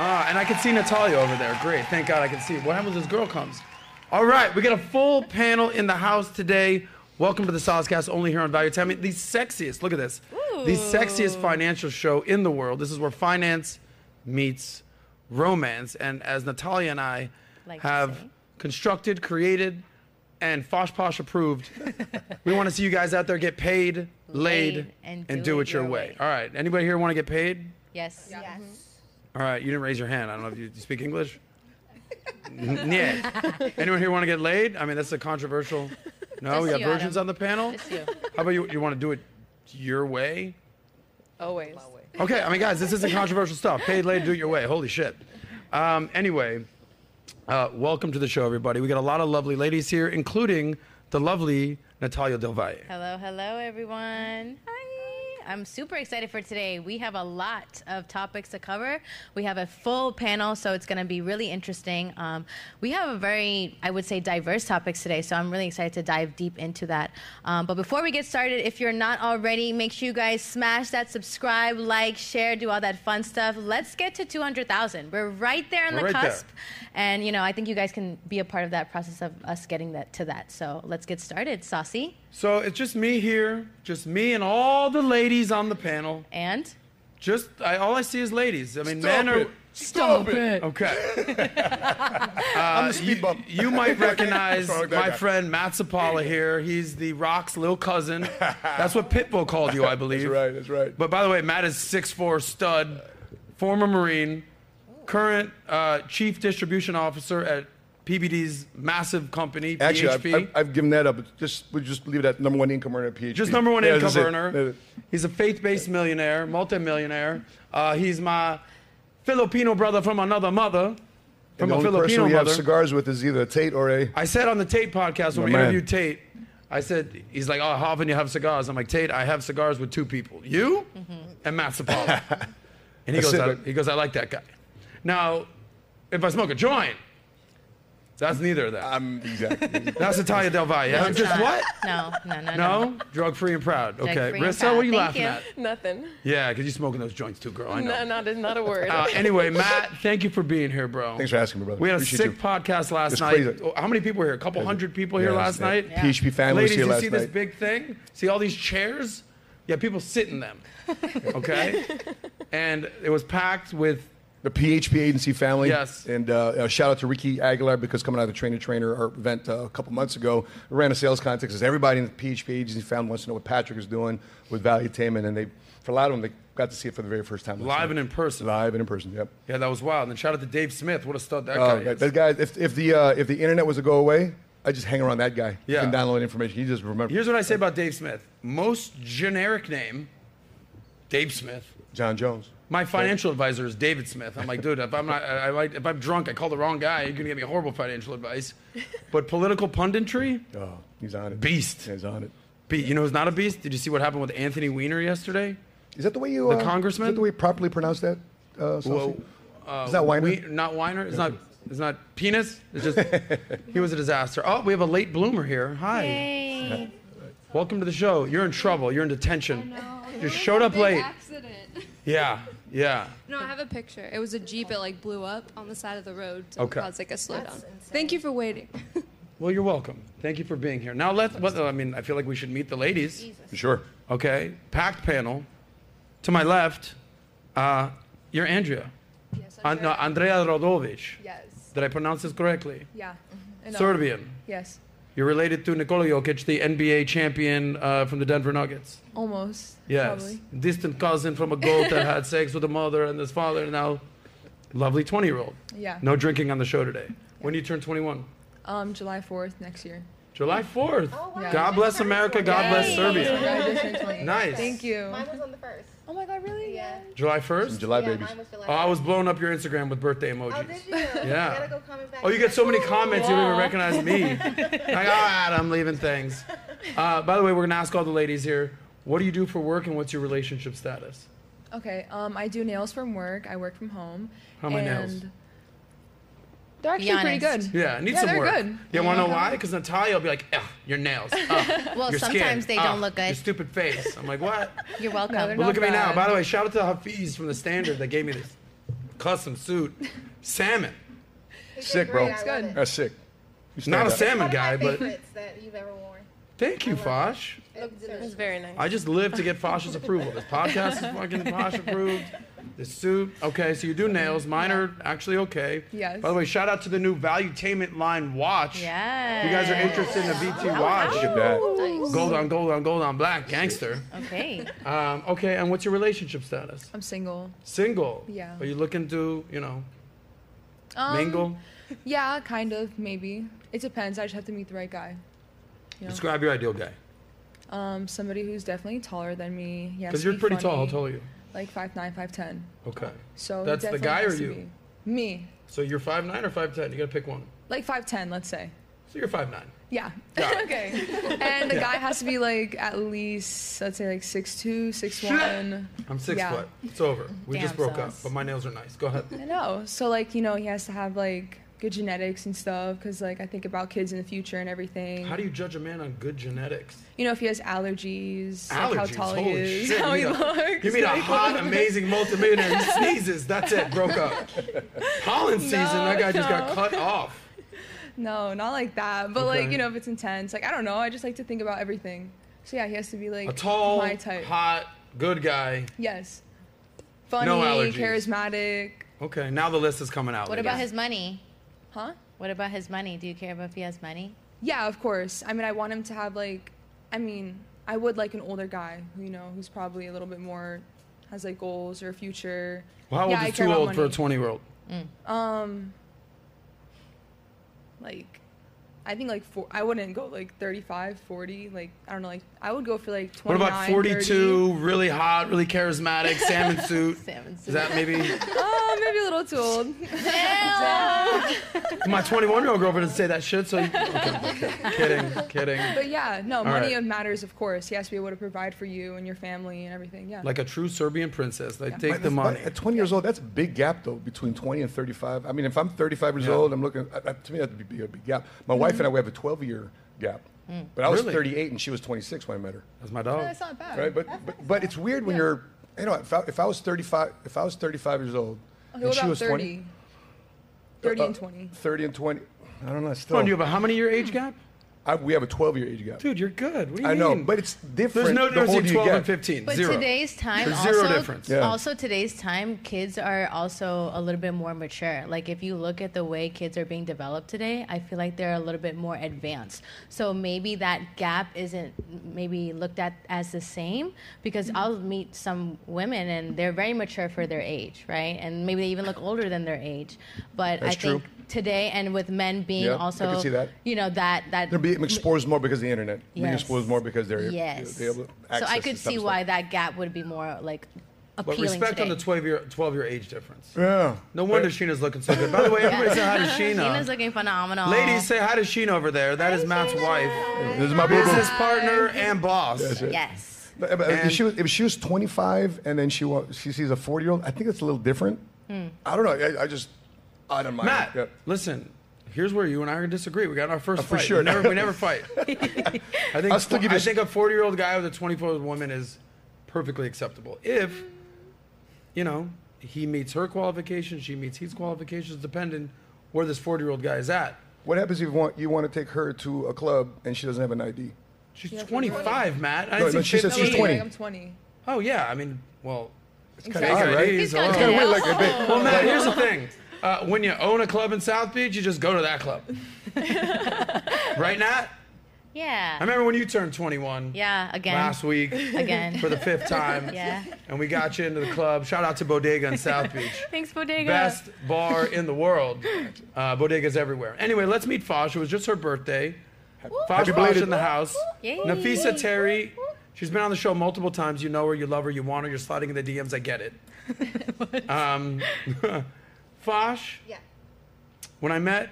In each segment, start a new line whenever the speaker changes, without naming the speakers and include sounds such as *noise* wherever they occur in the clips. Ah, see Natalia over there. Great. Thank God I can see. What happens when this girl comes? All right, we got a full panel in the house today. Welcome to the Sawscast, only here on Value Time. The sexiest, look at this. The sexiest financial show in the world. This is where finance meets romance. And as Natalia and I
Like to
have
say.
constructed, created, and Fosh Posh
*laughs*
approved, we want to see you guys out there get paid, laid,
Laid, and do
do
it
it your
your
way.
way.
All right, anybody here want to get paid?
Yes.
Yes.
All right, you didn't raise your hand. I don't know if you, you speak
*laughs*
English. N- yeah. Anyone here want to get laid? I mean, that's a controversial. No, we
Just
got
you,
virgins
Adam.
on the panel.
It's you.
How about you? You want to do it your way?
Always.
Okay, I mean, guys, this isn't controversial stuff. Paid laid, do it your way. Holy shit. Um, anyway, uh, welcome to the show, everybody. We got a lot of lovely ladies here, including the lovely Natalia Del Valle.
Hello, hello, everyone. Hi. I'm super excited for today. We have a lot of topics to cover. We have a full panel, so it's going to be really interesting. Um, we have a very, I would say, diverse topics today, so I'm really excited to dive deep into that. Um, but before we get started, if you're not already, make sure you guys smash that subscribe, like, share, do all that fun stuff. Let's get to 200,000. We're right there on
We're
the
right there.
cusp. And, you know, I think you guys can be a part of that process of us getting that to that. So let's get started, Saucy.
So it's just me here, just me and all the ladies on the panel.
And?
Just I, all I see is ladies. I mean,
Stop
men are.
it. Stop Stop it. it.
Okay.
I'm a
Uh, you,
speed bump.
you
*laughs*
might recognize
Sorry, that
my
guy.
friend Matt Sapala here. He's the Rock's little
*laughs*
cousin. That's what Pitbull called you, I believe.
That's right. That's right.
But by the way, Matt is 6'4 stud, former Marine, current uh, chief distribution officer at PBD's massive company,
Actually,
PHP.
I've, I've, I've given that up. Just we just leave that number one income earner at PhD.
Just number one
Yeah,
income
that's it.
earner. He's a faith-based millionaire, multimillionaire. Uh, he's my Filipino brother from another mother,
And
from
the
a
only person
Filipino
we have
mother.
cigars with is either a Tate or a.
I said on the Tate podcast when
My
we
man.
interviewed Tate, I said he's like, "Oh, how often you have cigars?" I'm like, "Tate, I have cigars with two people, you and Matt Sapala." and he
That's
goes,
it,
I,
but-
"He goes, I like that guy." Now, if I smoke a joint, that's neither of that.
I'm exactly.
that's Italia Del Valle. I'm just what?
No, no, no, no.
No, drug free and proud. Okay,
Drug-free and
Rissa,
proud.
what are you
Thank
laughing
you.
at?
Nothing.
Yeah, because you're smoking those joints too, girl. I know.
No, not, a- not a word.
Uh, *laughs* anyway, Matt, thank you for being here, bro.
Thanks for asking me, brother.
We had a
Appreciate
sick
you.
podcast last
It's
night.
crazy.
Oh, How many people were here? A couple hundred people here
Yeah,
last
yeah.
night.
Yeah. PHP family was
Ladies,
here
you
last
see this
night.
big thing? See all these chairs? Yeah, people sit in them.
*laughs*
Okay, and it was packed with.
The PHP agency family.
Yes.
And uh, uh, shout out to Ricky Aguilar because coming out of the Trainer Trainer our event uh, a couple months ago, I ran a sales contest. Because everybody in the PHP agency family wants to know what Patrick is doing with Value Tainment, and they, for a lot of them, they got to see it for the very first time. last
Live and
night.
in person.
Live and in person. Yep.
Yeah, that was wild. And then shout out to Dave Smith. What a stud that
Oh,
guy
that,
is.
that guy. If, if the uh, if the internet was to go away, I just hang around that guy.
Yeah.
You can download information. He just remember.
Here's what I say about Dave Smith: most generic name, Dave Smith.
John Jones.
My financial advisor is David Smith. I'm like, dude, if I'm not, I, I like, if I'm drunk, I call the wrong guy. You're gonna give me horrible financial advice. But political punditry,
Oh, he's on it.
Beast.
Yeah, he's on it.
Pete, you know who's not a beast? Did you see what happened with Anthony Weiner yesterday?
Is that the way you?
The
uh,
congressman?
Is that the way you properly pronounce that? Uh, Saucy?
uh,
Is that Weiner?
We, not Weiner. It's not. It's not penis. It's
*laughs*
just he was a disaster. Oh, we have a late bloomer here. Hi,
Yay.
welcome to the show. You're in trouble. You're in detention. Just showed up late.
Accident. *laughs*
Yeah, yeah.
No, I have a picture. It was a jeep. It like blew up on the side of the road. So
Okay.
It caused like a slowdown. Thank you for waiting.
Well, you're welcome. Thank you for being here. Now let's. Well, I mean, I feel like we should meet the ladies.
Sure.
Okay, packed panel. To my left, uh, you're Andrea.
Yes,
An- no, Andrea Rodovic.
Yes.
Did I pronounce this correctly?
Yeah. And, uh,
Serbian.
Yes.
You're related to Nikola Jokic, the NBA champion uh, from the Denver Nuggets.
Almost.
Yes.
Probably.
Distant cousin from a goat that had sex with a mother and his father, and now lovely 20 year old.
Yeah.
No drinking on the show today. When do you turn 21?
Um, July 4th
*laughs*
next year.
July 4th.
Oh,
wow.
God bless America. God bless Serbia.
I just turned 20.
Nice.
Thank you.
Mine was on the first.
Oh my god, really?
Yeah.
July
Some
1st?
July
yeah,
babies.
mine was July.
*laughs*
Oh, I was blowing up your Instagram with birthday emojis.
Oh, did you?
Yeah.
I gotta go comment back.
Oh, you get so many comments, you don't even recognize me.
*laughs*
like, all right, I'm leaving things. Uh, by the way, we're going to ask all the ladies here what do you do for work and what's your relationship status?
Okay. Um, I do nails from work. I work from home.
How are my nails?
and They're
Be
actually pretty
honest.
good.
Yeah, I need
Yeah,
some
they're
work.
good.
You want to know why? Because Natalia will be like, ugh, your nails. Ugh,
Well,
your
sometimes
skin.
they
Ugh,
don't look
Your
good.
stupid face. I'm like, what?
You're
No, they're
But
welcome.
not
look at me now.
bad.
By the way, shout out to Hafiz from The Standard that gave me this custom suit. Salmon.
Sick, bro.
great, I love it.
That's sick. You stand
Not a
out.
salmon
One
guy,
of my
but
favorites that you've ever worn.
thank you, Fosh.
Look
It's
delicious.
very nice.
I just live to get Fosh's approval. This podcast is
*laughs*
fucking Fosh approved. The suit. Okay, so you do nails. Mine are actually okay.
Yes.
By the way, shout out to the new Valuetainment line watch.
Yes.
If you guys are interested in a VT
Look
watch.
at that.
Nice.
Gold on gold on gold on black gangster.
Okay.
Um, okay, and what's your relationship status?
*laughs* I'm single.
Single.
Yeah.
Are you looking to, you know,
Um,
mingle?
Yeah, kind of, maybe. It depends. I just have to meet the right guy. you know.
Describe your ideal guy.
Um, somebody who's definitely taller than me. Yes.
Because you're pretty tall. How tall are you?
Like five nine, five ten.
Okay.
So he
That's the
definitely
guy or
has to
you?
be- Me,
So you're five nine or five ten? You gotta pick one.
like five ten, let's say.
So you're five nine.
Yeah. *laughs*
Got it.
okay. And the guy has to be like at least let's say like six two, six one.
I'm six
Yeah.
foot. It's over. We
Damn
just broke up,
sauce.
but my nails are nice. Go ahead.
I know. So like you know he has to have like good genetics and stuff because like I think about kids in the future and everything.
How do you judge a man on good genetics?
you know if he has allergies, like how
Allergies.
tall he
Holy
is, *laughs*
shit.
how
you
he
mean a-
looks.
You mean a
like-
hot,
*laughs*
amazing multimillionaire? He sneezes. That's it. Broke up. Pollen season. that guy just got
no.
cut off.
No, not like that. But
Okay.
like you know if it's intense, like I don't know. I just like to think about everything. So yeah, he has to be like
A tall,
my type.
hot, good guy.
Yes. Funny,
allergies.
charismatic.
Okay, now the list is coming out.
What
ladies.
about his money?
Huh?
What about his money? Do you care about if he has money?
Yeah, of course. I mean, I want him to have like, I mean, I would like an older guy who you know who's probably a little bit more has like goals or a future.
Well, how old
yeah, I
is
care
too
about
old for a
money.
20 year old?
Um, like, I think like four. I wouldn't go like 35, 40. Like I don't know. Like I would go for like
What
29,
about 42, really hot, really
*laughs*
charismatic,
*laughs*
salmon suit?
Salmon
Is that maybe?
30. Oh, maybe a little too
*laughs*
old.
My 21 year old girlfriend would say that shit, so. Okay, kidding, kidding.
But yeah, no, money
right.
matters, of course. He has to be able to provide for you and your family and everything. Yeah.
Like a true Serbian princess, they take
But
the
that's-
money.
but At 20 years old, that's a big gap though between 20 and 35. I mean, if I'm 35 years
Yeah. Mm-hmm.
old, I'm looking. I- I- To me, that'd be a big gap. My wife and I we have a 12 year gap, but I was
Mm. Really?
38 and she was 26 when I met her.
That's my dog.
That's not bad.
Right, but but, but it's weird when you're. You know, if I, if I was 35, if I was 35 years old and
Okay, what
she
about
was
30?
20,
30 and
uh,
20.
30 and 20. I don't know. Still,
Come on, you have a how many year age gap?
I, we have a 12 year age gap.
Dude, you're good. What do you
I know,
mean?
but it's
There's
different.
no
the
difference
older
between
you
12 and
get.
15.
But
zero.
today's time
There's
also,
zero difference.
Yeah.
also today's time, kids are also a little bit more mature. Like if you look at the way kids are being developed today, I feel like they're a little bit more advanced. So maybe that gap isn't maybe looked at as the same because I'll meet some women and they're very mature for their age, right? And maybe they even look older than their age. But
That's
I think
true.
today and with men being
Yeah, I
also
can see that.
you know that that
They're being exposed more because of the internet. Being
Yes.
exposed more because they're
yes.
they're able to
so
access
I
this
could
type
see
of
why
stuff.
that gap would be more like
But
appealing.
respect
today.
on the 12 year 12 year age difference.
Yeah.
No wonder Sheena's looking so good. By
*laughs*
the way, everybody say
*laughs*
hi to Sheena.
Sheena's looking phenomenal.
Ladies, say hi to Sheena over there. That is Matt's wife,
This is my boo
business partner, and boss.
yes.
if, she was, if she was 25 and then she wa- she sees a 40 year old, I think it's a little different. I don't know. I, I just I don't mind.
Matt,
Yeah.
listen. Here's where you and I are gonna disagree. We got in our first
uh, Oh, for
fight.
sure.
We never, we
*laughs*
never fight. I think
I'll still give you
I
a-
think a 40 year old guy with a 24 year old woman is perfectly acceptable if you know he meets her qualifications, she meets his qualifications, depending where this 40 year old guy is at.
What happens if you want you want to take her to a club and she doesn't have an ID?
She's 25, Matt. I
No,
didn't
no,
see
she said she was
15.
20.
Like, I'm 20.
Oh yeah, I mean, well, it's kind
kinda odd, right?
He's got
It's kind of weird. Like,
Oh.
if they-
Well, Matt, here's the
*laughs*
thing. Uh, when you own a club in South Beach, you just go to that club. right, Nat?
Yeah.
I remember when you turned 21
yeah. Again.
last week
*laughs* Again.
for the fifth time.
*laughs* Yeah.
And we got you into the club. Shout out to Bodega in
*laughs*
South Beach.
Thanks, Bodega.
Best bar in the world. Uh, bodegas everywhere. Anyway, let's meet Fosh. It was just her birthday. Fosh
Happy
Fosh
belated.
in the house.
Yay.
Nafisa Terry. She's been on the show multiple times. You know her, you love her, you want her, you're sliding in the DMs. I get it. um, *laughs* Fosh,
Yeah.
when I met,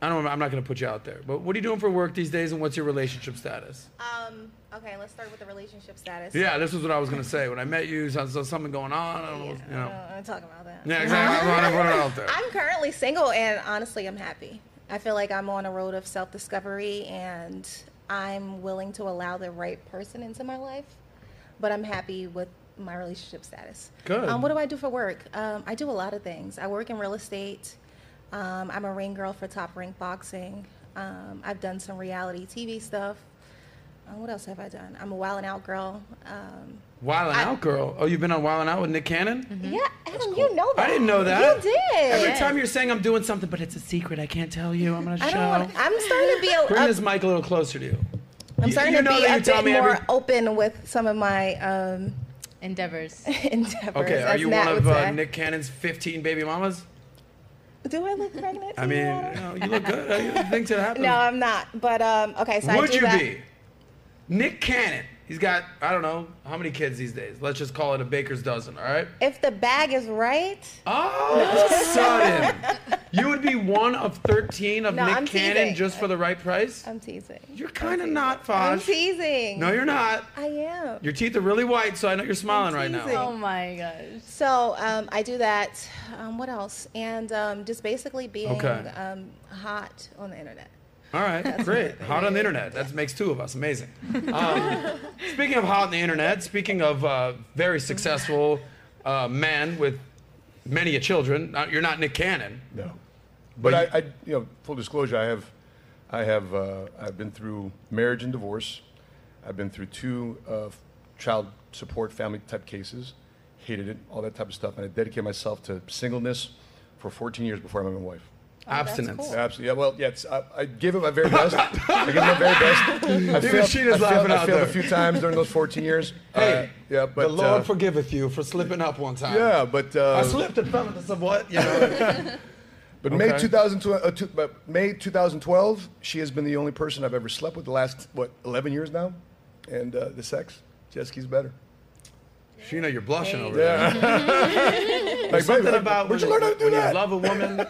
I don't. I'm not going to put you out there. But what are you doing for work these days, and what's your relationship status?
Um, okay, let's start with the relationship status.
Yeah, this is what I was going to say. When I met you, so, so something going on. I don't know. You know.
I'm Uh, talk about that.
Yeah, exactly. I want to put it out
*laughs*
there.
I'm currently single, and honestly, I'm happy. I feel like I'm on a road of self discovery, and I'm willing to allow the right person into my life. But I'm happy with my relationship status.
Good.
Um, what do I do for work? Um, I do a lot of things. I work in real estate. Um, I'm a ring girl for Top Rank Boxing. Um, I've done some reality TV stuff. Um, what else have I done? I'm a Wild and Out girl. Um,
Wild and Out Girl. Oh, you've been on Wild and Out with Nick Cannon?
Yeah, Adam, you know that.
I didn't know that.
You did.
Every time you're saying I'm doing something, but it's a secret. I can't tell you. I'm gonna
I
show.
don't want. I'm starting to be. A,
Bring
a-
this mic a little closer to you.
um, I'm
You-
starting
you
to
know
be
that
a
you tell
bit
me every-
more open with some of my um,
Endeavors.
*laughs* endeavors.
Okay, are
as
you
Matt
one of
would
uh,
say.
Nick Cannon's 15 baby mamas?
Do
*laughs*
I look pregnant?
I mean, you, know, uh, you look good. I
*laughs*
didn't think that happened.
No, I'm not. But um, okay, so I
Would
do
you
that.
be? Nick Cannon. He's got I don't know how many kids these days. Let's just call it a baker's dozen. All right.
If the bag is right, *laughs*
All of a Oh, sudden, you would be one of 13 of
No,
Nick
I'm
Cannon
teasing.
just for the right price.
I'm teasing.
you're kind of
teasing.
not,
I'm
Fosh.
teasing.
No, you're not.
I am.
Your teeth are really white, so I know you're smiling right now.
teasing.
Oh my gosh.
So um, I do that. Um, what else? And um, just basically being
Okay.
um, hot on the internet.
All right, great. Hot on the internet. That makes two of us. Amazing. Um, speaking of hot on the internet, speaking of uh, very successful uh, man with many a children, uh, you're not Nick Cannon.
No. But
But
I,
you-
I, you know, full disclosure, I have, I have, uh, I've been through marriage and divorce. I've been through two uh, child support family type cases. Hated it, all that type of stuff, and I dedicated myself to singleness for 14 years before I met my wife.
Abstinence.
Absolutely. Yeah. Well, yeah. It's, I, I gave it my very best. I gave it my
*laughs*
very best. I
Even
failed-
she is
I failed-
laughing
I
out
failed
there.
a few times during those 14 years.
Hey,
Uh, yeah. But
the Lord
uh,
forgiveth you for slipping up one time.
yeah, but uh,
I slipped and fell into some what? You know,
But
Okay.
May 2012, uh, two, but May 2012, she has been the only person I've ever slept with the last what 11 years now, and uh, the sex, jet ski's better.
Sheena, you're blushing over there.
Yeah.
*laughs*
*laughs* like,
Something
baby,
about
where'd
when,
you learn how to do
when
that?
you love a
*laughs*
woman,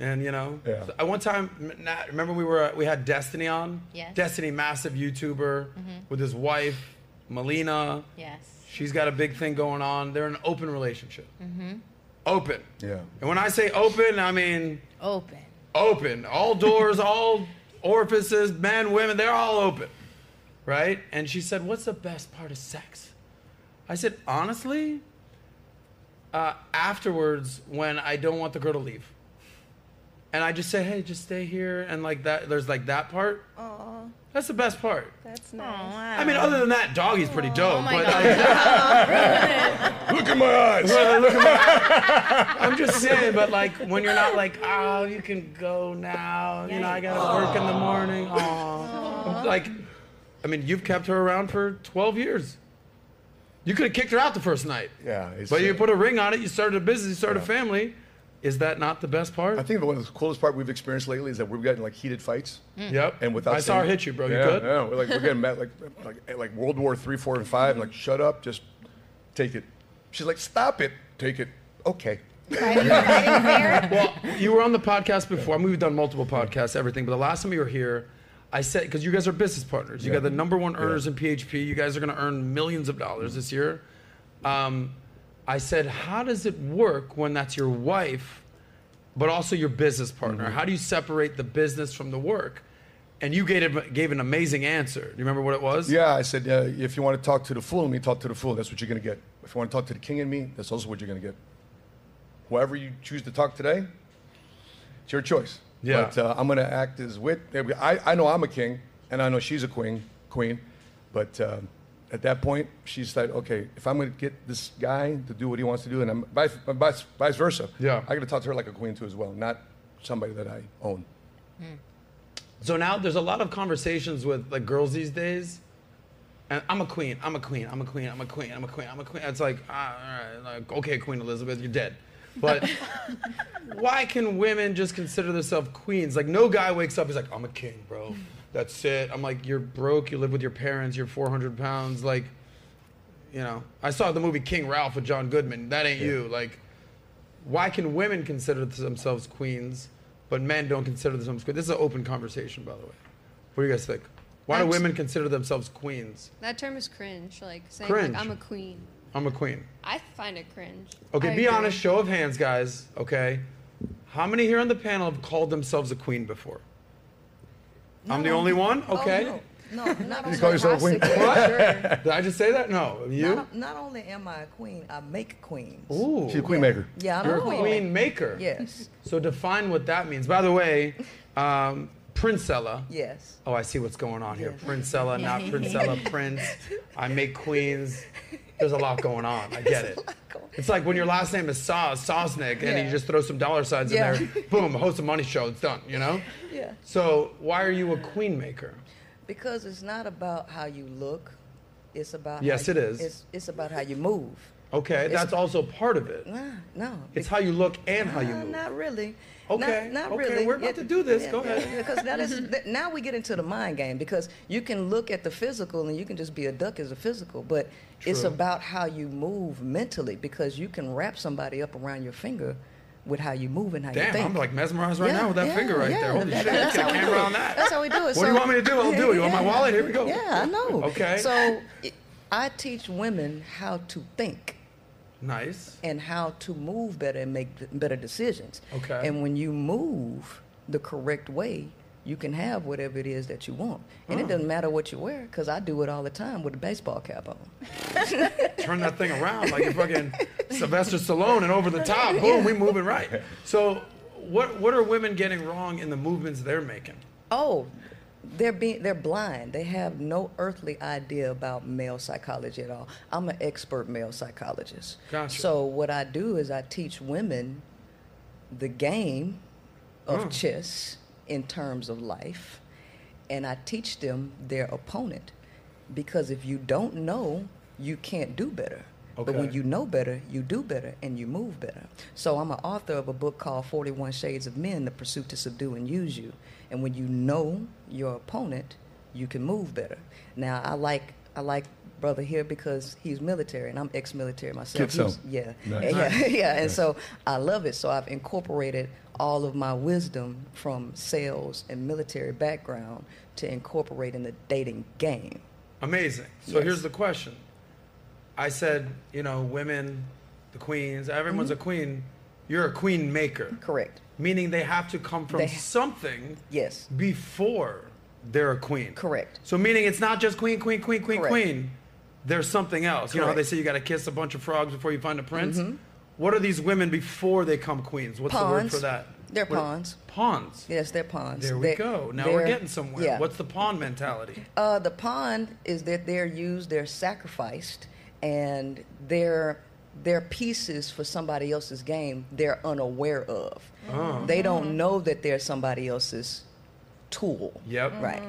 and you know.
Yeah.
So, At one time, m- Nat, remember we were uh, we had Destiny on.
Yes.
Destiny, massive YouTuber, with his wife, Melina.
Yes.
She's got a big thing going on. They're in an open relationship.
Mm-hmm.
Open.
Yeah.
And when I say open, I mean
Open.
open. All doors, all orifices, men, women, they're all open. Right? And she said, What's the best part of sex? I said, Honestly, uh, afterwards, when I don't want the girl to leave. And I just say, Hey, just stay here. And like that, there's like that part.
Oh,
That's the best part.
that's
Oh,
nice.
wow.
I mean, uh, other than that, doggy's pretty dope.
Oh my
but
God.
like,
*laughs* Look in my eyes.
*laughs* I'm just saying, but like when you're not like, oh, you can go now. You know, I gotta work in the morning. Aw. Like, I mean, you've kept her around for 12 years. You could have kicked her out the first night.
Yeah, it's,
But you
uh,
put a ring on it. You started a business. You started a
Yeah.
family. Is that not the best part?
I think the one of the coolest part we've experienced lately is that we've gotten like heated fights.
Yep.
And without
I saw her
saying-
hit you, bro. You
yeah,
good?
Yeah, we're like we're getting mad, like like like World War Three, Four, and Five. Like shut up, just take it. She's like, stop it, take it. Okay.
*laughs* well, you were on the podcast before. I mean, we've done multiple podcasts, everything. But the last time you were here, I said because you guys are business partners. You
Yeah.
got the number one earners
Yeah.
in PHP. You guys are going to earn millions of dollars this year. Um, I said, how does it work when that's your wife, but also your business partner?
Mm-hmm.
How do you separate the business from the work? And you gave, a- gave an amazing answer. Do you remember what it was?
Yeah, I said, uh, if you want to talk to the fool in me, talk to the fool. That's what you're going to get. If you want to talk to the king in me, that's also what you're going to get. Whoever you choose to talk today, it's your choice.
Yeah.
But uh, I'm going to act as wit. I, I know I'm a king, and I know she's a queen. Queen, but um, at that point, she's like, okay, if I'm going to get this guy to do what he wants to do, and I'm vice, vice, vice versa.
Yeah.
I got to talk to her like a queen too, as well, not somebody that I own.
Hmm.
So now there's a lot of conversations with like girls these days, and I'm a queen, I'm a queen, I'm a queen, I'm a queen, I'm a queen, I'm a queen. It's like, ah, all right, like, okay, Queen Elizabeth, you're dead. But why can women just consider themselves queens? Like, no guy wakes up, he's like, I'm a king,
Oh.
bro. That's it. I'm like, you're broke, you live with your parents, you're 400 pounds. Like, you know, I saw the movie King Ralph with John Goodman. That ain't you. Like, why can women consider themselves queens, but men don't consider themselves queens? This is an open conversation, by the way. What do you guys think? Why do
Abs-
women consider themselves queens?
That term is cringe. Like saying
Cringe.
like I'm a queen.
I'm a queen.
I find it cringe.
Okay,
I
be
agree.
honest. Show of hands, guys. Okay, how many
Oh,
here on the panel have called themselves a queen before? I'm the only one. Okay,
Oh, No,
*laughs*
not only
call yourself
prostitute,
What?
sure.
Did I just say that? No. You?
Not, not only am I a queen, I make queens.
Ooh.
She's a queen maker.
Yeah, I'm
You're
a queen.
maker.
maker. Yes,
So define what that means. By the way, um, Princella.
yes.
Oh, I see what's going on here.
Yes. *laughs*
Princella, not Princella, Prince. I make queens. There's a lot going on. I get it. It's like when your last name is Sauce, Sausnick, and you
Yeah.
just throw some dollar signs
Yeah.
in
*laughs*
there. Boom, host a money show. It's done, you know?
Yeah.
So why are you a queen maker?
Because it's not about how you look. It's about
Yes,
how
it
you-
is.
It's, it's about how you move.
Okay,
It's-
that's also part of it.
Nah, no.
It's how you look and how you
Nah,
move.
Not really.
Okay,
Not, not
okay,
really.
we're about to do this. Go ahead.
Because now,
*laughs*
that's- that- now we get into the mind game because you can look at the physical and you can just be a duck as a physical, but it's
True.
about how you move mentally because you can wrap somebody up around your finger with how you move and how you
Damn,
think.
I'm like mesmerized right
Yeah,
now with that
yeah,
finger right
yeah.
there. Holy
That-
shit, get
that's
a
how we do
camera
it.
on
*laughs*
that.
That's how we do
What
it.
do you want me to do? I'll do it. You want my wallet? Here we go.
Yeah, I know.
Okay.
So it- I teach women how to think
Nice.
and how to move better and make th- better decisions.
Okay.
And when you move the correct way, you can have whatever it is that you want. And
Oh.
it doesn't matter what you wear, because I do it all the time with a baseball cap on.
Turn that thing around like you're fucking Sylvester Stallone and over the top.
*laughs*
Boom, we moving right. So, what what are women getting wrong in the movements they're making?
Oh, they're being they're blind. They have no earthly idea about male psychology at all. I'm an expert male psychologist.
Gotcha.
So what I do is I teach women the game of
Oh.
chess in terms of life, and I teach them their opponent because if you don't know, you can't do better. But when
Okay.
you know better, you do better and you move better. So I'm an author of a book called 41 Shades of Men The Pursuit to Subdue and Use You. And when you know your opponent, you can move better. Now, I like I like brother here because he's military and I'm ex-military myself.
Kid
He was-
Cell.
yeah.
Nice.
Yeah, yeah. And so I love it. So I've incorporated all of my wisdom from sales and military background to incorporate in the dating game.
Amazing. So
Yes.
here's the question. I said, you know, women, the queens, everyone's a queen. You're a queen maker,
Mm-hmm. Correct.
meaning they have to come from
They-
something
Yes.
before they're a queen.
Correct.
So meaning it's not just queen, queen, queen, queen,
Correct.
queen. There's something else. You know how they
Correct. Mm-hmm.
say you got to kiss a bunch of frogs before you find a prince. What are these women before they come queens? What's the word
Pawns.
for that?
They're
What-
pawns.
Pawns.
Yes, they're pawns.
There we
They're-
go. Now we're
they're-
getting somewhere.
Yeah.
What's the pawn mentality?
Uh, the pawn is that they're used, they're sacrificed, and they're they're pieces for somebody else's game they're unaware of.
Uh-huh.
They don't know that they're somebody else's tool.
Yep. Mhm.
Right.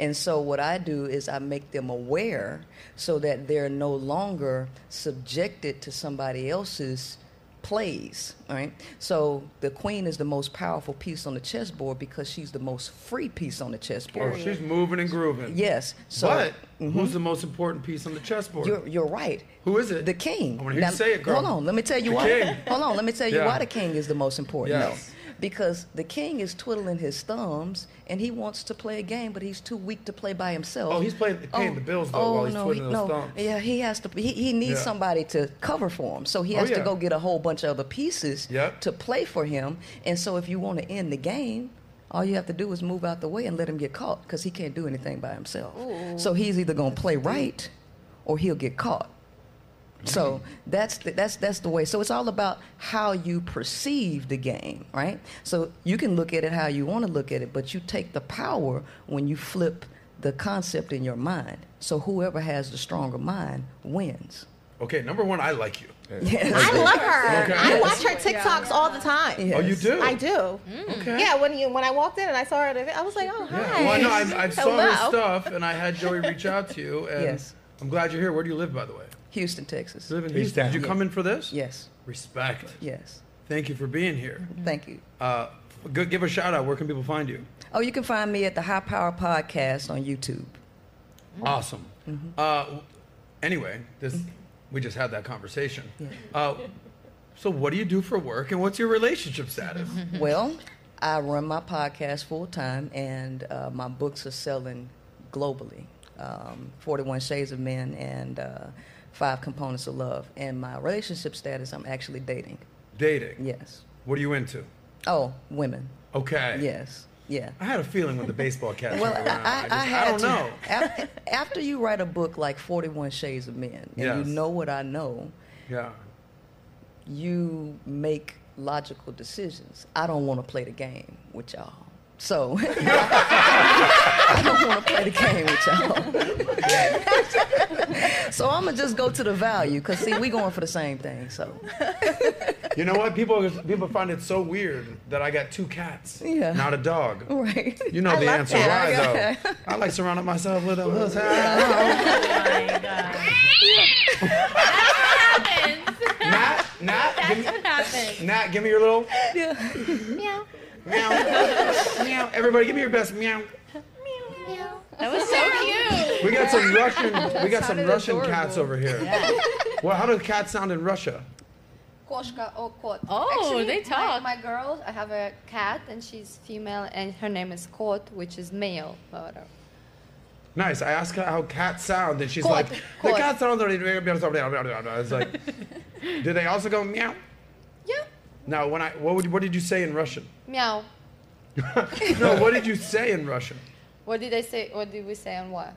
And so what I do is I make them aware so that they're no longer subjected to somebody else's plays, all right? So the queen is the most powerful piece on the chessboard because she's the most free piece on the chessboard.
Oh, she's moving and grooving.
Yes. So mm-hmm.
but who's the most important piece on the chessboard?
you're you're right.
Who is it?
The king.
I wanna hear you say it, girl.
Hold on, let me tell you
The
why. *laughs*
king.
Hold on, let me tell you
Yeah.
why the king is the most important.
Yes.
No. Because the king is twiddling his thumbs and he wants to play a game, but he's too weak to play by himself. oh,
Oh, he's playing- paying the bills, though, while he's
no,
twiddling
he-
those
no.
thumbs.
Yeah, he has to. He, he needs
Yeah.
somebody to cover for him, so he
Oh,
has
yeah.
to go get a whole bunch of other pieces
Yep.
to play for him. And so, if you want to end the game, all you have to do is move out the way and let him get caught because he can't do anything by himself. So he's either gonna play right or he'll get caught. So that's the, that's that's the way. So it's all about how you perceive the game, right? So you can look at it how you want to look at it, but you take the power when you flip the concept in your mind. So whoever has the stronger mind wins.
okay, number one, I like you.
Yes.
I love her.
Okay.
I watch her TikToks all the time.
Oh, you do?
I do.
Mm-hmm.
Okay.
Yeah, when you when I walked in and I saw her at an event, I was like, oh
Yeah.
hi.
Well, I know
*laughs*
I, I saw her
Hello.
stuff, and I had Joey reach out to
*laughs*
you, and
Oh, Yes.
I'm glad you're here. Where do you live, by the way?
Houston, Texas.
You live in
He's
Houston.
down.
Did you come in for this?
Yes.
Respect.
Yes. Mm-hmm.
Thank you for being here.
Thank you.
Uh, g- give a shout out. Where can people find you?
Oh, you can find me at the High Power Podcast on YouTube. Mm-hmm.
Awesome. Uh, anyway, this we just had that conversation. Uh, so, what do you do for work, and what's your relationship status?
Well, I run my podcast full time, and uh, my books are selling globally. Um, Forty One Shades of Men and uh, Five Components of Love. And my relationship status, I'm actually dating.
Dating.
Yes.
What are you into?
Oh, women.
Okay.
Yes. Yeah.
I had a feeling when the baseball
*laughs*
cats
Well,
were
I,
around.
I,
just-
I had
don't
to.
know.
*laughs* After, after you write a book like Forty One Shades of Men, and
Yes.
you know what I know,
Yeah.
you make logical decisions. I don't want to play the game with y'all. So *laughs* I don't want to play the game with y'all. *laughs* so I'm gonna just go to the value because see, we going for the same thing. So *laughs*
You know what? People people find it so weird that I got two cats,
Yeah.
not a dog.
right.
You know
I
the
love Oh
answer
that.
*laughs*
why though. I like surrounding myself with a
my God.
Nat, Nat, give me,
What happened?
Nat, give me your little
Meow,
meow, meow. Everybody, give me your best meow.
meow, meow.
That *laughs* was so cute.
We got some Russian, we got some
sounded
Russian cats
adorable.
over here. Well, how do cats sound in Russia?
Koshka or Kot.
Oh, they
my-
talk.
My, girls, I have a cat and she's female and her name is Kot, which is male. But, uh,
Nice. I asked her how cats sound, and she's
Quack,
like, the
quack."
cats sound. I
*laughs*
was like, do they also go meow?
yeah,
Now, when I what would, what did you say in Russian?
meow.
No, what did you say
*laughs*
in Russian?
What did I say? What did we say and what?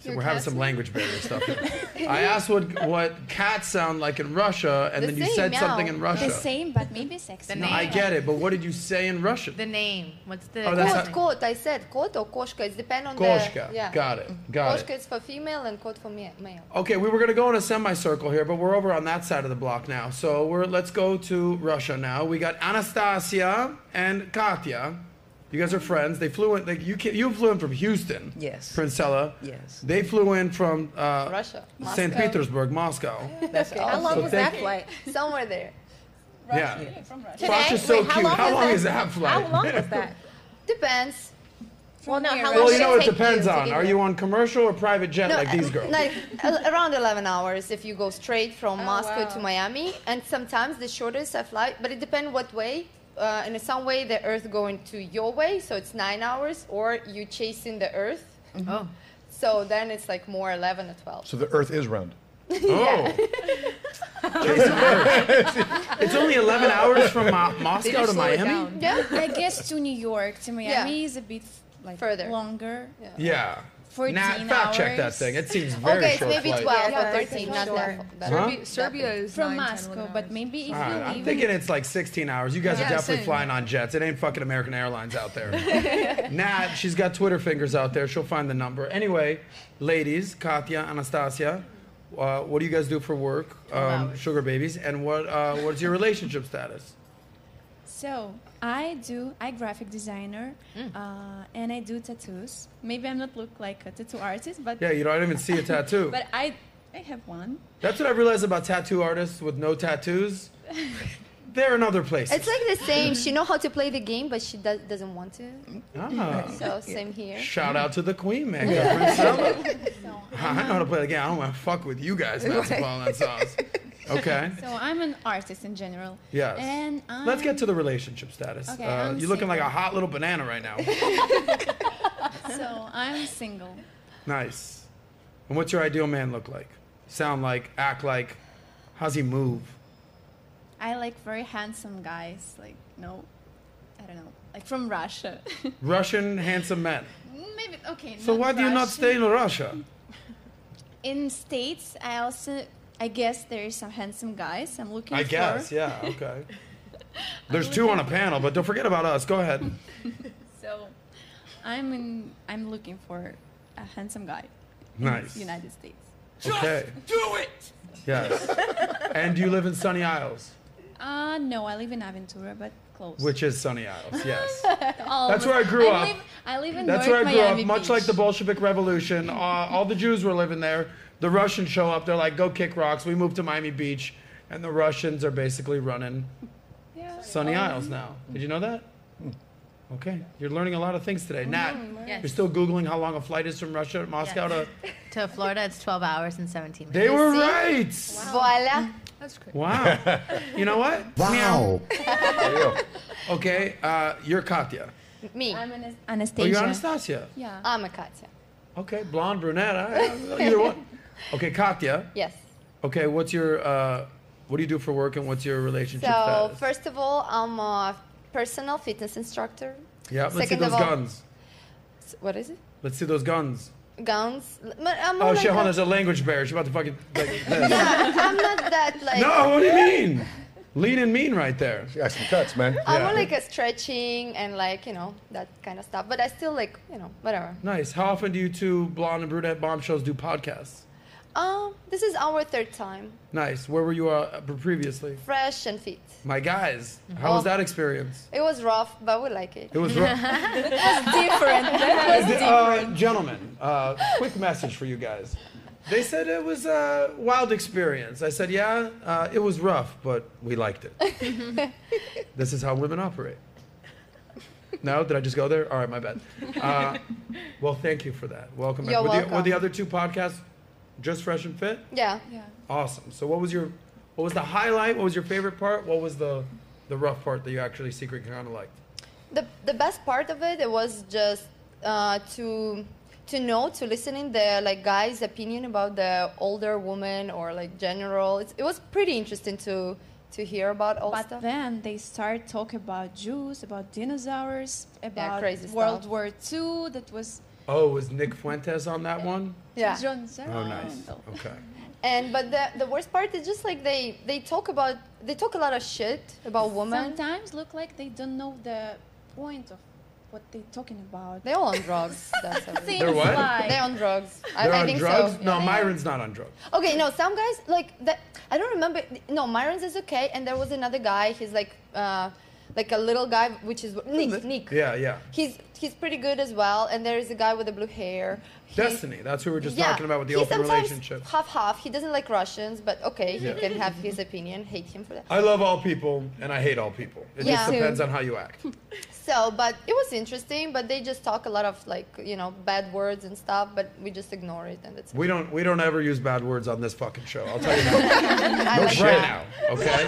So
Your
we're having
cats
some language barrier stuff.
*laughs*
here. I asked what what cats sound like in Russia, and
The
then you
same,
said something
meow.
in Russia.
same, but maybe sexy.
The
No,
name.
I get it, but what did you say in Russian?
The name. What's the?
Oh, that's
Kot,
how-
Kot. I said Kot or Koshka. It depends on
Koshka.
the. Yeah.
Got it. Got
Koshka
it.
is for female and Kot for me- male.
Okay, we were gonna go in a semicircle here, but we're over on that side of the block now. So we're let's go to Russia now. We got Anastasia and Katya. You guys are friends. They flew in. Like you, ca- you flew in from Houston.
Yes.
Princella.
Yes.
They flew in from uh,
Russia.
St.
Moscow.
Petersburg, Moscow.
That's
How
awesome.
long
So
was
thank
that
you.
flight?
Somewhere there.
Yeah.
Today?
Sasha's so
Wait,
cute. How long
was
is that flight?
How long
*laughs*
was that?
Depends.
well, no, how long
Well,
did
you know, it
take
depends
you to
on.
get
Are
there?
you on commercial or private jet like these
uh,
girls? *laughs*
Like a- around 11 hours if you go straight from
Oh,
Moscow
wow.
to Miami. And sometimes the shortest I fly, but it depends what way. Uh, in some way, the Earth going to your way, so it's nine hours, or you chasing the Earth.
Mm-hmm.
Oh.
So then it's like more 11 or 12.
So the Earth is round.
oh. Jason Bird. it's only 11 hours from Mo- Moscow to Miami?
Yeah.
*laughs* I guess to New York, to Miami
Yeah.
is a bit like
Further.
longer.
Yeah.
14
nah, fact check that
hours.
thing. It seems very
okay, it's
short
maybe
flight.
12
Yeah,
or
that's
13,
for
not
sure.
that. that-
Huh?
that-
Serbia is
From
9, 10,
Moscow,
11
but
hours.
maybe if
All right,
you leave.
I'm thinking it's like 16 hours. You guys
Yeah,
are definitely
same.
flying on jets. It ain't fucking American Airlines out there. Nat, she's got Twitter fingers out there. She'll find the number. Anyway, ladies, Katya, Anastasia, uh, what do you guys do for work? Um,
hours.
sugar babies, and what uh, what's your relationship status?
So I do. I graphic designer,
Mm.
uh, and I do tattoos. Maybe I'm not look like a tattoo artist, but
Yeah, you know, I don't even see a tattoo.
*laughs* but I I have one.
That's what I realized about tattoo artists with no tattoos. They're in other places.
It's like the
*laughs*
same. She know how to play the game, but she does, doesn't want to.
Ah.
So same here.
Shout out to the Queen, man. Princella. I know how to play the game. I don't want to fuck with you guys. That's
Right.
all that
*laughs*
sauce. Okay.
So I'm an artist in general.
Yes.
And I'm,
Let's get to the relationship status.
Okay,
uh,
I'm
you're looking like a
single.
hot little banana right
*laughs*
now.
so I'm single.
nice. And what's your ideal man look like? Sound like? Act like? How's he move?
I like very handsome guys. Like no, I don't know. Like from Russia. *laughs*
Russian handsome men.
maybe okay.
So why do you not
Russian.
stay in Russia?
in states i also i guess there is some handsome guys i'm looking
I
for *laughs*
guess. Yeah. Okay. There's two on a panel, but don't forget about us. Go
*laughs*
ahead.
so i'm in i'm looking for a handsome guy
Nice.
united states
Okay. do it.
*laughs*
Yes. and you live in Sunny Isles,
uh no i live in aventura but close
which is Sunny Isles. Yes.
*laughs* All
that's
of-
where I grew
I
up.
live, I live in
That's where
North
I grew up.
Miami
Much like the
Beach.
Bolshevik Revolution, uh, all the Jews were living there. The Russians show up. They're like, "Go kick rocks." We moved to Miami Beach, and the Russians are basically running Sunny Isles now. Did you know that? Hmm. Okay, you're learning a lot of things today. Nat,
Mm-hmm.
Yes.
you're still googling how long a flight is from Russia, Moscow to.
To Florida, it's 12 hours and 17 minutes.
They were
see?
right.
Voila.
That's crazy.
Wow. you know what? Meow.
There you go.
Okay, uh, you're Katya.
Me.
i'm in
Oh,
anastasia
you're Anastasia.
yeah
I'm a Katya.
Okay, blonde, brunette, all right, either one. Okay, Katya.
Yes.
Okay, what's your uh, what do you do for work and what's your relationship
So
status?
first of all, I'm a personal fitness instructor.
Yeah, let's see
Second
those
of all-
guns.
S- What is it?
Let's see those guns.
Guns. L- but I'm more
Oh
like
shit, hold on,
that- *laughs*
there's a language barrier. She's about to fucking like this.
Yeah, I'm not that like.
No, what do you mean? Lean and mean right there.
She got some cuts, man.
I'm more like a stretching and like you know that kind of stuff. But I still like you know whatever.
Nice. How often do you two blonde and brunette bombshells do podcasts?
Um, this is our third time.
Nice. Where were you uh, previously?
Fresh and fit.
My guys. How was
Oh.
that experience?
It was rough, but we like it.
It was rough.
*laughs* it was different. That was different.
Uh, gentlemen, uh, quick message for you guys. They said it was a wild experience. I said, yeah, uh, it was rough, but we liked it. this is how women operate. No, did I just go there? All right, my bad. Uh, well, thank you for that. Welcome. back.
You're
were, The, were
welcome.
the other two podcasts just fresh and fit?
Yeah.
Awesome. So, what was your, what was the highlight? What was your favorite part? What was the, the rough part that you actually secretly kind of liked?
The the best part of it, it was just uh, to to know to listening the like guys' opinion about the older woman or like general. It's, it was pretty interesting to to hear about all
But
stuff.
then they start talking about Jews, about dinosaurs, about
crazy
World
stuff.
War II. That was
Oh, was Nick Fuentes on that one?
Yeah.
John
Oh, nice. Okay.
And but the the worst part is just like they they talk about they talk a lot of shit about women.
Sometimes look like they don't know the point of what they're talking about.
They're all on drugs.
*laughs*
That's everything.
They're what?
like-
They're on drugs. I,
They're
I
on
think
drugs?
so.
No,
Yeah.
Myron's not on drugs.
Okay, no, some guys like that. I don't remember. No, Myron's is okay, and there was another guy. He's like, uh, like a little guy, which is Nick. Nick.
Yeah, yeah.
He's he's pretty good as well, and there is a guy with the blue hair. He-
Destiny. That's who we were just
Yeah,
talking about with the
he
open
sometimes
relationship.
Half half. He doesn't like Russians, but okay, he
Yeah.
can have his opinion. Hate him for that.
I love all people and I hate all people. It
Yeah.
just
Too.
depends on how you act.
So, but it was interesting. But they just talk a lot of like you know bad words and stuff, but we just ignore it, and that's.
We don't we don't ever use bad words on this fucking show. I'll
*laughs*
tell you that
I
no
like
shit
that.
now. Okay.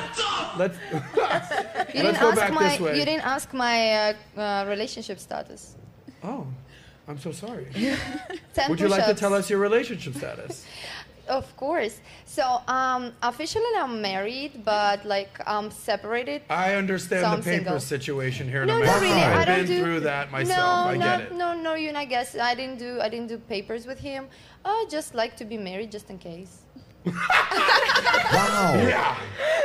Let's
You
Let's
didn't
go
ask
back
my
this way.
you didn't ask my uh, uh, relationship status.
Oh. I'm so sorry.
Ten
Would you like to
push-ups.
tell us your relationship status?
Of course. So um, officially I'm married, but like I'm separated.
I understand
So
the
I'm
paper
single.
situation here in
no,
America.
not really. I
I've
don't
been
do,
through that myself.
No,
I
not,
get it.
no, no, you. I guess I didn't do. I didn't do papers with him. I just like to be married, just in case.
Yeah.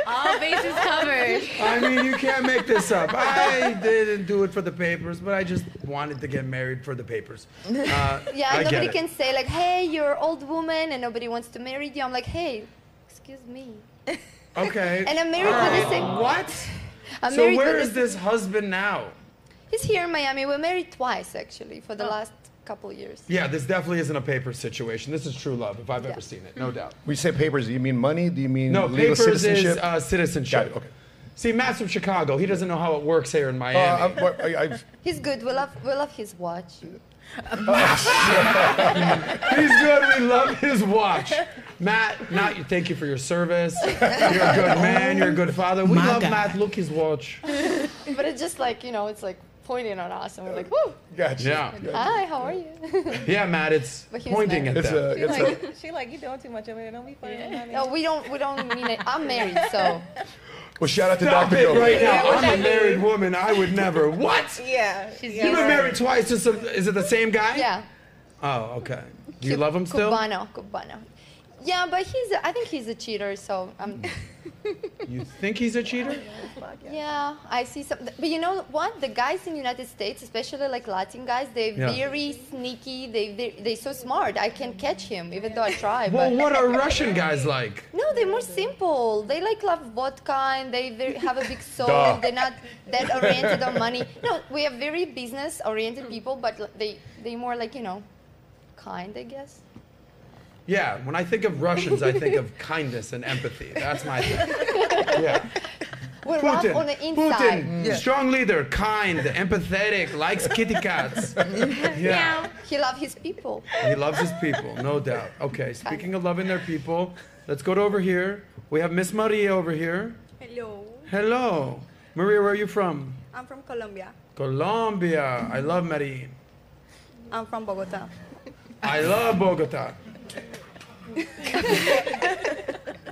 All bases covered.
I mean, you can't make this up. I didn't do it for the papers, but I just wanted to get married for the papers. Uh,
*laughs* Yeah,
I get
nobody
it.
can say like, "Hey, you're old woman," and nobody wants to marry you. I'm like, "Hey, excuse me."
Okay.
*laughs* And I'm married for the
Alright.
same-
What?
I'm
so
married
where
for
is this husband now?
He's here in Miami. We're married twice actually for the last couple years.
Yeah, this definitely isn't a paper situation. This is true love, if I've
Yeah.
ever seen it, no doubt.
We say papers. Do you mean money? Do Hmm. you mean
No,
legal
papers
citizenship?
is uh, citizenship.
Got it, okay.
See, Matt's from Chicago. He doesn't know how it works here in
Uh,
Miami.
I, what- I, I,
He's good. We love we love his watch.
Oh, *laughs* He's good. We love his watch. Matt, Matt, you- thank you for your service. You're a good man. You're a good father. We love Matt. Look his watch.
*laughs* But it's just like, you know, it's like pointing on us and we're like, woo,
gotcha.
Yeah.
hi, how are you? *laughs*
Yeah, Matt, it's
But he's
pointing at
It's
that.
a, it's a,
She like, you doing too much over there. Don't be funny.
no, we don't we don't mean it. I'm married, so
well, shout out to
Stop
Dr.
it
Joe.
right now. I'm a married woman. I would never. What?
Yeah.
She's
You've been married twice to some. Is it the same guy?
yeah.
Oh, okay. Do you
Cu-
love him still?
Cubano, Cubano. Yeah, but he's a, I think he's a cheater, so um, I'm
You think he's a cheater? Mm-hmm.
yeah, I see some but you know what? The guys in United States, especially like Latin guys, they're
Yeah.
very sneaky, they they they're so smart. I can catch him even though I try.
Well,
but
what are Russian guys like?
No, they're more simple. They like love vodka and they very, have a big soul.
Duh.
They're not that oriented on money. No, we are very business oriented people, but l- they they more like you know, kind, I guess. *laughs*
Yeah, when I think of Russians, I think of kindness and empathy. That's
*laughs*
my thing. Yeah.
We're rough on
Putin,
the inside.
*laughs* Putin, strong leader, kind, empathetic, likes
*laughs*
kitty cats. Yeah.
He loves his people.
He loves his people, no doubt. Okay, speaking of loving their people, let's go to over here. We have Miss Maria over here.
Hello.
Hello. Maria, where are you from?
I'm from Colombia.
Colombia. I love Medellin.
I'm from Bogota.
I
*laughs*
love Bogota.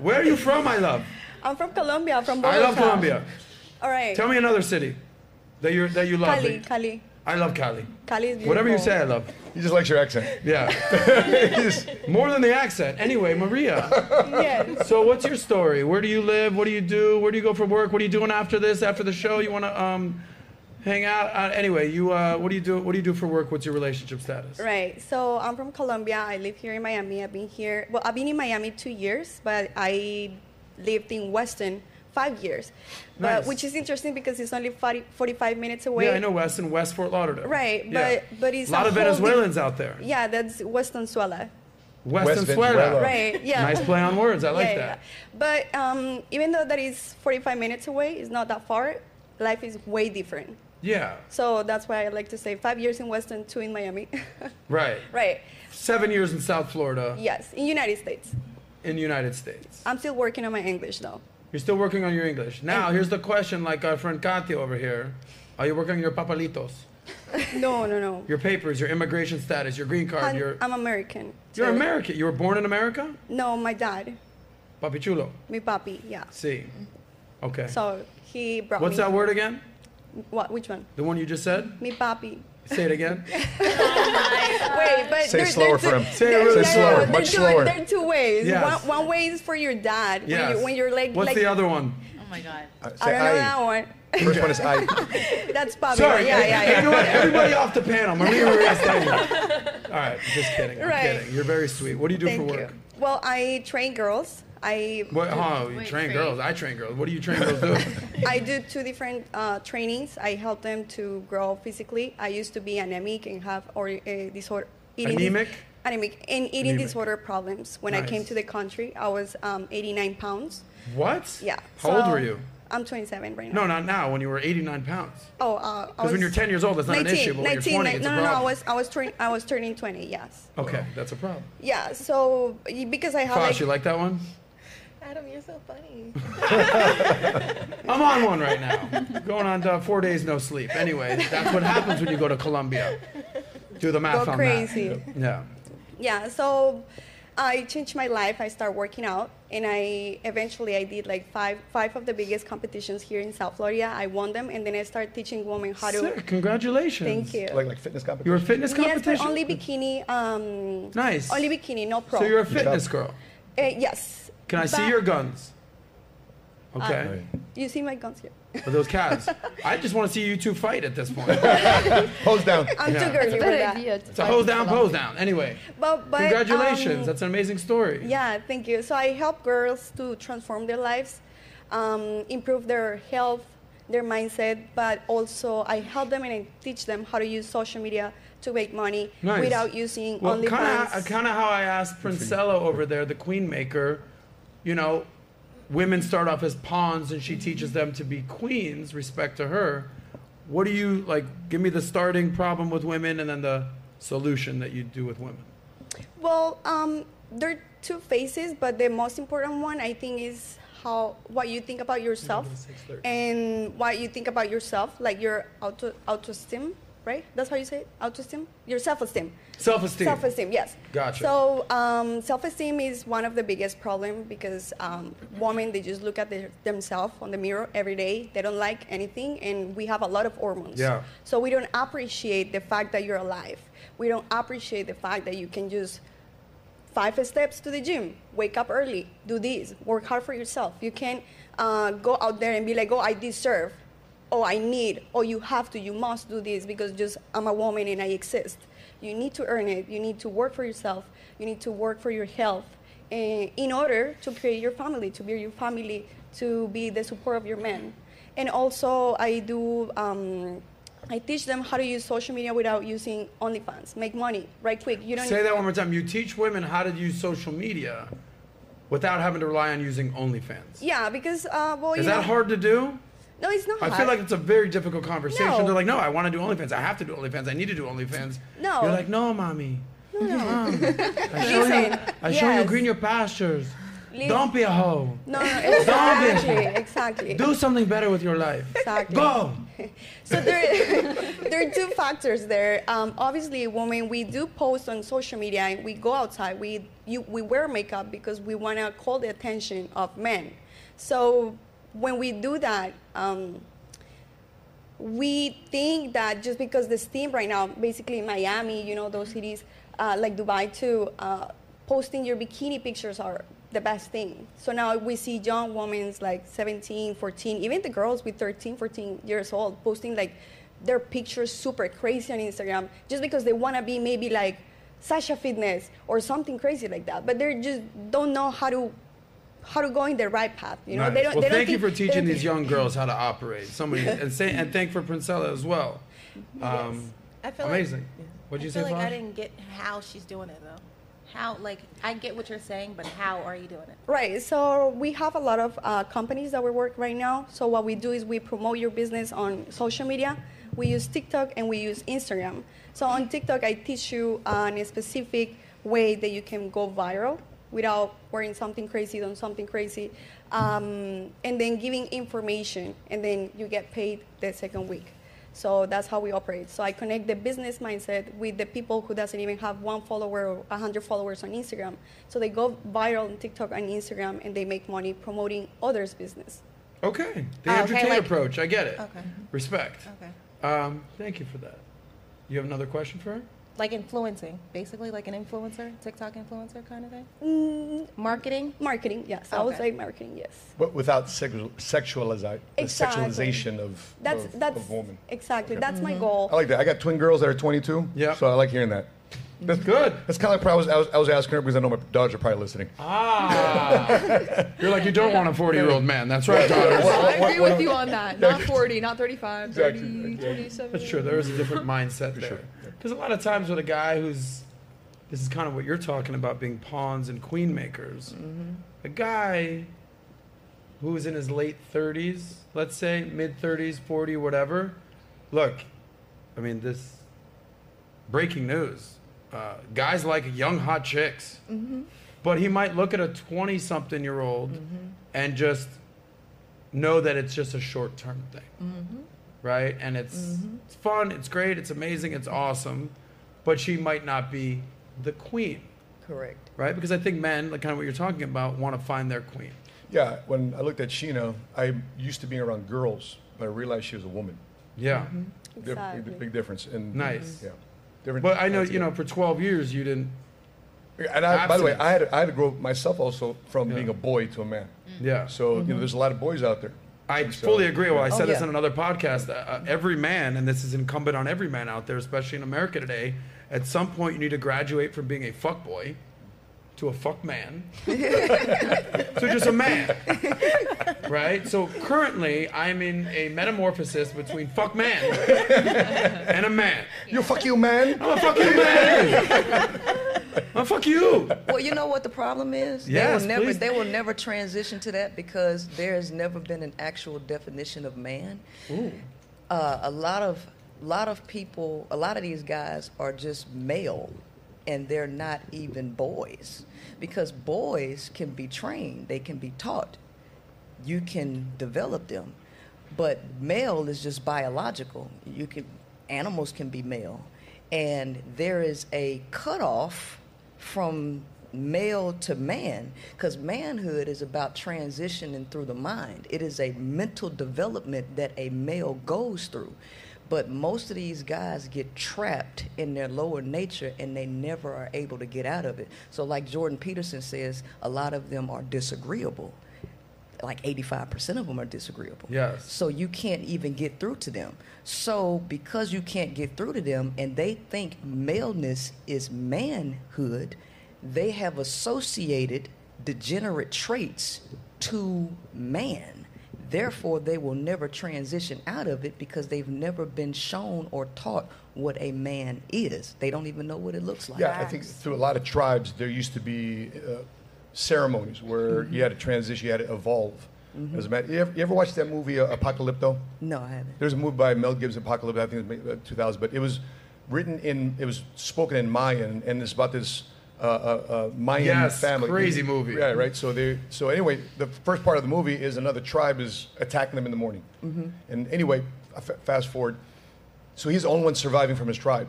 Where are you from, I love?
I'm from Colombia. From Bogota.
I love Colombia.
All right.
Tell me another city. That you that you love.
Cali, Cali.
I love Cali.
Cali is
Whatever you
beautiful.
say, I love.
He just likes your accent. *laughs*
Yeah. More than the accent. Anyway, Maria. So what's your story? Where do you live? What do you do? Where do you go for work? What are you doing after this? After the show, you want to um, hang out? Uh, anyway, you uh, what do you do? What do you do for work? What's your relationship status?
Right. So I'm from Colombia. I live here in Miami. I've been here. Well, I've been in Miami two years, but I lived in Weston five years,
Nice.
but, which is interesting because it's only 40, 45 minutes away.
Yeah, I know West and West Fort Lauderdale.
Right,
Yeah.
but but it's
a lot
a
of
whole
Venezuelans
diff-
out there.
Yeah, that's West Venezuela.
West,
West
and
Venezuela.
Suela.
Right, yeah.
Nice play on words. I like
Yeah,
that.
yeah. But um, even though that is 45 minutes away, it's not that far. Life is way different.
Yeah.
So that's why I like to say five years in Weston, two in Miami. *laughs*
Right.
right.
Seven years in South Florida
Yes, in United States.
in the United States.
I'm still working on my English though. *laughs*
You're still working on your English. Now, here's the question like our friend Katia over here. Are you working on your papalitos?
No, no, no.
Your papers, your immigration status, your green card,
I'm,
your.
I'm American.
You're
too.
American. You were born in America?
No, my dad,
Papi chulo.
mi papi, yeah.
See. Okay.
Mm-hmm. So he brought
What's
me.
that word again?
What? Which one?
The one you just said?
Mi papi. *laughs*
Say it again.
Wait, but
Say
there-
slower
there-
for him.
Say it really
there- there-
slower,
there-
much
there-
slower.
There are two ways.
Yes.
One, one way is for your dad when,
Yes.
you, when you're like
What's
like
the other one?
Oh my God.
Uh,
I
say
don't know that one. *laughs*
First one is I.
That's papi.
Sorry.
Yeah, yeah,
*laughs*
yeah.
You know what? Everybody off the panel. Maria Maria Steiner.
*laughs*
All right. Just kidding. I'm
Right.
kidding. You're very sweet. What do you do
Thank
for
you.
work?
Well, I train girls. I
What, oh, you
Wait,
train
train.
girls. I train girls. What do you train
*laughs*
girls do?
I do two different uh, trainings. I help them to grow physically. I used to be anemic and have or a disorder. dis-
Anemic?
anemic and eating
Anemic.
disorder problems. When I
Nice.
came to the country, I was um, 89 pounds.
what?
Yeah.
How old
So,
were you?
I'm 27 right now.
No, not now. When you were 89 pounds.
Oh, uh, I
Because
was
when you're 10 years old, that's not
19,
an issue. But when
19,
you're 20,
like-
it's
no,
a
no, no.
problem.
I was, I was, turn, I was turning 20. Yes.
Okay, that's a problem.
Yeah. So y- because I have
Fosh,
like,
you like that
*laughs*
one?
Adam, you're so funny.
I'm on one right now. Going on uh, four days no sleep. Anyway, that's what happens when you go to Colombia. Do the math
Go
on
crazy.
that. Yeah.
*laughs* yeah so i changed my life i started working out and i eventually i did like five five of the biggest competitions here in south florida i won them and then i started teaching women how to
Sick. Congratulations.
thank you
Like like fitness competition.
You're a fitness
yes
competition?
but only bikini um
Nice.
only bikini no pro
So you're a fitness girl.
Uh, yes
Can I see
But-
your guns?
Uh,
Okay.
you see my guns here
Are those calves? I just want to see you two fight at this point.
Pose down.
i'm
Yeah.
too girly for
Good
that
idea.
It's a hose down, pose down. Anyway,
*laughs* but, but
congratulations.
um,
That's an amazing story.
Yeah, thank you. So I help girls to transform their lives, um, improve their health, their mindset, but also I help them and I teach them how to use social media to make money
Nice.
without using
Well,
OnlyFans.
kind of how I asked Princella over there, the queen maker, you know, women start off as pawns and she teaches them to be queens, respect to her. What do you like? Give me the starting problem with women and then the solution that you do with women.
well, um, there are two phases, but the most important one I think is how what you think about yourself and what you think about yourself, like your auto autoesteem, right? That's how you say it? autoesteem, your self-esteem.
Self esteem.
Self-esteem, yes.
Gotcha.
So um, self-esteem is one of the biggest problem because um, women they just look at their, themselves on the mirror every day. They don't like anything, and we have a lot of hormones.
Yeah.
So we don't appreciate the fact that you're alive. We don't appreciate the fact that you can just five steps to the gym, wake up early, do this, work hard for yourself. You can't uh, go out there and be like, oh, I deserve, oh, I need, oh, you have to, you must do this because just I'm a woman and I exist. You need to earn it. You need to work for yourself. You need to work for your health uh, in order to create your family, to build your family, to be the support of your men. And also, I do. Um, I teach them how to use social media without using OnlyFans. Make money right quick. You don't
Say that one more time. You teach women how to use social media without having to rely on using OnlyFans.
Yeah, because uh, well,
Is
you know,
that hard to do?
No, it's not.
I feel
hard.
like it's a very difficult conversation.
No.
They're like, no, I want to do OnlyFans. I have to do OnlyFans. I need to do OnlyFans.
No.
You're like, no, mommy. Mom,
*laughs*
*laughs* I show you,
Listen,
I show you
yes.
green your pastures.
Leave-
Don't be a hoe.
no, no,
Don't be-
exactly, exactly.
Do something better with your life.
Exactly.
Go.
So there, *laughs* there are two factors there. Um, obviously, women, we do post on social media and we go outside. We you, we wear makeup because we want to call the attention of men. So when we do that, um, we think that just because the steam right now, basically Miami, you know, those cities uh, like Dubai too, uh, posting your bikini pictures are the best thing. So now we see young women like 17, 14, even the girls with 13, 14 years old posting like their pictures super crazy on Instagram just because they want to be maybe like Sasha Fitness or something crazy like that. But they just don't know how to how to go in the right path. You know,
Nice.
they don't.
well,
they don't
thank you for
think- they
teaching
don't
these
think-
young girls how to
*laughs*
operate. Somebody and say and thank for Princella as well. Um,
I feel
amazing.
Like,
What'd you
I
say,
feel like I
Paige?
didn't get how she's doing it though. How like I get what you're saying, but how are you doing it?
Right. So we have a lot of uh, companies that we work right now. So what we do is we promote your business on social media. We use TikTok and we use Instagram. So on TikTok, I teach you on a specific way that you can go viral without wearing something crazy, doing something crazy, um, and then giving information, and then you get paid the second week. So that's how we operate. So I connect the business mindset with the people who doesn't even have one follower or 100 followers on Instagram. So they go viral on TikTok and Instagram and they make money promoting others' business.
Okay, the
Oh, okay,
Andrew Tate
like-
approach. I get it.
Okay.
Respect.
Okay.
Um, thank you for that. You have another question for her?
Like influencing, basically like an influencer, TikTok influencer kind of thing.
Mm,
Marketing.
marketing, yes. I would say
Okay.
marketing, yes.
But without sexual, sexualize,
Exactly.
sexualization of,
That's
of,
that's
of woman.
exactly. That's
Mm-hmm.
my goal.
I like that. I got twin girls that are 22. Yeah. So I like hearing that. That's
good.
That's kind of like I was, I was, I was asking her because I know my daughters are probably listening.
Ah, you're like you don't
*laughs*
want a 40 year old man. That's right, daughters.
I agree with you on that. Not 40, not 35,
Exactly.
30, 27.
That's true. There is a different mindset there. Because a lot of times with a guy who's, this is kind of what you're talking about, being pawns and queen makers. A guy who is in his late 30s, let's say mid 30s, 40, whatever. Look, I mean this breaking news. Uh, guys like young hot chicks,
Mm-hmm.
but he might look at a 20 something year old and just know that it's just a short term thing
Mm-hmm.
right? And it's it's fun, it's great, it's amazing, it's awesome, but she might not be the queen,
Correct.
right? Because I think men, like kind of what you're talking about, want to find their queen.
Yeah, when I looked at Sheena, I used to being around girls, but I realized she was a woman.
Yeah.
Dif-
Mm-hmm. Exactly.
Big, difference. And
Nice.
Yeah. Different
But I know, you know, for 12 years you didn't.
And I, by the way,
Abstinence.
I had, I had to grow myself also from being a boy to a man.
Mm. Yeah.
So you know, there's a lot of boys out there.
I
So-
fully agree. Well, I said
Oh,
this
yeah.
in another podcast. Uh, uh, every man, and this is incumbent on every man out there, especially in America today, at some point you need to graduate from being a fuck boy to a fuck
*laughs*
man to just a man, right? So currently, I'm in a metamorphosis between fuck man and a man.
You fuck you, man.
I'm a fuck you man.
*laughs*
I'm a fuck you.
Well, you know what the problem is?
Yes,
they will never
please.
they will never transition to that because there has never been an actual definition of man. Uh, a lot of lot of people, a lot of these guys are just male and they're not even boys because boys can be trained, they can be taught. You can develop them. But male is just biological. You can animals can be male. And there is a cutoff from male to man because manhood is about transitioning through the mind it is a mental development that a male goes through but most of these guys get trapped in their lower nature and they never are able to get out of it so like jordan peterson says a lot of them are disagreeable like 85% of them are disagreeable.
Yes.
So you can't even get through to them. So because you can't get through to them and they think maleness is manhood, they have associated degenerate traits to man. Therefore, they will never transition out of it because they've never been shown or taught what a man is. They don't even know what it looks like.
Yeah, I think through a lot of tribes, there used to be uh, ceremonies where you had to transition, you had to evolve.
Mm-hmm.
As a man, you ever, you ever watched that movie uh, Apocalypto?
No, I haven't.
There's a movie by Mel Gibson, Apocalypse, I think it was made, uh, 2000, but it was written in, it was spoken in Mayan, and it's about this uh, uh, uh, Mayan
Yes,
family.
crazy movie.
Yeah, right. So they, so anyway, the first part of the movie is another tribe is attacking them in the morning.
Mm-hmm.
And anyway, f- fast forward. So he's the only one surviving from his tribe.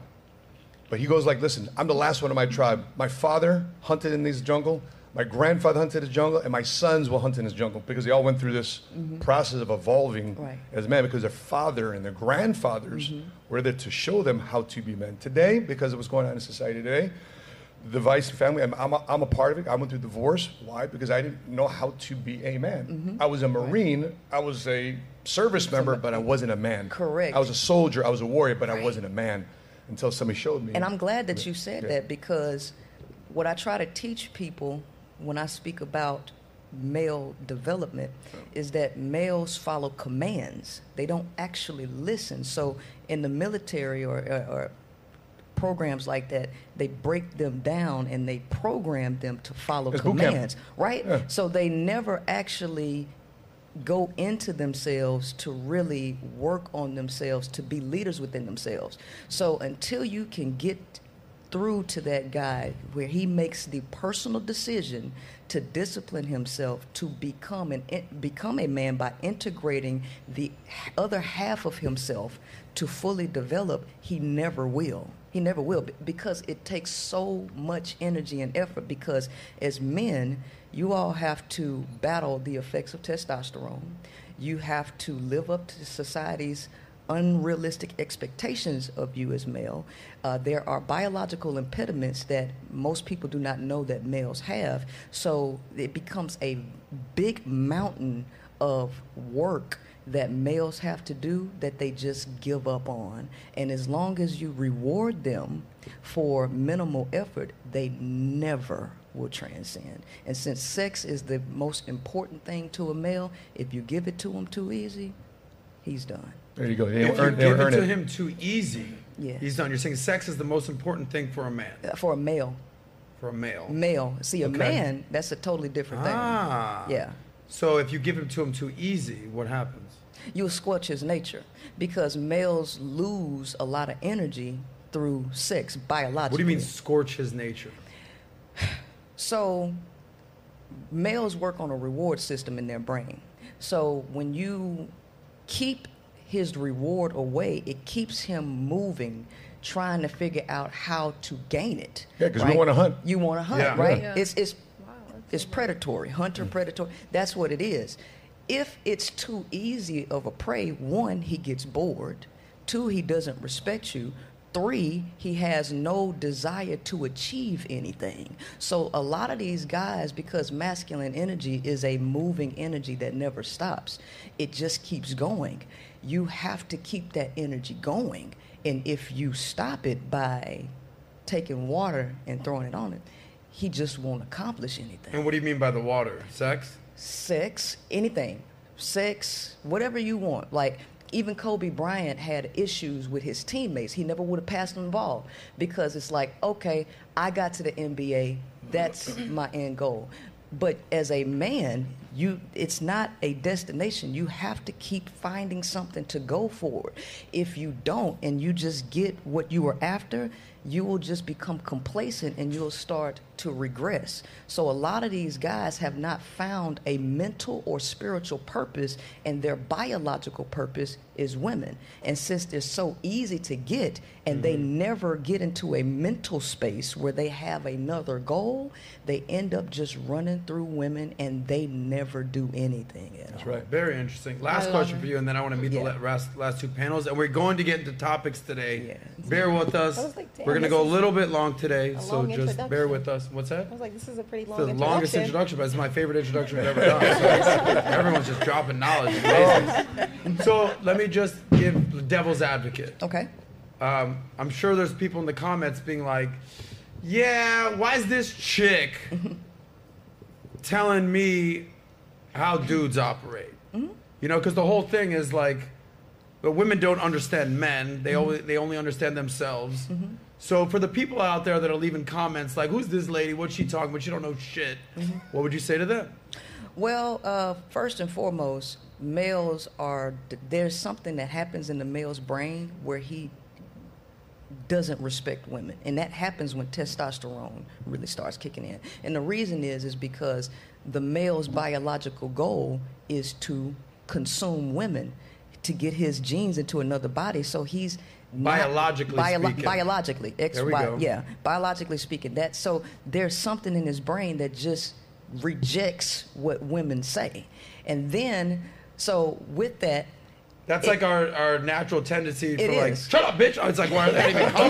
But he goes like, listen, I'm the last one of my tribe. My father hunted in this jungle. My grandfather hunted his jungle, and my sons will hunt in his jungle because they all went through this
Mhm.
process of evolving
Right.
as men because their father and their grandfathers
Mhm.
were there to show them how to be men. Today, because of what's going on in society today, the vice and family, I'm, I'm, a, I'm a part of it. I went through divorce. Why? Because I didn't know how to be a man. I was a Marine, I was a service member, but I wasn't a man.
Correct.
I was a soldier, I was a warrior, but I wasn't a man until somebody showed me.
And I'm glad that you said
Yeah.
that because what I try to teach people when I speak about male development is that males follow commands. They don't actually listen. So in the military or, or, or programs like that, they break them down and they program them to follow
It's boot camp.
commands, right?
Yeah.
So they never actually go into themselves to really work on themselves to be leaders within themselves. So until you can get through to that guy where he makes the personal decision to discipline himself to become an become a man by integrating the h- other half of himself to fully develop he never will he never will be- because it takes so much energy and effort because as men you all have to battle the effects of testosterone you have to live up to society's unrealistic expectations of you as male. Uh, there are biological impediments that most people do not know that males have. So it becomes a big mountain of work that males have to do that they just give up on. And as long as you reward them for minimal effort, they never will transcend. And since sex is the most important thing to a male, if you give it to him too easy, he's done.
There you go. They
If
don't
you
earn, they
give
don't
it
earn
to
it.
him too easy,
Yeah.
he's done. You're saying sex is the most important thing for a man,
Uh, For a male.
for a male.
Male. See, a
Okay.
man, that's a totally different thing.
Ah.
Yeah.
So if you give it to him too easy, what happens?
You'll squelch his nature because males lose a lot of energy through sex
What do
biologically.
you mean scorch his nature?
So, males work on a reward system in their brain. So, when you keep his reward away, it keeps him moving, trying to figure out how to gain it.
Yeah, 'cause we
right?
wanna hunt.
You want to hunt,
Yeah.
right?
Yeah.
It's, it's, it's predatory, hunter predatory. That's what it is. If it's too easy of a prey, one, he gets bored. Two, he doesn't respect you. Three, he has no desire to achieve anything. So, a lot of these guys, because masculine energy is a moving energy that never stops, it just keeps going. You have to keep that energy going. And if you stop it by taking water and throwing it on it, he just won't accomplish anything.
And what do you mean by the water? Sex?
Sex, anything, sex, whatever you want. Like even Kobe Bryant had issues with his teammates. He never would have passed them the ball because it's like, okay, I got to the NBA. That's my end goal. But as a man, you it's not a destination. You have to keep finding something to go for. If you don't and you just get what you were after, you will just become complacent and you'll start to regress. So, a lot of these guys have not found a mental or spiritual purpose, and their biological purpose is women. And since they're so easy to get, and they never get into a mental space where they have another goal, they end up just running through women and they never do anything at all.
That's right. Very interesting.
I
Last
love
question
it.
for you, and then I want to meet
Yeah.
the la- last, last two panels. And we're going to get into topics today. Bear with us.
I was like, damn,
we're going to
this
go a
is
little bit long today,
a
so
long
just bear
introduction.
with us. What's that?
I was like, this is a pretty
It's
long
the
introduction.
longest introduction, but it's my favorite introduction we've
*laughs*
ever done. So it's- everyone's just dropping knowledge. It's amazing. so let me just give the devil's advocate.
Okay.
Um, I'm sure there's people in the comments being like, yeah, why is this chick telling me how dudes operate?
Mm-hmm.
You know, because the whole thing is like, the women don't understand men. They only they only understand themselves. So for the people out there that are leaving comments like, "Who's this lady? What's she talking about? She don't know shit." What would you say to them?
Well, uh, first and foremost, males are there's something that happens in the male's brain where he doesn't respect women, and that happens when testosterone really starts kicking in. And the reason is is because the male's biological goal is to consume women to get his genes into another body. So he's not-
Biologically
biolo-
speaking.
Biologically, ex-
There we
bi-
go.
yeah, biologically speaking. That so there's something in his brain that just rejects what women say, and then so with that,
That's
it-
like our, our natural tendency for
It
like,
is.
shut up, bitch. It's like, where did
*laughs*
that even come from?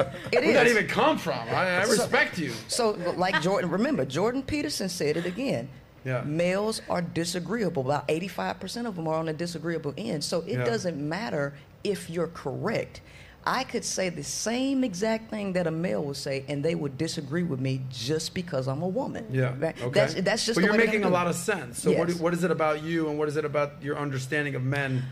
it
Where did that
is.
even come from? I, I
So-
respect you.
So, like Jordan, remember Jordan Peterson said it again.
Yeah.
Males are disagreeable. About 85% of them are on the disagreeable end. So it
Yeah.
doesn't matter if you're correct. I could say the same exact thing that a male would say, and they would disagree with me just because I'm a woman.
Yeah.
Right?
Okay.
That's, that's just.
But
the
you're
way they
making a
do it.
lot of sense. So what,
Yes.
do- what is it about you, and what is it about your understanding of men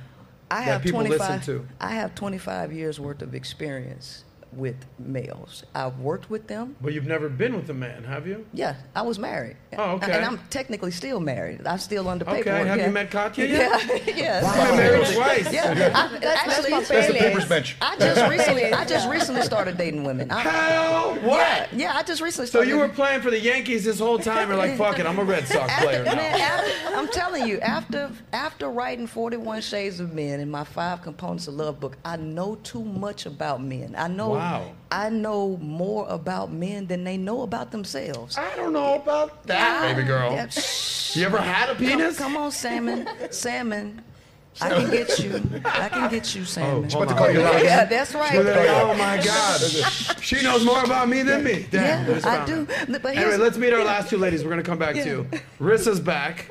I
that
have
people
25,
listen to?
I have 25 years worth of experience with males. I've worked with them.
But you've never been with a man, have you?
Yeah, I was married.
Oh, okay.
And I'm technically still married. I'm still under
Okay,
paperwork.
have
yeah.
you met
*laughs*
Katya
Yeah,
yet? *laughs*
yes.
Wow. You've been married twice. *laughs*
Yeah,
Okay.
I,
That's
actually,
not That's the papeles. papers
bench.
I
*laughs*
just recently, I just recently started dating women. I,
Hell, what?
*laughs* Yeah, yeah, I just recently
So
started.
you were playing for the Yankees this whole time. You're
*laughs*
like, fuck it, I'm a Red Sox player now.
Man, after, I'm telling you, after after writing 41 Shades of Men and my five components of love book, I know too much about men. I know
Wow.
I know more about men than they know about themselves.
I don't know about that,
Ah,
baby girl.
yeah, shh.
You ever had a
Come-
penis? Oh,
Come, on, salmon, salmon. I can get you. I can
*laughs*
get you, salmon.
about to call you out.
*laughs* yeah, that's
Look at
right.
that. Oh my God. She knows more about me than me. Damn,
*laughs* Yeah,
just
I
found
do.
out. Anyway,
But here's-
let's meet our last two ladies. We're gonna come back to.
*laughs*
Rissa's back.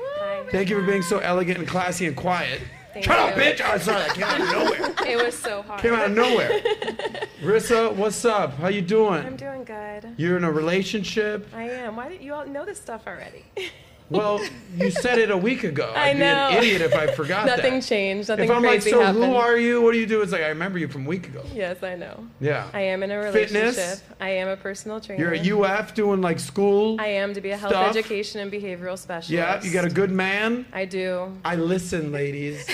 Thank you for being so elegant and classy and quiet. Shut up, bitch! I'm sorry, I came
*laughs*
out of
*laughs*
nowhere.
It was so hard.
Came out of nowhere. Rissa, what's up? How you doing?
I'm doing good.
You're in a relationship.
I am. Why did you all know this stuff already?
Well, you said it a week ago.
*laughs* I
I'd be
know.
an idiot
*laughs*
if I forgot that.
nothing changed. Nothing
if I'm like,
crazy
so
happened.
who are you? What do you do? It's like I remember you from a week ago.
Yes, I know.
Yeah.
I am in a
Fitness?
relationship. I am a personal trainer.
You're at UF doing like school.
I am to be a health
Stuff?
education and behavioral specialist.
Yeah, you got a good man.
I do.
I listen, ladies.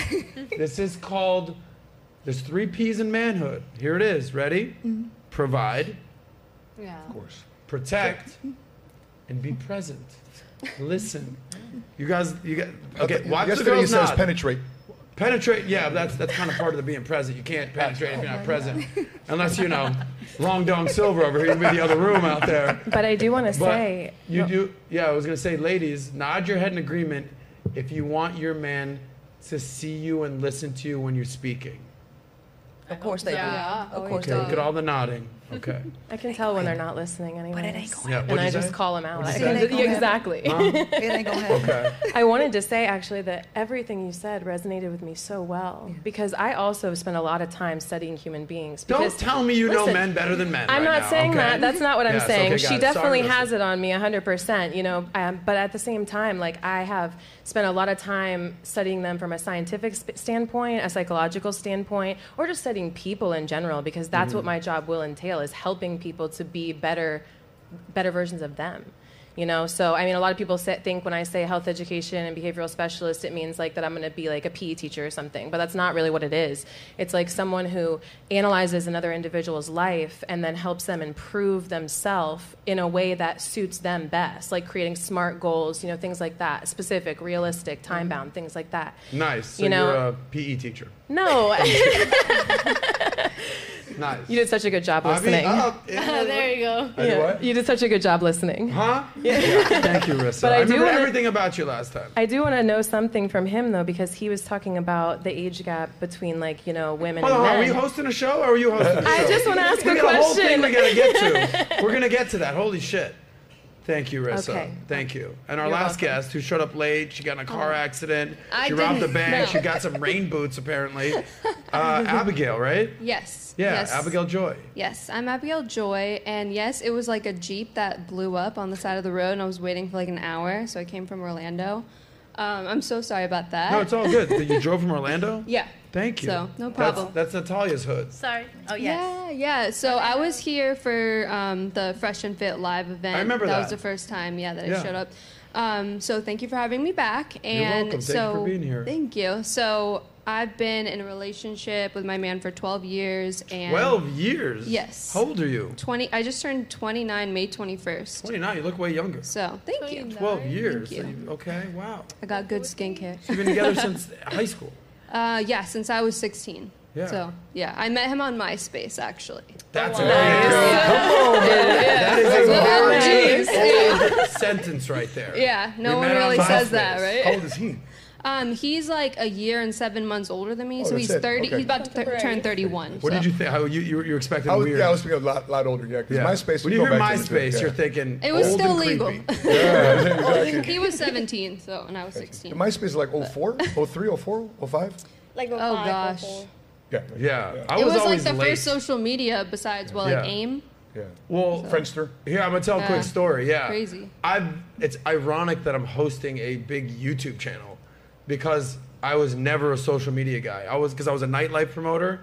this is called. There's three P's in manhood. Here it is. Ready? Provide,
Yeah.
course.
protect, and be present. Listen. You guys, you guys. Okay, watch the
Yesterday you
girls
said it's
nod.
penetrate.
Penetrate, yeah, that's that's kind of part of the being present. You can't penetrate if you're not present, unless you know, Long Dong Silver over here in the other room out there.
But I do want to
But
say
you do, yeah. I was gonna say, ladies, nod your head in agreement if you want your man to see you and listen to you when you're speaking.
Of course they
Yeah.
do. Of course
Okay,
they
look at all
*laughs*
the nodding. Okay.
I can tell when they're not listening anyway.
it ain't gonna
Yeah.
And
What'd
I
you
just
say?
call them out.
What'd
*laughs*
you
I-
say?
Yeah, exactly.
Huh?
do. It ain't gonna happen.
Okay.
I wanted to say actually that everything you said resonated with me so well because I also spend a lot of time studying human beings. Because,
Don't tell me you know
Listen,
men better than men.
I'm
right
not
now,
saying
okay?
that. That's not what I'm
Yes,
saying.
okay, got
she
it.
definitely
Sorry,
has
Rissa.
it on me 100%, you know, um, but at the same time, like I have spent a lot of time studying them from a scientific sp- standpoint, a psychological standpoint, or just studying people in general because that's
Mm-hmm.
what my job will entail is helping people to be better better versions of them. You know, so I mean, a lot of people say, think when I say health education and behavioral specialist, it means like that I'm going to be like a PE teacher or something, but that's not really what it is. It's like someone who analyzes another individual's life and then helps them improve themselves in a way that suits them best, like creating smart goals, you know, things like that, specific, realistic, time bound, things like that.
Nice. So
You know-
you're a PE teacher.
No, *laughs*
Nice.
you did such a good job
I mean,
listening. *laughs*
up in the-
*laughs* there you go.
I do what?
You did such a good job listening.
Huh? Yeah. Thank you, Rissa.
But
I,
I do
remember
wanna-
everything about you last time.
I do want to know something from him though, because he was talking about the age gap between like you know women
Hold
and
on,
men.
are we hosting a show or are you hosting a show?
I just want to ask
we
a
got a whole thing
question.
we gotta get
*laughs*
to. We're gonna get to that. Holy shit. Thank you, Rissa.
Okay.
Thank you. And our
You're
last
welcome.
guest, who showed up late, she got in a car accident.
Oh. I
she robbed a
didn't-
bank.
no.
She got some rain boots,
*laughs*
apparently. Uh, Abigail, right?
Yes.
Yeah,
yes.
Abigail Joy.
Yes, I'm Abigail Joy, and yes, it was like a jeep that blew up on the side of the road, and I was waiting for like an hour. So I came from Orlando. Um, I'm so sorry about that.
No, it's all
*laughs*
good. You drove from Orlando?
*laughs* Yeah.
Thank you.
So, no
That's-
problem.
That's, Natalia's hood.
Sorry. Oh, yes.
Yeah, yeah. So I was here for um, the Fresh and Fit live event.
I remember that.
was the first time, yeah, that
Yeah.
I showed up. Um, so thank you for having me back. And
welcome. Thank you
so
for being here.
Thank you. So I've been in a relationship with my man for 12 years, and
12 years?
Yes.
How old are you?
20. I just turned 29 May 21st.
29. You look way younger.
So thank you.
12 years.
Thank
So
you.
you- okay, wow.
I got good skincare. *laughs*
You've been together since high school.
Uh, yeah, since I was 16.
Yeah.
So yeah, I met him on MySpace actually.
That's
Wow.
there you go.
Oh, Nice.
Come on, man.
Yeah.
That is a
Yeah.
very
Yeah.
old *laughs* sentence right there.
Yeah, no
We
one
met on
really says that,
MySpace.
right?
How old is he?
Um, he's like a year and seven months older than me,
Oh,
so
that's
he's
it.
thirty.
Okay.
He's about to th- turn thirty-one.
What
so.
did you think? How you you, you were expecting
I was,
weird?
Yeah, I was thinking a lot, lot older. Yeah, because
Yeah.
MySpace.
When
we
you
go
hear
back to the-
MySpace,
yeah.
you're thinking
It was
old
still
and creepy.
legal.
*laughs*
Yeah, exactly.
he was seventeen, so and I was sixteen.
MySpace is like
*laughs*
04, 03, 04, 05?
Like oh gosh, it
Yeah.
*laughs*
Yeah, I
was,
was,
like
always
the
late.
first social media besides well, like
Yeah.
AIM.
Yeah.
Well,
Friendster.
Here, I'm gonna tell a
Yeah.
quick story. Yeah,
Crazy.
I've. It's ironic that I'm hosting a big YouTube channel because I was never a social media guy. I was because I was a nightlife promoter,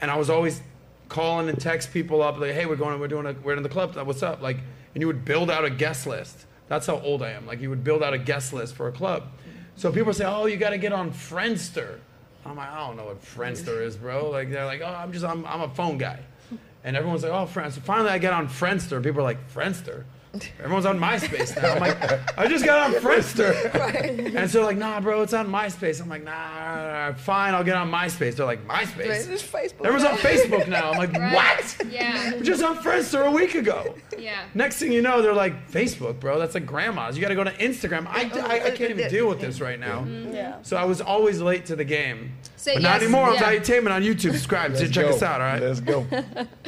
and I was always calling and text people up like, "Hey, we're going. We're doing. A, we're in the club. What's up?" Like, and you would build out a guest list. That's how old I am. Like, you would build out a guest list for a club. So people say, "Oh, you got to get on Friendster." I'm like, I don't know what Friendster is, bro. Like, they're like, "Oh, I'm just. I'm. I'm a phone guy." And everyone's like, oh, Friendster. Finally, I get on Friendster. People are like, Friendster? Everyone's on MySpace now. I'm like, I just got on
*laughs*
Friendster. And so like, nah, bro, it's on MySpace. I'm like, nah, nah, nah, nah, fine, I'll get on MySpace. They're like, MySpace?
It's Facebook.
Everyone's
*laughs*
on Facebook now. I'm like,
Right.
what?
Yeah.
We're just on Friendster a week ago.
Yeah.
Next thing you know, they're like, Facebook, bro, that's like grandma's. You got to go to Instagram. I, I, I can't even deal with this right now.
Yeah.
So I was always late to the game.
Say
but not
yes,
anymore.
yeah.
It's Entertainment on YouTube. Subscribe.
Let's
Check
go.
us out, all right?
Let's go.
*laughs*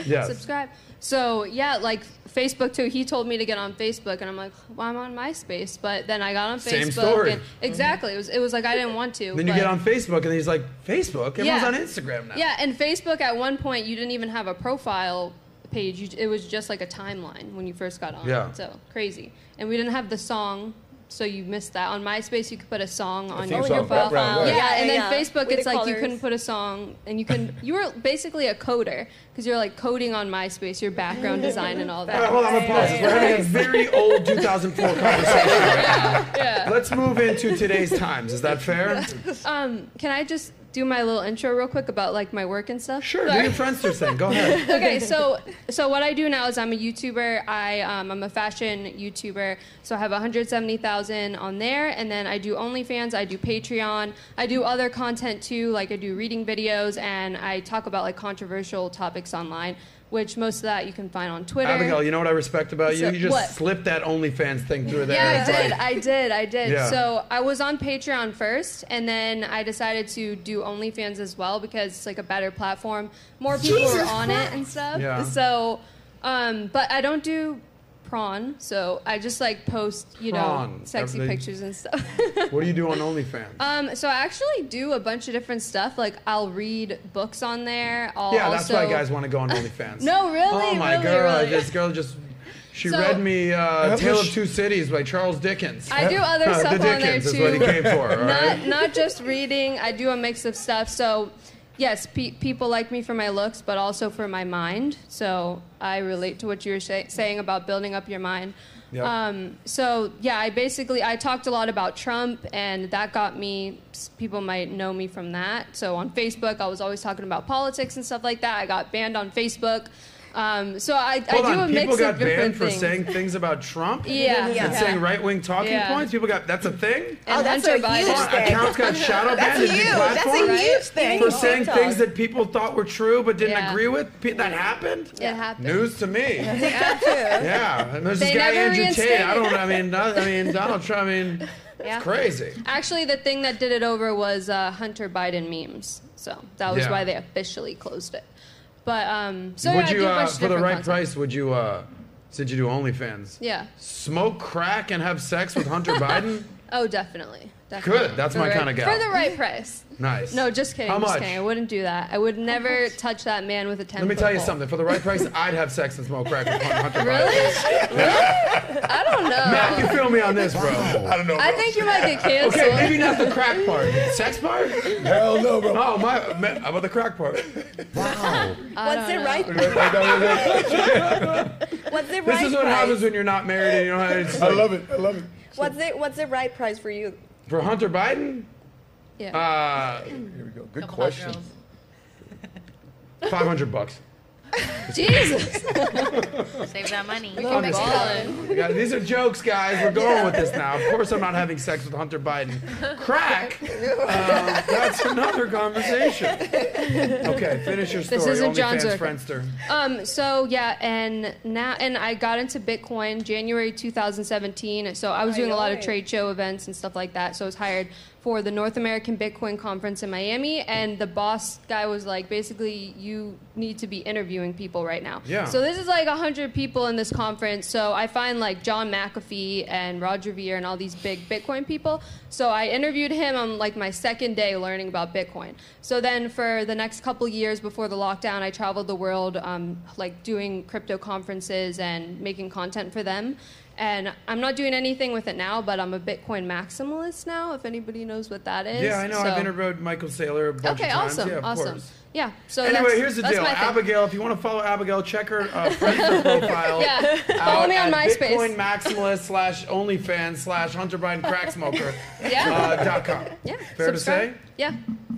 Yes.
subscribe. So yeah, like Facebook too. He told me to get on Facebook, and I'm like, well, I'm on MySpace. But then I got on Facebook.
Same story.
and- exactly. It was it was like I didn't want to.
Then you
but-
get on Facebook, and he's like, Facebook? Everyone's
Yeah.
on Instagram now.
Yeah, and Facebook at one point you didn't even have a profile page. You, it was just like a timeline when you first got on.
Yeah.
So crazy. And we didn't have the song. So you missed that on MySpace. You could put a song on
theme
your
song,
profile,
background, right.
yeah,
Yeah,
and then
yeah, yeah.
Facebook,
With
it's
the
like you
colors.
couldn't put a song, and you couldn't. You were basically a coder because you're like coding on MySpace, your background design and all
All
that.
right, hold on, I'm gonna pause. this. We're having a very old 2004
*laughs*
conversation right now. Let's move into today's times. Is that fair?
*laughs* um, can I just do my little intro real quick about like my work and stuff?
Sure. Do your Friendster thing. Go *laughs* ahead.
okay, so so what I do now is I'm a YouTuber. I um, I'm a fashion YouTuber. So I have 170,000 on there, and then I do OnlyFans. I do Patreon. I do other content too, like I do reading videos, and I talk about like controversial topics online, which most of that you can find on Twitter.
Abigail, you know what I respect about you?
So-
you just
what?
slipped that OnlyFans thing through there.
Yeah,
It's
I did.
like-
I did. I did.
Yeah.
So I was on Patreon first, and then I decided to do OnlyFans as well because it's like a better platform. More people
Jesus
are on
Christ.
it and stuff.
Yeah.
So, um, but I don't do prawn. So I just like post, you know,
Prawn.
sexy
Everything.
pictures and stuff. *laughs*
what do you do on OnlyFans?
Um, so I actually do a bunch of different stuff. Like I'll read books on there. I'll
yeah, that's why
also-
guys want to go on OnlyFans.
*laughs* No, really,
Oh my
really,
girl,
really.
this girl just. She
So-
read me uh,
Have
Tale
this-
of Two Cities by Charles Dickens.
I do other
Uh, the
stuff on there
Dickens
too.
Is what he came
*laughs*
for. all right?
not not just reading. I do a mix of stuff. So, yes, pe- people like me for my looks, but also for my mind. So I relate to what you were say- saying about building up your mind.
Yep.
Um, so yeah, I basically I talked a lot about Trump, and that got me. s- People might know me from that. So on Facebook, I was always talking about politics and stuff like that. I got banned on Facebook. Um, so I, I
Hold
do
on,
a mix
people got
of
banned
different
for
things.
saying things about Trump.
Yeah.
and
Yeah.
saying right-wing talking
Yeah.
points. People got that's a thing.
And Oh, that's Hunter a Biden. huge
Hold on,
thing.
Accounts
*laughs*
got shadow
That's
banned. in big
huge. That's a
platforms
huge thing
for
on
saying
TikTok.
things that people thought were true but didn't
Yeah.
agree with. Pe- That happened.
It happened.
News
*laughs*
to me.
Yeah.
Yeah, and there's this
They
guy
never
Andrew Tate. I don't.
reinstated.
I mean, I, I mean Donald Trump. I mean,
Yeah.
crazy.
Actually, the thing that did it over was uh, Hunter Biden memes. So that was
Yeah.
why they officially closed it. But um, *laughs* so
would
yeah, I
you
do a
uh,
bunch of
for the
different
right
content.
price? Would you uh, since you do OnlyFans?
Yeah.
Smoke crack and have sex with Hunter
*laughs*
Biden?
Oh, definitely. definitely.
Good, that's
For
my
the right-
kinda gal.
For the right price.
Nice.
No, just kidding.
How
just
much?
kidding. I wouldn't do that. I would never touch that man with a ten.
Let me tell you something. For the right price, I'd have sex and smoke crack with Hunter Biden.
*laughs* Really?
*laughs*
*laughs* I don't know.
Matt, you feel me on this, bro? I don't know.
I think you might get canceled.
Okay, maybe not the crack part. Sex part? Hell no, bro. Oh my! man, How about the crack part?
I don't know.
*laughs*
What's the
This
right
is what
price?
happens when you're not married and you don't have.
I love it. I love it.
What's the what's the right price for you?
For Hunter Biden?
Yeah.
Uh,
Here we go. Good question.
Five hundred bucks.
*laughs* Jesus. Save that money.
We can make it
You got- these are jokes, guys. We're going with this now. Of course, I'm not having sex with Hunter Biden. Crack. Um, that's another conversation. Okay, finish your story.
This isn't John
OnlyFans
Zucker.
Friendster.
Um, so yeah, and now and I got into Bitcoin January 2017. So I was
Ay,
doing a lot of
ay.
trade show events and stuff like that. So I was hired for the North American Bitcoin conference in Miami, and the boss guy was like, basically, you need to be interviewing people right now.
Yeah.
So this is like 100 people in this conference. So I find like John McAfee and Roger Veer and all these big Bitcoin people. So I interviewed him on like my second day learning about Bitcoin. So then for the next couple years before the lockdown, I traveled the world um, like doing crypto conferences and making content for them. And I'm not doing anything with it now, but I'm a Bitcoin maximalist now, if anybody knows what that is.
Yeah, I know. I've
So-
interviewed Michael Saylor a bunch
Okay,
of times.
awesome,
yeah, of
awesome.
course.
Yeah. So
anyway,
that's-
here's the
that's
deal.
my thing.
Abigail, if you want to follow Abigail, check her uh, Friendster
*laughs*
profile.
Yeah.
out
Follow me on
at
MySpace.
Bitcoin maximalist slash OnlyFans slash Hunter Biden crack smoker.
*laughs* Yeah.
Uh, dot com. Yeah. Fair to say?
Subscribe. Yeah.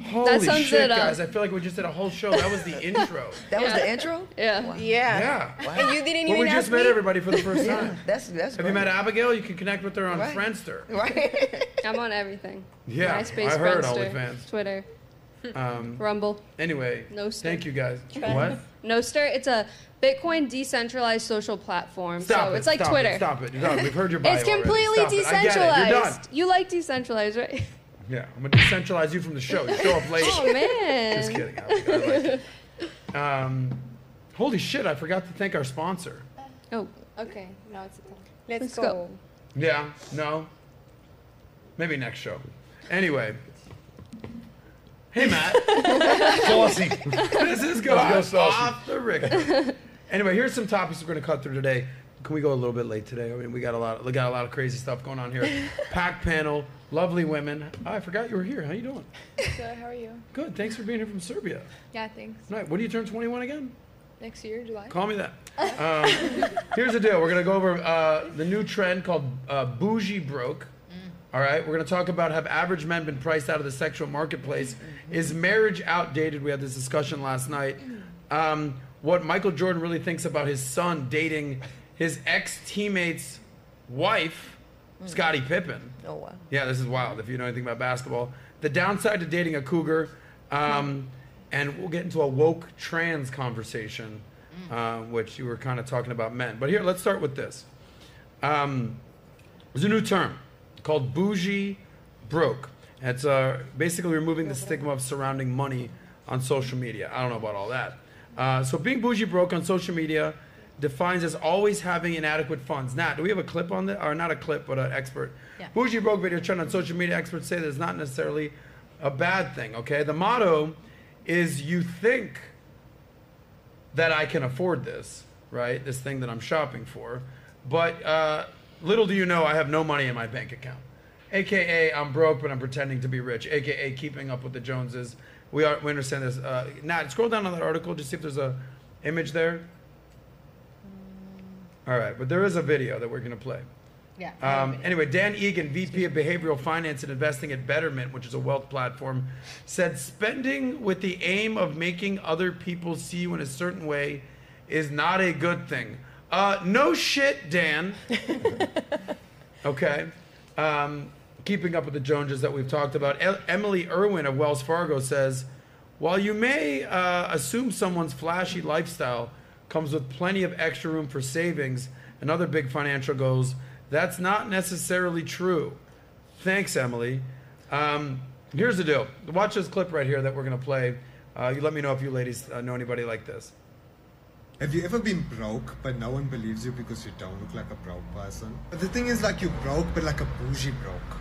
Holy
that sums
shit,
it up.
guys! I feel like we just did a whole show. That was
*laughs*
the intro.
That was the intro?
Yeah.
Yeah.
Yeah.
And you didn't
well, we
even
just
ask
met
me?
everybody
*laughs*
for the first
Yeah,
time.
that's that's.
Have you met Abigail? You can connect with her on
Right.
Friendster.
*laughs*
Right. I'm on everything.
Yeah,
MySpace,
I heard
Friendster,
OnlyFans.
Twitter,
Um,
Rumble.
Anyway,
No stir.
thank you guys.
Trust.
What?
Noster. It's a Bitcoin decentralized social platform.
Stop
so
it,
it's like
stop
Twitter.
It, stop it. You're done. We've heard your bio
*laughs* it's
already.
completely
Stop it. I get it. You're
decentralized.
done.
You like
*laughs*
decentralized, right?
Yeah, I'm gonna decentralize you from the show. You show up late.
Oh man.
Just kidding. I like- I like it. Um, holy shit! I forgot to thank our sponsor.
Oh.
Okay, now it's time. Let's,
Let's
go.
go.
Yeah. No. Maybe next show. Anyway. Hey Matt.
*laughs* Saucy.
this is going
Let's go saucy.
off the Richter. Anyway, here's some topics we're going to cut through today. Can we go a little bit late today? I mean, we got a lot. We got a lot of crazy stuff going on
*laughs*
here. Packed panel, lovely women. Oh, I forgot you were here. How you doing?
So how are you?
Good. Thanks for being here from Serbia.
Yeah, thanks.
Right. When do you turn 21 again?
Next year, July.
Call me that.
*laughs*
Um, here's the deal. We're gonna go over uh, the new trend called uh, bougie broke. All right. We're gonna talk about have average men been priced out of the sexual marketplace? Is marriage outdated? We had this discussion last night. Um, what Michael Jordan really thinks about his son dating his ex teammate's wife, Mm-hmm. Scottie Pippen.
Oh wow.
Yeah, this is wild. If you know anything about basketball, the downside to dating a cougar,
Hmm.
um, and we'll get into a woke trans conversation,
Mm.
uh, which you were kind of talking about men. But here, let's start with this. Um, there's a new term called bougie broke. It's uh, basically removing the stigma of surrounding money on social media. I don't know about all that. Uh, so being bougie broke on social media defines as always having inadequate funds. Nat, do we have a clip on that? Or not a clip, but an expert.
Yeah.
Bougie broke video trend on social media. Experts say that it's not necessarily a bad thing, okay? The motto is you think that I can afford this, right? This thing that I'm shopping for. But uh, little do you know, I have no money in my bank account. AKA, I'm broke, but I'm pretending to be rich. AKA, keeping up with the Joneses. We are we understand this. Uh, Nat, scroll down on that article just see if there's a image there. All right, but there is a video that we're gonna play.
Yeah.
Um, anyway, Dan Egan, VP of Behavioral Finance and Investing at Betterment, which is a wealth platform, said spending with the aim of making other people see you in a certain way is not a good thing. Uh, no shit, Dan. okay. Um, keeping up with the Joneses that we've talked about, El- Emily Irwin of Wells Fargo says, while you may uh, assume someone's flashy lifestyle comes with plenty of extra room for savings and other big financial goals, that's not necessarily true. Thanks, Emily. Um, here's the deal. Watch this clip right here that we're going to play. Uh, you let me know if you ladies uh, know anybody like this.
Have you ever been broke, but no one believes you because you don't look like a broke person? But the thing is, like, you're broke, but like a bougie broke.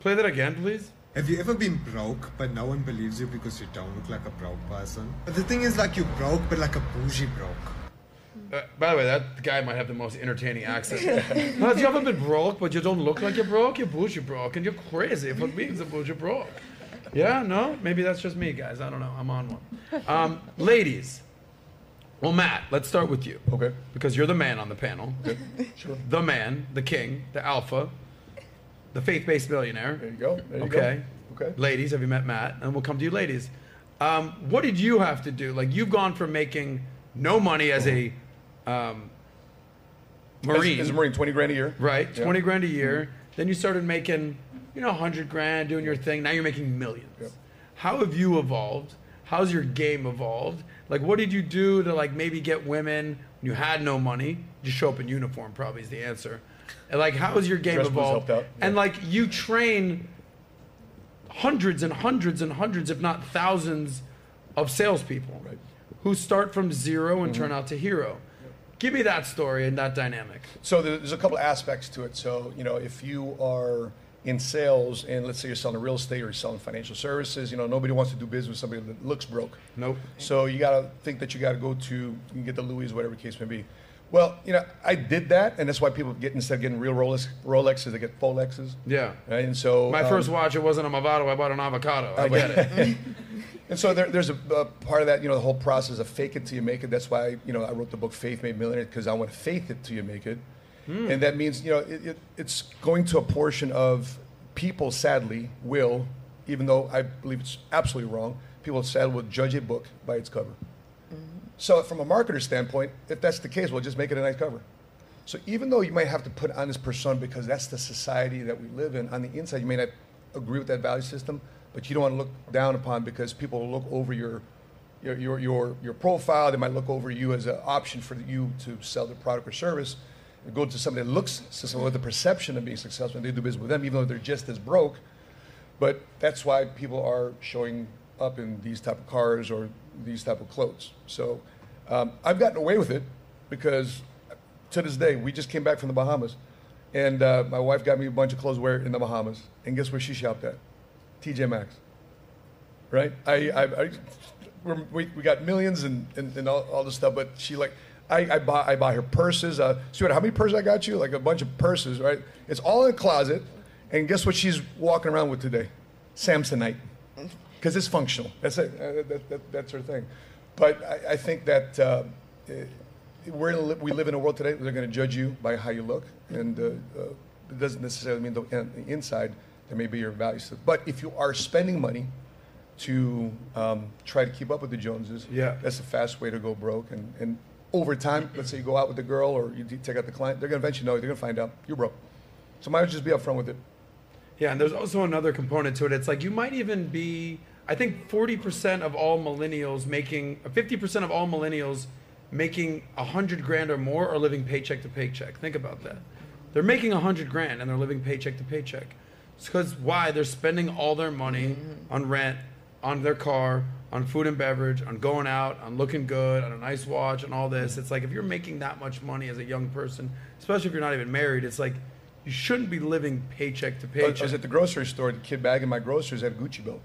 Play that again, please.
Have you ever been broke, but no one believes you because you don't look like a broke person? But the thing is, like, you're broke, but like a bougie broke.
Uh, by the way, that guy might have the most entertaining accent. Have you ever been broke, but you don't look like you're broke? You're bougie broke, and you're crazy for being a bougie broke. Yeah, no? Maybe that's just me, guys. I don't know. I'm on one. Um, ladies. Well, Matt, let's start with you.
Okay.
Because you're the man on the panel.
Sure.
The man, the king, the alpha, the faith based millionaire. There you
go. There you go.
okay.
Okay.
Ladies, have you met Matt? And we'll come to you, ladies. Um, what did you have to do? Like, you've gone from making no money as a um, marine.
As- as a Marine, twenty grand a year.
Right,
Yeah. Mm-hmm.
twenty grand a year. Then you started making, you know, hundred grand, doing your thing. Now you're making millions. How have you evolved? How's your game evolved? Like, what did you do to like maybe get women when you had no money? Just show up in uniform, probably is the answer. And like, how has your game
Dress blues
evolved?
helped out,
And like, you train hundreds and hundreds and hundreds, if not thousands, of salespeople who start from zero and turn out to hero. Give me that story and that dynamic.
So there- there's a couple aspects to it. So you know, if you are in sales and let's say you're selling real estate or you're selling financial services, you know, nobody wants to do business with somebody that looks broke.
Nope.
So you gotta think that you gotta go to you can get the Louis, whatever the case may be. Well, you know, I did that, and that's why people get instead of getting real Rolex, Rolexes, they get Folexes.
Yeah.
Right? And so
My
um,
first watch, it wasn't a Movado. I bought an avocado. I
I
get it.
and so there, there's a, a part of that, you know, the whole process of fake it till you make it. That's why, you know, I wrote the book Faith Made Millionaire because I want to faith it till you make it.
Hmm.
And that means, you know, it, it, it's going to a portion of people, sadly, will, even though I believe it's absolutely wrong, people sadly will judge a book by its cover. So from a marketer standpoint, if that's the case, we'll just make it a nice cover. So even though you might have to put on this persona because that's the society that we live in, on the inside you may not agree with that value system, but you don't want to look down upon because people will look over your your your your, your profile. They might look over you as an option for you to sell their product or service. Go to somebody that looks successful with the perception of being successful, and they do business with them, even though they're just as broke. But that's why people are showing up in these type of cars or these type of clothes. So um, I've gotten away with it because to this day we just came back from the Bahamas, and uh, my wife got me a bunch of clothes to wear in the Bahamas. And guess where she shopped at? TJ Maxx. Right? I, I, I we're, we, we got millions and, and, and all, all this stuff, but she like, I, I buy I buy her purses. Uh, Stuart, how many purses I got you? Like a bunch of purses, right? It's all in the closet, and guess what she's walking around with today? Samsonite, because it's functional. That's it. Uh, that, that, that's her thing. But I, I think that uh, eh, we're in, a li- we live in a world today where they're going to judge you by how you look, and uh, uh, it doesn't necessarily mean the, on the inside there may be your value system. But if you are spending money to um, try to keep up with the Joneses,
Yeah.
that's a fast way to go broke. And, and over time, let's say you go out with a girl or you d- take out the client, they're going to eventually know. They're going to find out you're broke. So might as well just be upfront with it.
Yeah, and there's also another component to it. It's like you might even be, I think 40% of all millennials making, or 50% of all millennials making 100 grand or more are living paycheck to paycheck. Think about that. They're making 100 grand and they're living paycheck to paycheck. It's because why? They're spending all their money on rent, on their car, on food and beverage, on going out, on looking good, on a nice watch, and all this. It's like if you're making that much money as a young person, especially if you're not even married, it's like you shouldn't be living paycheck to
I
paycheck.
was at the grocery store, the kid bagging my groceries had a Gucci belt.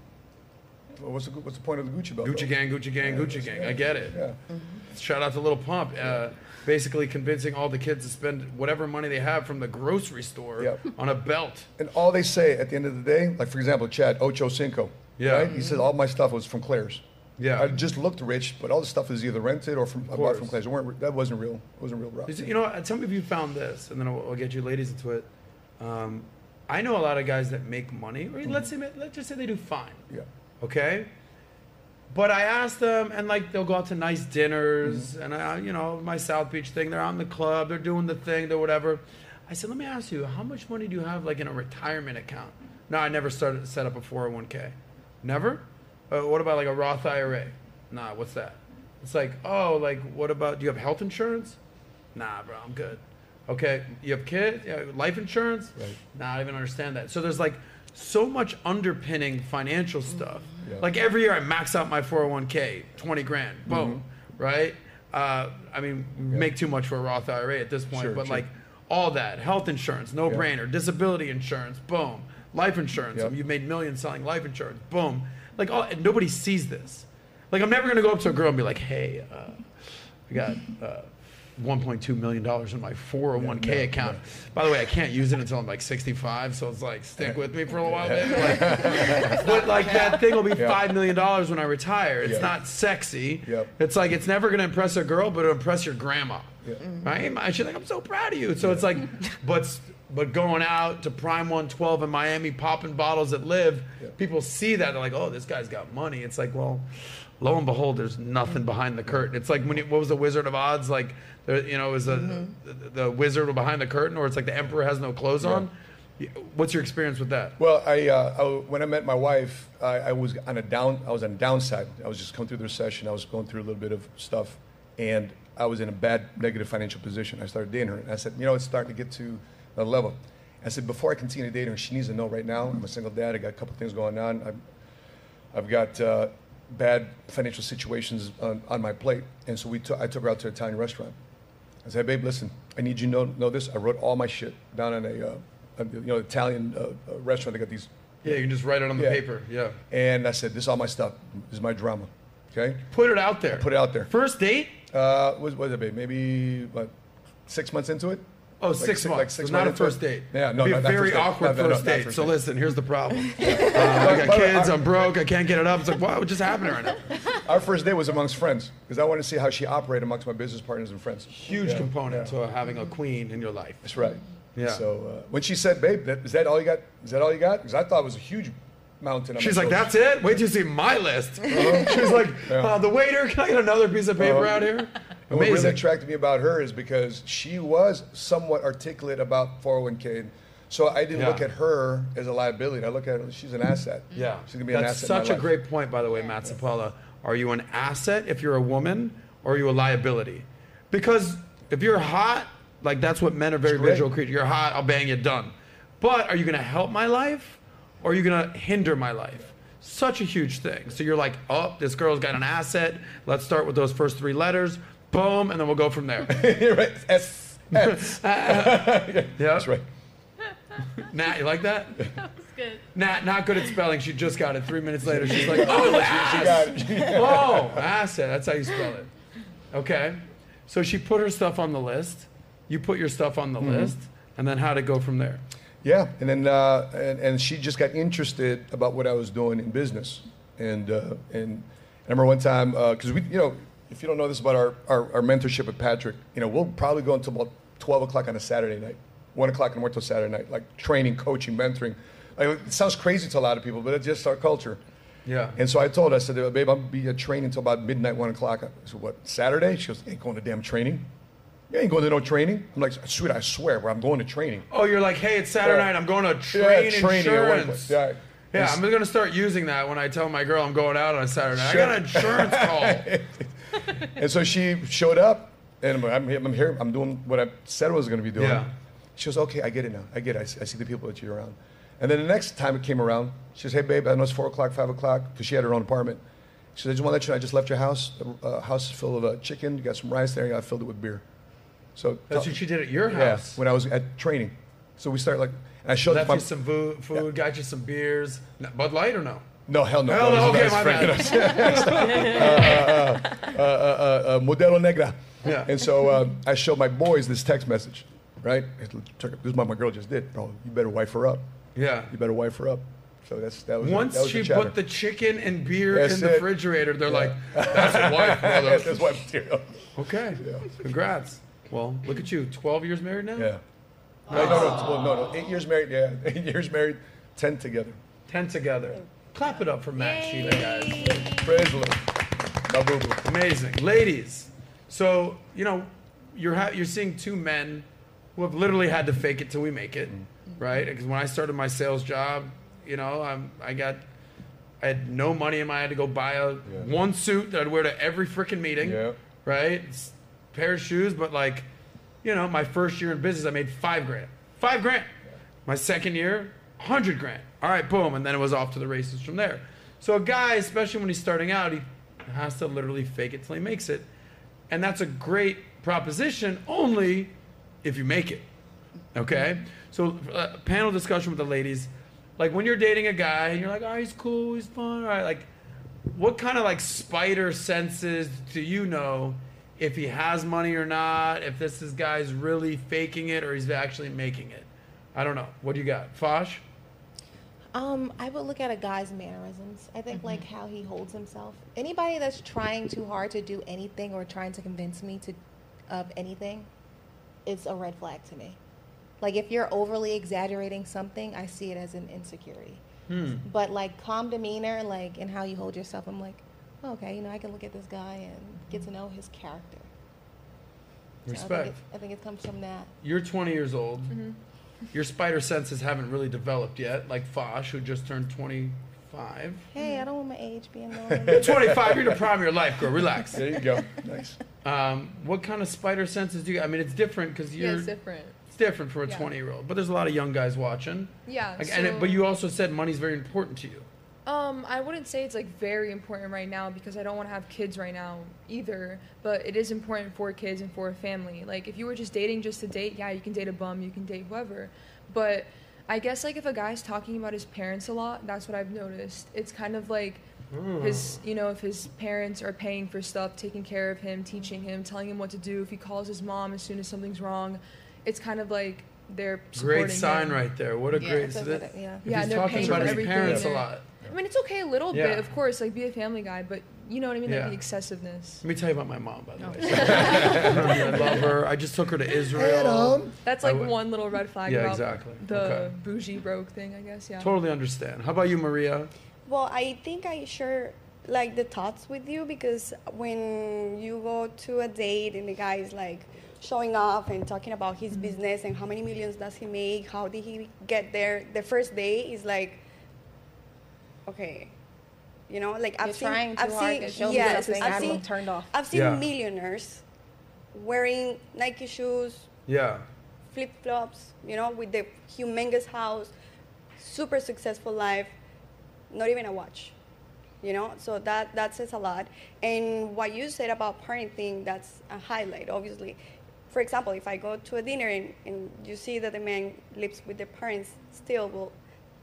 Well, What's the, what's the point of the Gucci belt?
Gucci
though?
gang, Gucci gang,
Yeah,
Gucci
that's-
gang.
yeah,
I get it. Mm-hmm.
Yeah.
Shout out to Little Pump, uh, basically convincing all the kids to spend whatever money they have from the grocery store on a belt.
And all they say at the end of the day, like for example, Chad Ocho Cinco.
Yeah.
Right? He says all my stuff was from Claire's.
Yeah.
I just looked rich, but all the stuff is either rented or from I bought
course.
from Claire's. It weren't, that wasn't real. It wasn't real rough.
You see- You know, what? tell me if you found this, and then I'll, I'll get you ladies into it. Um, I know a lot of guys that make money, or let's say, let's just say they do fine.
Mm-hmm. Yeah.
Okay. But I asked them, and like they'll go out to nice dinners,
Mm-hmm.
and I, you know, my South Beach thing. They're out in the club, they're doing the thing, they're whatever. I said, let me ask you, how much money do you have like in a retirement account? No, I never started set up a 401k. Never. Uh, what about like a Roth IRA? Nah, what's that? It's like, oh, like what about? Do you have health insurance? Nah, bro, I'm good. Okay, you have kids, yeah, life insurance.
Right.
Nah, I don't even understand that. So there's like so much underpinning financial stuff.
Yeah. Mm-hmm.
Like every year, I max out my 401k, 20 grand, boom, right? Uh, I mean, make too much for a Roth IRA at this point,
Sure,
but
sure.
like all that health insurance, no
Yeah.
brainer, disability insurance, boom, life insurance.
Yeah.
You've made millions selling life insurance, boom. Like all, and nobody sees this. Like I'm never gonna go up to a girl and be like, hey, uh, I got uh, 1.2 million dollars in my 401k
Yeah, no,
account. By the way, I can't use it until I'm like 65, so it's like stick with me for a while,
Yeah.
baby.
*laughs*
Like, but like that thing will be
Yeah.
five million dollars when I retire. It's
Yeah.
not sexy.
Yep.
It's like it's never gonna impress a girl, but it'll impress your grandma.
Yeah.
Right? And She's like, I'm so proud of you. So it's like, but but going out to Prime 112 in Miami, popping bottles at Live, people see that they're like, oh, this guy's got money. It's like, well, lo and behold, there's nothing behind the curtain. It's like when you, what was the Wizard of Oz? Like, there, you know, it was a,
Mm-hmm.
the, the wizard behind the curtain, or it's like the emperor has no clothes on. Y- What's your experience with that?
Well, I, uh, I when I met my wife, I, I was on a down. I was on a downside. I was just coming through the recession. I was going through a little bit of stuff, and I was in a bad negative financial position. I started dating her, and I said, you know, it's starting to get to another level. I said, before I continue to date her, she needs to know right now. I'm a single dad. I got a couple things going on. I'm, I've got uh, bad financial situations on, on my plate, and so we took I took her out to an Italian restaurant. I said, "Hey, babe, listen, I need you to know, know this. I wrote all my shit down on a, uh, a- you know Italian uh, uh, restaurant. They got these.
Yeah, you can just write it on the
Yeah.
paper. Yeah.
And I said, this is all my stuff. This is my drama. Okay.
Put it out there.
put it out there.
First date?
Uh, was was it, babe? Maybe what, six months into it.
Oh,
Like
six
si-
months.
Like six
so not a
months into it.
first date.
Yeah,
It'd
no,
be a
not- not
very
first date.
awkward
No, no, no,
first
not
date.
first
so
date.
listen, here's the
*laughs*
problem. Uh, I got
by the way,
kids. I'm broke. I can't get it up. It's like, wow, what just happened right now?
*laughs* Our first date was amongst friends because I wanted to see how she operated amongst my business partners and friends.
Huge component to having a queen in your life.
That's right.
Yeah.
So uh, when she said, "Babe, that, is that all you got? Is that all you got?" Because I thought it was a huge mountain. on my
She's like,
shoulders.
that's it. Wait till you see my list.
"Oh." *laughs* Uh-huh.
*laughs* She's like,
Yeah.
uh, the waiter. Can I get another piece of paper
Uh-huh.
out here?
And what really
Amazing.
attracted me about her is because she was somewhat articulate about 401k. So I didn't
Yeah.
look at her as a liability. I look at her, she's an asset.
Yeah.
She's going to be an
That's
asset. in my
such a
life.
great point, by the way, Matt Sapala. Are you an asset if you're a woman, or are you a liability? Because if you're hot, like that's what men are very
great.
visual creatures. You're hot, I'll bang you, done. But are you going to help my life, or are you going to hinder my life? Such a huge thing. So you're like, oh, this girl's got an asset. Let's start with those first three letters. Boom, and then we'll go from
*laughs*
there.
right. S.
*laughs*
S.
yeah,
that's right.
*laughs* Nat, you like that?
That was good.
Nat, not good at spelling. She just got it. Three minutes later, she's like,
She-
oh,
she
ass.
got
*laughs*
it.
oh, asset. That's how you spell it. Okay. So she put her stuff on the list. You put your stuff on the
Mhm.
list. And then how'd it go from there?
Yeah, and then uh, and, and she just got interested about what I was doing in business, and uh, and I remember one time because we you know if you don't know this about our, our our mentorship with Patrick, you know we'll probably go until about twelve o'clock on a Saturday night, one o'clock in the morning till Saturday night, like training, coaching, mentoring. Like, it sounds crazy to a lot of people, but it's just our culture.
Yeah.
And so I told her, I said, babe, I'm be at training until about midnight, one o'clock. I said, what, Saturday? She goes, you ain't going to damn training. You ain't going to no training. I'm like, sweet, I swear, bro, I'm going to training.
Oh, you're like, hey, it's Saturday
Yeah.
night. I'm going to
Yeah,
train
training or whatever.
insurance.
Yeah.
Yeah,
It's-
I'm going to start using that when I tell my girl I'm going out on a Saturday night. I got an insurance call.
and so she showed up, and I'm, I'm, I'm here. I'm doing what I said I was going to be doing.
Yeah.
She goes, okay, I get it now. I get it. I see, I see the people that you're around. And then the next time it came around, she says, hey, babe, I know it's 4 o'clock, 5 o'clock, because she had her own apartment. She said, I just want to let you know, I just left your house. The uh, house is full of uh, chicken. You got some rice there, and I filled it with beer. So
That's what she did at your
Yeah,
house?
when I was at training. So we started like, and I showed
Left
my-
you some vo- food, got you some beers. Bud Light or no?
No, Oh, hell no.
Hell
That
no,
was a
okay,
nice
my
*laughs*
*laughs*
friend.
bad. *laughs*
Uh, uh, uh, uh, uh, uh, Modelo Negra.
Yeah.
And so uh, I showed my boys this text message, right? I took it- This is what my girl just did. Bro, you better wife her up.
Yeah.
You better wife her up. So that's that was it.
Once
that was
she
chatter.
put the chicken and beer
That's
in the
it.
refrigerater, they're like, "That's a
*laughs*
wife, brother.
That's wife material."
Okay. Congrats. Well, look at you. Twelve years married now.
Yeah. No, no, no, well, no, no. Eight years married. Yeah, *laughs* eight years married. Ten together.
Ten together. Clap it up for Matt Sheila, guys.
Praise the Lord. My boo boo.
Amazing, ladies. So you know, you're ha- you're seeing two men who have literally had to fake it till we make it, right? Because when I started my sales job, you know, I'm, I got I had no money in my. I had to go buy a one suit that I'd wear to every freaking meeting, right? It's a pair of shoes, but like, you know, my first year in business, I made five grand. Five grand. My second year, 100 grand. All right, boom. And then it was off to the races from there. So a guy, especially when he's starting out, he has to literally fake it till he makes it. And that's a great proposition only if you make it. Okay? So, uh, panel discussion with the ladies. Like when you're dating a guy and you're like, oh, he's cool, he's fun, all right, like what kind of like spider senses do you know if he has money or not, if this is guy's really faking it or he's actually making it? I don't know. What do you got? Fosh?
Um, I would look at a guy's mannerisms. I think like
Mm-hmm.
how he holds himself. Anybody that's trying too hard to do anything or trying to convince me to of anything, it's a red flag to me. Like if you're overly exaggerating something, I see it as an insecurity.
Hmm.
But like calm demeanor, like and how you hold yourself, I'm like, okay, you know, I can look at this guy and get to know his character. So I think,
Respect.
it, I think it comes from that.
You're 20 years old.
Mm-hmm.
Mhm.
Your spider senses haven't really developed yet, like Fosh, who just turned 25.
Hey, I don't want my age
*laughs*
being
Oh.
known.
You're 25. Hmm. You're in the prime of your life, girl. Relax.
There you go. Nice.
Um, what kind of spider senses do you? I mean, it's different because
Yeah,
you're.
it's different.
It's different for a
Yeah.
20 year old, but there's a lot of young guys watching.
Yeah,
Like, and it- but
so-
you also said money's very important to you.
Um, I wouldn't say it's like very important right now because I don't want to have kids right now either. But it is important for kids and for a family. Like if you were just dating just to date, yeah, you can date a bum, you can date whoever. But I guess like if a guy's talking about his parents a lot, that's what I've noticed. It's kind of like
Hmm.
his, you know, if his parents are paying for stuff, taking care of him, teaching him, telling him what to do. If he calls his mom as soon as something's wrong, it's kind of like they're supporting
Great sign
him.
right there. What a great. so that- If
Yeah,
he's
they're
talking
paying
about
for
his
everything
parents a
there.
lot.
I mean, it's okay a little
Yeah.
bit, of course, like be a family guy, but you know what I mean?
Yeah.
Like the excessiveness.
Let me tell you about my mom, by the way. *laughs* I love her. I just took her to Israel.
That's
I
like
went-
one little red flag
Yeah,
about
exactly.
the
Okay.
bougie broke thing, I guess. Yeah.
Totally understand. How about you, Maria?
Well, I think I share like the thoughts with you because when you go to a date and the guy is like showing off and talking about his
Mm-hmm.
business and how many millions does he make, how did he get there, the first day is like, okay, you know, like I've
You're
seen,
trying too
I've
hard
seen,
to show me
yes,
something.
I've
I'm
seen,
turned off.
I've seen
Yeah.
millionaires wearing Nike shoes,
Yeah.
flip flops, you know, with the humongous house, super successful life, not even a watch, you know. So that that says a lot. And what you said about parenting, that's a highlight, obviously. For example, if I go to a dinner and, and you see that the man lives with the parents still, well,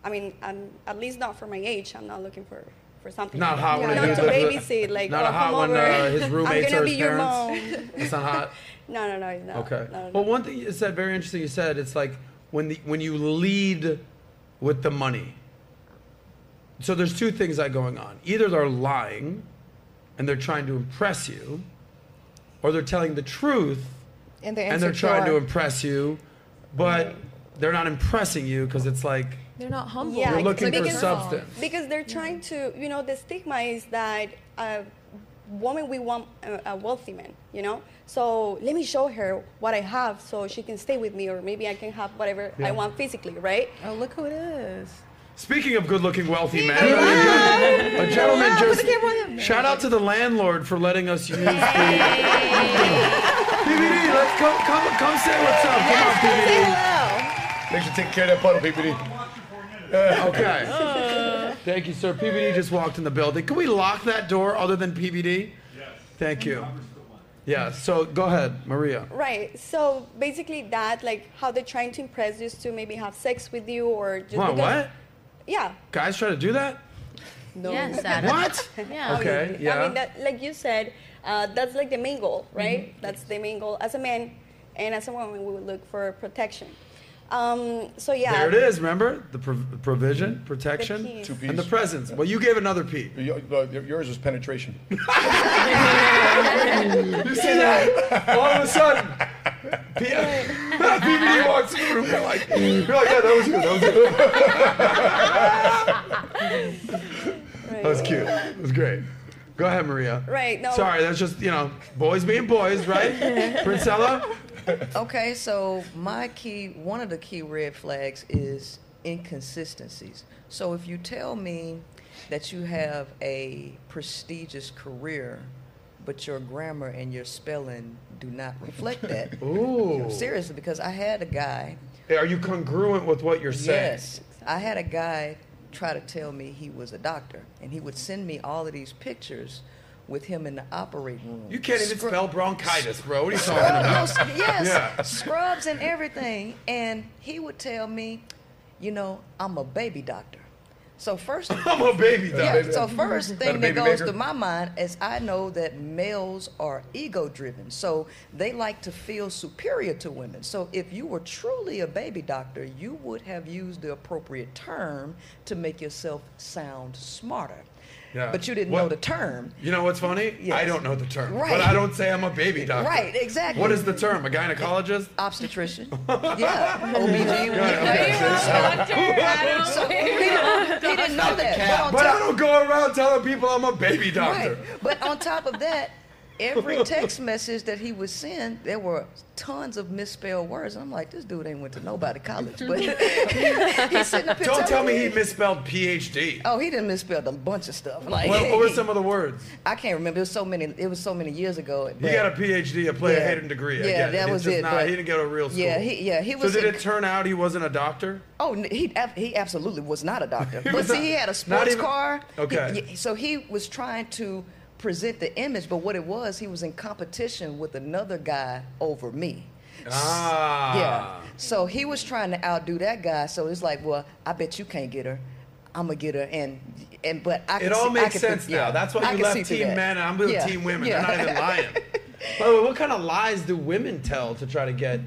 I mean, I'm at least not for my age. I'm not looking for. For something
Not
like
hot
that.
when
not
it-
to babysit, like
Not
oh,
a hot
come
when
over.
uh, his roommates
*laughs* I'm gonna
are
be
his
your
parents.
mom.
It's not hot.
*laughs* No, no, no, it's not.
Okay.
No, no,
Well, one thing you said very interesting. You said it's like when the when you lead with the money. So there's two things that are going on. Either they're lying, and they're trying to impress you, or they're telling the truth,
*laughs* And they're
and they're trying to
insecure.
impress you,
Mm.
but they're not impressing you because it's like
They're not humble.
You're looking for substance.
Because they're trying to, you know, the stigma is that a woman we want a, a wealthy man, you know. So let me show her what I have, so she can stay with me, or maybe I can have whatever
Yeah.
I want physically, right?
Oh, look who it is.
Speaking of good-looking wealthy men, a gen- a
*laughs*
gentleman
Hello, put the camera on
just shout out to the landlord for letting us use the PBD. Let's come, come, come say what's up. Come on,
PBD. Thanks for taking care of that puddle, PBD.
Uh,
Oh.
okay. Thank you, sir. PBD just walked in the building. Can we lock that door other than PBD? Yes. Thank you. Yeah. So go ahead, Maria.
Right. So basically, that like how they're trying to impress you to maybe have sex with you, or just
What?
because-
What?
Yeah.
Guys try to do that?
No.
Yes, Adam. What? Yeah. Okay,
Obviously.
yeah. Mm-hmm.
I mean, that, like you said, uh, that's like the main goal, right? That's the main goal. As a man and as a woman, we would look for protection. Um, so yeah.
There it is. Remember the prov- provision,
The
protection,
peace. Two
and the presence. Well, you gave another P.
Yours was penetration.
*laughs* you see that? All of a sudden, P- *laughs* PBD walks in the room. You're like, you're like, yeah, that was good. That was good. *laughs* That was cute. It was great. Go ahead, Maria.
Right, no.
Sorry, that's just you know, boys being boys,
*laughs*
right? Princella.
okay, so my key, one of the key red flags is inconsistencies. So if you tell me that you have a prestigious career, but your grammar and your spelling do not reflect that.
*laughs* Ooh.
Seriously, because I had a guy.
Are you congruent with what you're saying?
Yes. I had a guy try to tell me he was a doctor, and he would send me all of these pictures with him in the operating room.
You can't even
Scrub-
spell bronchitis, bro.
*laughs*
What are you talking
Scrub- no,
about?
s-
*laughs*
yes,
Yeah.
scrubs and everything. And he would tell me, you know, I'm a baby doctor. So first,
*laughs* I'm a baby doctor.
Yeah, so first
Not a
thing that
baby
goes
maker.
to my mind is I know that males are ego-driven, so they like to feel superior to women. So if you were truly a baby doctor, you would have used the appropriate term to make yourself sound smarter.
Yeah.
But you didn't
What-
know the term.
You know what's funny? I don't know the term. But
Right.
I don't say I'm a baby doctor.
Right, exactly.
What is the term? A gynecologist? *laughs*
Obstetrician. yeah.
OBG.
*laughs* So, he didn't- he didn't know that. But on
But I
top-
don't go around telling people I'm a baby doctor.
Right. But on top of that, every text message that he would send, there were tons of misspelled words. And I'm like, this dude ain't went to nobody college. But *laughs* he's sitting up here
Don't tell
telling
me he misspelled PhD.
Oh, he didn't misspelled a bunch of stuff.
What,
Like,
what were some of the words?
I can't remember. It was so many. It was so many years ago.
He got a PhD, a play
Yeah.
hidden degree. I
Yeah,
get it.
that
It's
was
just
it,
Not,
but-
he didn't go to real school.
Yeah, he- yeah, he was
So did
in-
it turn out he wasn't a doctor?
Oh, n- he ab- he absolutely was not a
*laughs*
doctor.
was
Oh, but see, he
not-
had
not
a sports
even-
car. He-
Okay.
y- so he was trying to present the image, but what it was, he was in competition with another guy over me.
Ah.
Yeah. So he was trying to outdo that guy. So it's like, well, I bet you can't get her. I'm gonna get her, and and but I.
It
can
all
see- I
makes
can
sense
think- yeah.
now. That's
I
why you
can see
left
through
team
that.
men and I'm with
Yeah.
team women.
Yeah.
They're not even lying. By the way, what kind of lies do women tell to try to get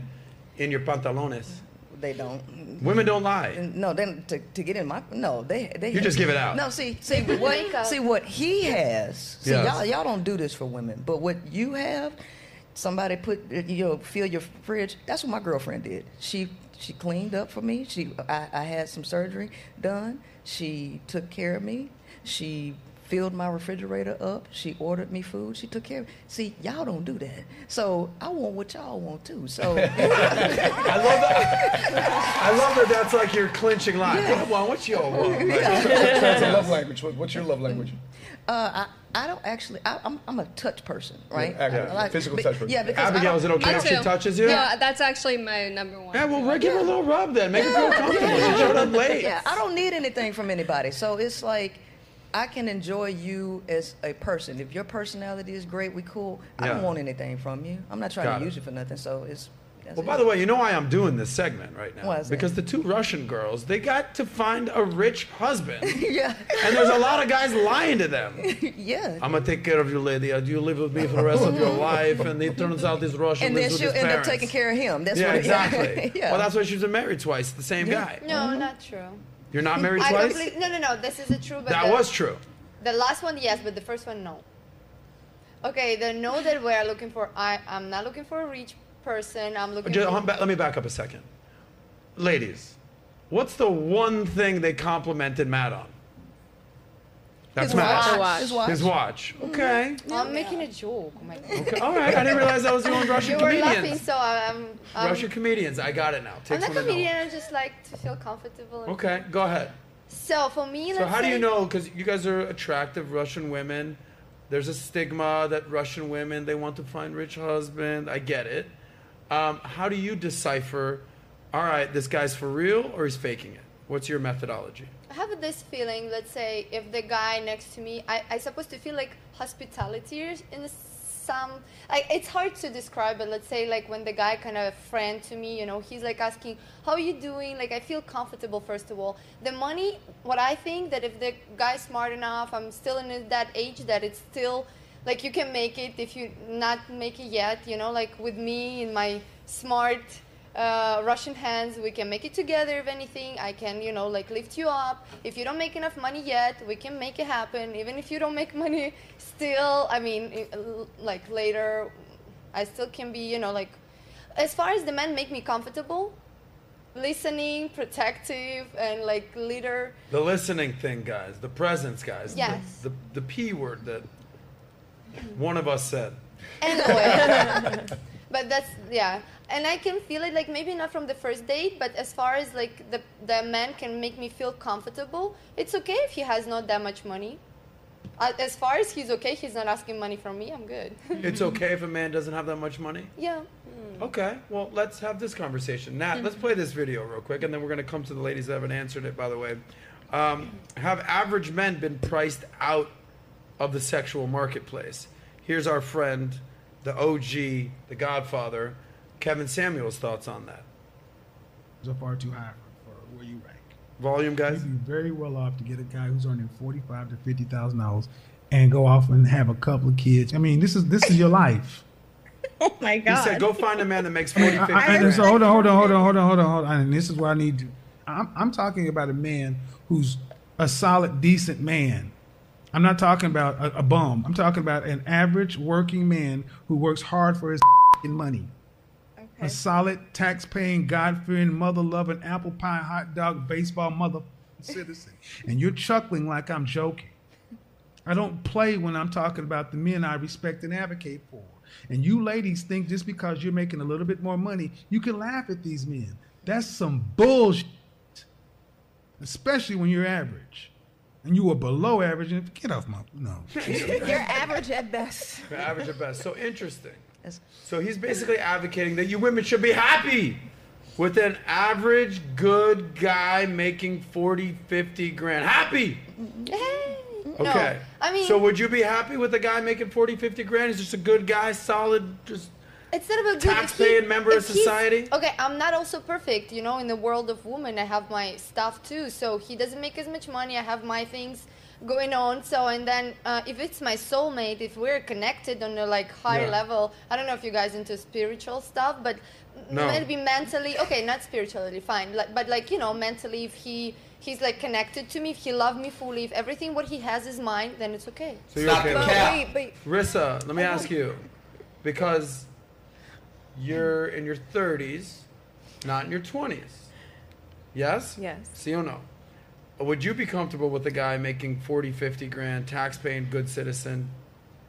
in your pantalones?
*laughs* They don't.
Women don't lie.
No, then to, to get in my no, they they
You just give it out.
No, see, see but what see what he has. See,
Yes.
y'all y'all don't do this for women, but what you have, somebody put you know fill your fridge. That's what my girlfriend did. She she cleaned up for me. She I, I had some surgery done. She took care of me. She filled my refrigerator up. She ordered me food. She took care of me. See, y'all don't do that. So I want what y'all want too.
*laughs*
So
I love that that's like your clinching line. What, what, what y'all want? Like,
That's a love language. What- What's your love language?
Uh, I, I don't actually. I, I'm, I'm a touch person, right?
Yeah, yeah,
I like-
physical
but-
touch person.
Yeah, because I
Abigail,
don't-
is it okay
I
if she
don't-
touches you?
No, that's actually my number one.
Yeah, well, give her a little rub then. Make her feel comfortable. She showed up late.
*laughs* Yeah, I don't need anything from anybody. So it's like I can enjoy you as a person. If your personality is great, we cool. I
Yeah.
don't want anything from you. I'm not trying
Got
to
it.
use you for nothing. So it's. That's
Well,
it.
by the way, you know why I'm doing this segment right now?
Why is that?
because the two Russian girls, they got to find a rich husband. *laughs*
*laughs* yeah, *laughs*
and there's a lot of guys lying to them.
yeah.
I'm gonna take care of you, lady. Uh, You live with me for the rest of
*laughs*
your life, and it turns out this Russian
and then
lives
she'll
with
end
his parents.
up taking care of him. That's
yeah,
*laughs* what it-
exactly.
yeah.
Well, that's why she's been married twice. The same guy.
No, not true.
You're
*laughs*
not married
I
twice.
complete- no, no, no. This is the true. But
that
the,
was true.
The last one, yes, but the first one, no. Okay, the no that we're looking for. I, I'm not looking for a rich person. I'm looking.
Just- um,
for,
hum- ba- let me back up a second, ladies. What's the one thing they complimented Matt on? That's
His
Matt.
watch.
His
His
watch.
watch.
Okay.
I'm making a joke. Oh my god.
Okay, All right. I didn't realize that was
*laughs*
the only Russian
you were
comedian.
laughing, so I'm. I'm
Russian comedians. I got it now.
I'm
Takes
not
one to know.
comedian. I just like to feel comfortable. and-
Okay, go ahead.
So for me,
So
let's
how do you
say-
know? Because you guys are attractive Russian women. There's a stigma that Russian women they want to find rich husband. I get it. Um, how do you decipher? All right, this guy's for real or he's faking it. What's your methodology?
I have this feeling, let's say, if the guy next to me, I, I supposed to feel like hospitality is in some, I, it's hard to describe, but let's say like when the guy kind of friend to me, you know, he's like asking, how you doing? Like, I feel comfortable, first of all. The money, what I think that if the guy's smart enough, I'm still in that age that it's still, like you can make it if you not make it yet, you know, like with me in my smart, uh, Russian hands. We can make it together. If anything, I can, you know, like lift you up. If you don't make enough money yet, we can make it happen. Even if you don't make money, still, I mean, i- l- like later, I still can be, you know, like as far as the men make me comfortable, listening, protective, and like leader.
The listening thing, guys. The presence, guys. the-
Yes.
The, the, p word that one of us said.
Anyway, *laughs* but that's yeah, and I can feel it like maybe not from the first date, but as far as like the the man can make me feel comfortable, it's okay if he has not that much money. A- As far as he's okay, he's not asking money from me. I'm good. *laughs*
It's okay if a man doesn't have that much money.
yeah.
Okay, well, let's have this conversation. *laughs* Nat, let's play this video real quick, and then we're going to come to the ladies that haven't answered it, by the way. Um, have average men been priced out of the sexual marketplace? Here's our friend, the OG, the godfather, Kevin Samuels' thoughts on that.
are far too high for where you rank.
Volume, guys.
You'd be very well off to get a guy who's earning forty-five to fifty thousand dollars and go off and have a couple of kids. I mean, this is this is your life.
*laughs* Oh my God. He said, go find a man that makes 40, 50
I- I-
grand."
so hold on, hold on, hold on, hold on, hold on, hold on. And this is where I need to. I'm, I'm talking about a man who's a solid, decent man. I'm not talking about a, a bum. I'm talking about an average working man who works hard for his money. A solid, tax-paying, God-fearing, mother-loving, apple pie, hot dog, baseball mother citizen. and you're chuckling like I'm joking. I don't play when I'm talking about the men I respect and advocate for. And you ladies think just because you're making a little bit more money, you can laugh at these men. That's some bullshit. Especially when you're average. And you were below average and get off my no.
You're
average at best.
The average at best. So interesting. So he's basically advocating that you women should be happy with an average good guy making 40, 50 grand. Happy! Okay.
I mean-
so would you be happy with a guy making 40, 50 grand? He's just a good guy, solid, just.
It's not about
*laughs* Tax-paying member of society?
Okay, I'm not also perfect. You know, in the world of women, I have my stuff too. So he doesn't make as much money. I have my things going on. So and then uh, if it's my soulmate, if we're connected on a like higher
Yeah.
level, I don't know if you guys into spiritual stuff, but
No.
maybe mentally. Okay, not spiritually, fine. Like, but like you know, mentally, if he he's like connected to me, if he loved me fully, if everything what he has is mine, then it's okay.
So you're okay
But
with that?
wait, but
Rissa, let me ask you, because you're in your 30s, not in your 20s. Yes?
Yes.
See or no? Would you be comfortable with a guy making 40, 50 grand, tax paying, good citizen?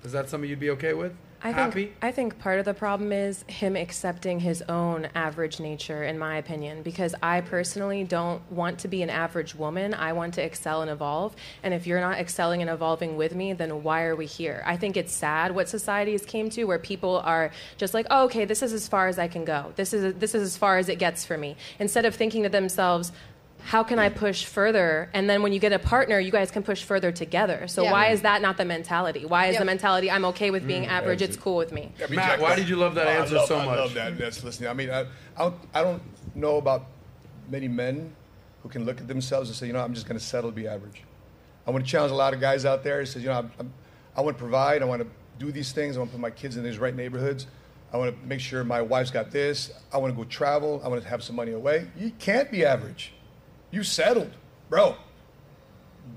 Is that something you'd be okay with?
I think,
Happy?
I think part of the problem is him accepting his own average nature, in my opinion, because I personally don't want to be an average woman. I want to excel and evolve. And if you're not excelling and evolving with me, then why are we here? I think it's sad what society has came to where people are just like, oh, okay, this is as far as I can go. This is, this is as far as it gets for me. Instead of thinking to themselves, how can I push further? And then when you get a partner, you guys can push further together. So
Yeah.
why is that not the mentality? Why is
Yep.
the mentality I'm okay with being
Mm,
average, it's
absolutely.
cool with me.
I mean,
Matt,
Jack,
why
that's-
did you love that
Oh, I
answer
love-
so
I
much?
love that. That's listening. I mean, I, I, don't, I don't know about many men who can look at themselves and say, you know, I'm just going to settle to be average. I want to challenge a lot of guys out there. who says, you know, I'm, I'm, I want to provide. I want to do these things. I want to put my kids in these right neighborhoods. I want to make sure my wife's got this. I want to go travel. I want to have some money away. You can't be average. You settled, bro.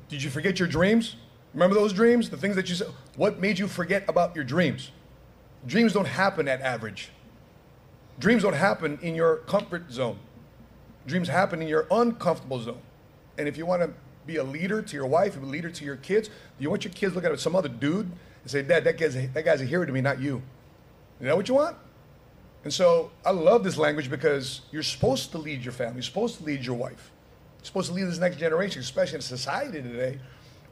Did you forget your dreams? Remember those dreams? The things that you said? What made you forget about your dreams? Dreams don't happen at average. Dreams don't happen in your comfort zone. Dreams happen in your uncomfortable zone. And if you want to be a leader to your wife, a leader to your kids, you want your kids to look at some other dude and say, Dad, that guy's, that guy's a hero to me, not you. Is that what you want? And so I love this language because you're supposed to lead your family, you're supposed to lead your wife, you're supposed to lead this next generation, especially in society today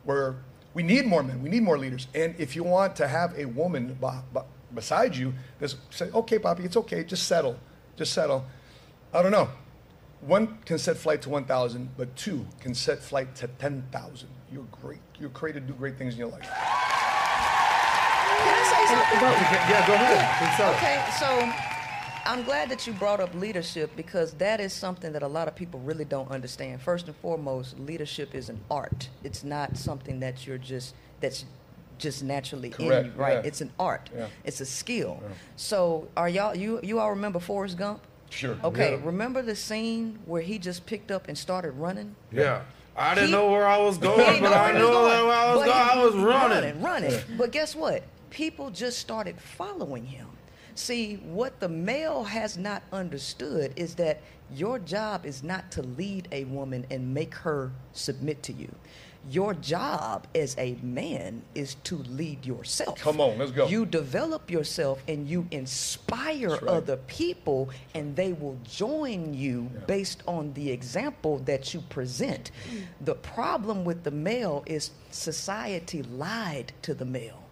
where we need more men, we need more leaders. And if you want to have a woman b- b- beside you that's say, okay, Poppy, it's okay, just settle, just settle. I don't know. One can set flight to 1,000, but two can set flight to 10,000. You're great. You're created to do great things in your life.
Can I say something?
yeah, go ahead. It's up.
Okay, so I'm glad that you brought up leadership because that is something that a lot of people really don't understand. First and foremost, leadership is an art. It's not something that you're just that's just naturally in
Correct,
you, right?
yeah.
It's an art.
Yeah.
It's a skill.
Yeah.
So are y'all you you all remember Forrest Gump?
Sure.
Okay,
Yeah.
remember the scene where he just picked up and started running?
Yeah. I didn't
He-
know where I was going,
didn't
but I
where he
know
was
that
going.
where I was
But
going,
he-
I was running.
running, running. But guess what? People just started following him. See, what the male has not understood is that your job is not to lead a woman and make her submit to you. Your job as a man is to lead yourself.
Come on, let's go.
You develop yourself and you inspire
That's right.
other people, and they will join you based on the example that you present. The problem with the male is society lied to the male.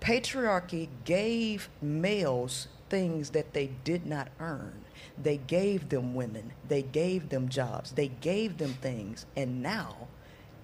Patriarchy gave males things that they did not earn. They gave them women, they gave them jobs, they gave them things, and now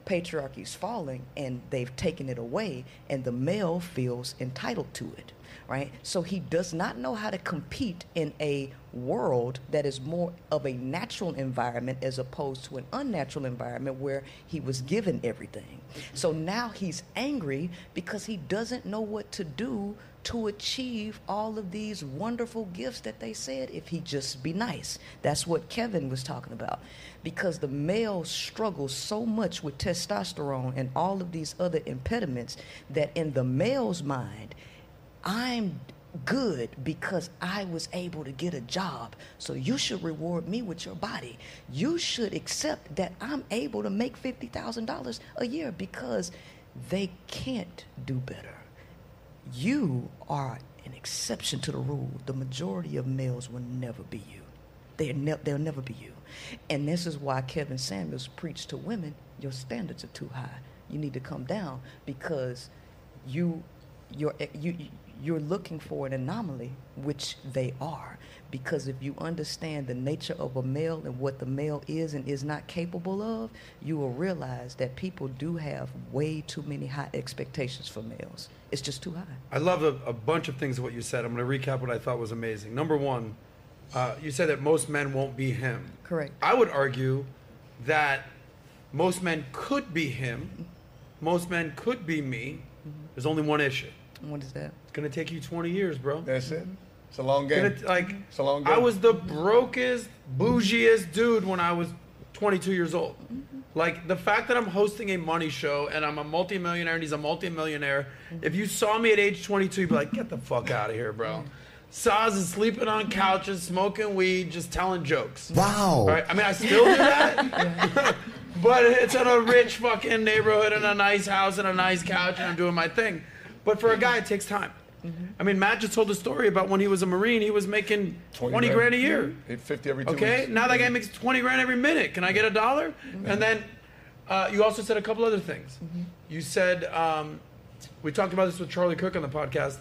patriarchy's falling and they've taken it away, and the male feels entitled to it. right? So he does not know how to compete in a world that is more of a natural environment as opposed to an unnatural environment where he was given everything. So now he's angry because he doesn't know what to do to achieve all of these wonderful gifts that they said if he just be nice. That's what Kevin was talking about. Because the male struggles so much with testosterone and all of these other impediments that in the male's mind, I'm good because I was able to get a job. So you should reward me with your body. You should accept that I'm able to make $50,000 a year because they can't do better. You are an exception to the rule. The majority of males will never be you. They're ne- they'll never be you. And this is why Kevin Samuels preached to women your standards are too high. You need to come down because you you're eh, you you're looking for an anomaly which they are because if you understand the nature of a male and what the male is and is not capable of you will realize that people do have way too many high expectations for males it's just too high
I love a, a bunch of things of what you said. I'm going to recap what I thought was amazing. Number one, uh, you said that most men won't be him.
correct
I would argue that most men could be him. Most men could be me. There's only one issue.
What is that?
It's gonna take you 20 years, bro.
That's it. It's a long game.
Gonna- like
it's a long game.
I was the brokest, bougiest dude when I was 22 years old. Like the fact that I'm hosting a money show and I'm a multimillionaire and he's a multimillionaire. If you saw me at age 22, you'd be like, "Get the fuck out of here, bro." Saz is sleeping on couches, smoking weed, just telling jokes.
Wow.
Right? I mean, I still do that, *laughs* but it's in a rich fucking neighborhood and a nice house and a nice couch, and I'm doing my thing. But for a guy, it takes time. I mean, Matt just told a story about when he was a Marine, he was making 20, grand. a year.
Hit 50 every two
Okay,
weeks. Mm-hmm.
now that guy makes 20 grand every minute. Can I get a dollar? And then uh, you also said a couple other things. You said, um, we talked about this with Charlie Cook on the podcast,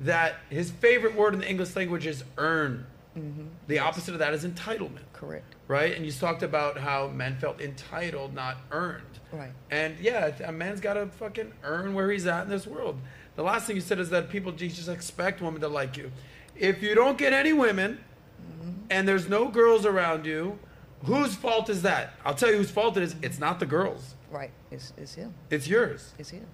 that his favorite word in the English language is earn.
Mm-hmm.
The opposite of that is entitlement.
Correct.
Right? And you talked about how men felt entitled, not earned.
right
And yeah, th- a man's got to fucking earn where he's at in this world. The last thing you said is that people j- just expect women to like you. If you don't get any women and there's no girls around you, whose fault is that? I'll tell you whose fault it is. It's not the girls.
right it's, it's him
It's yours.
it's him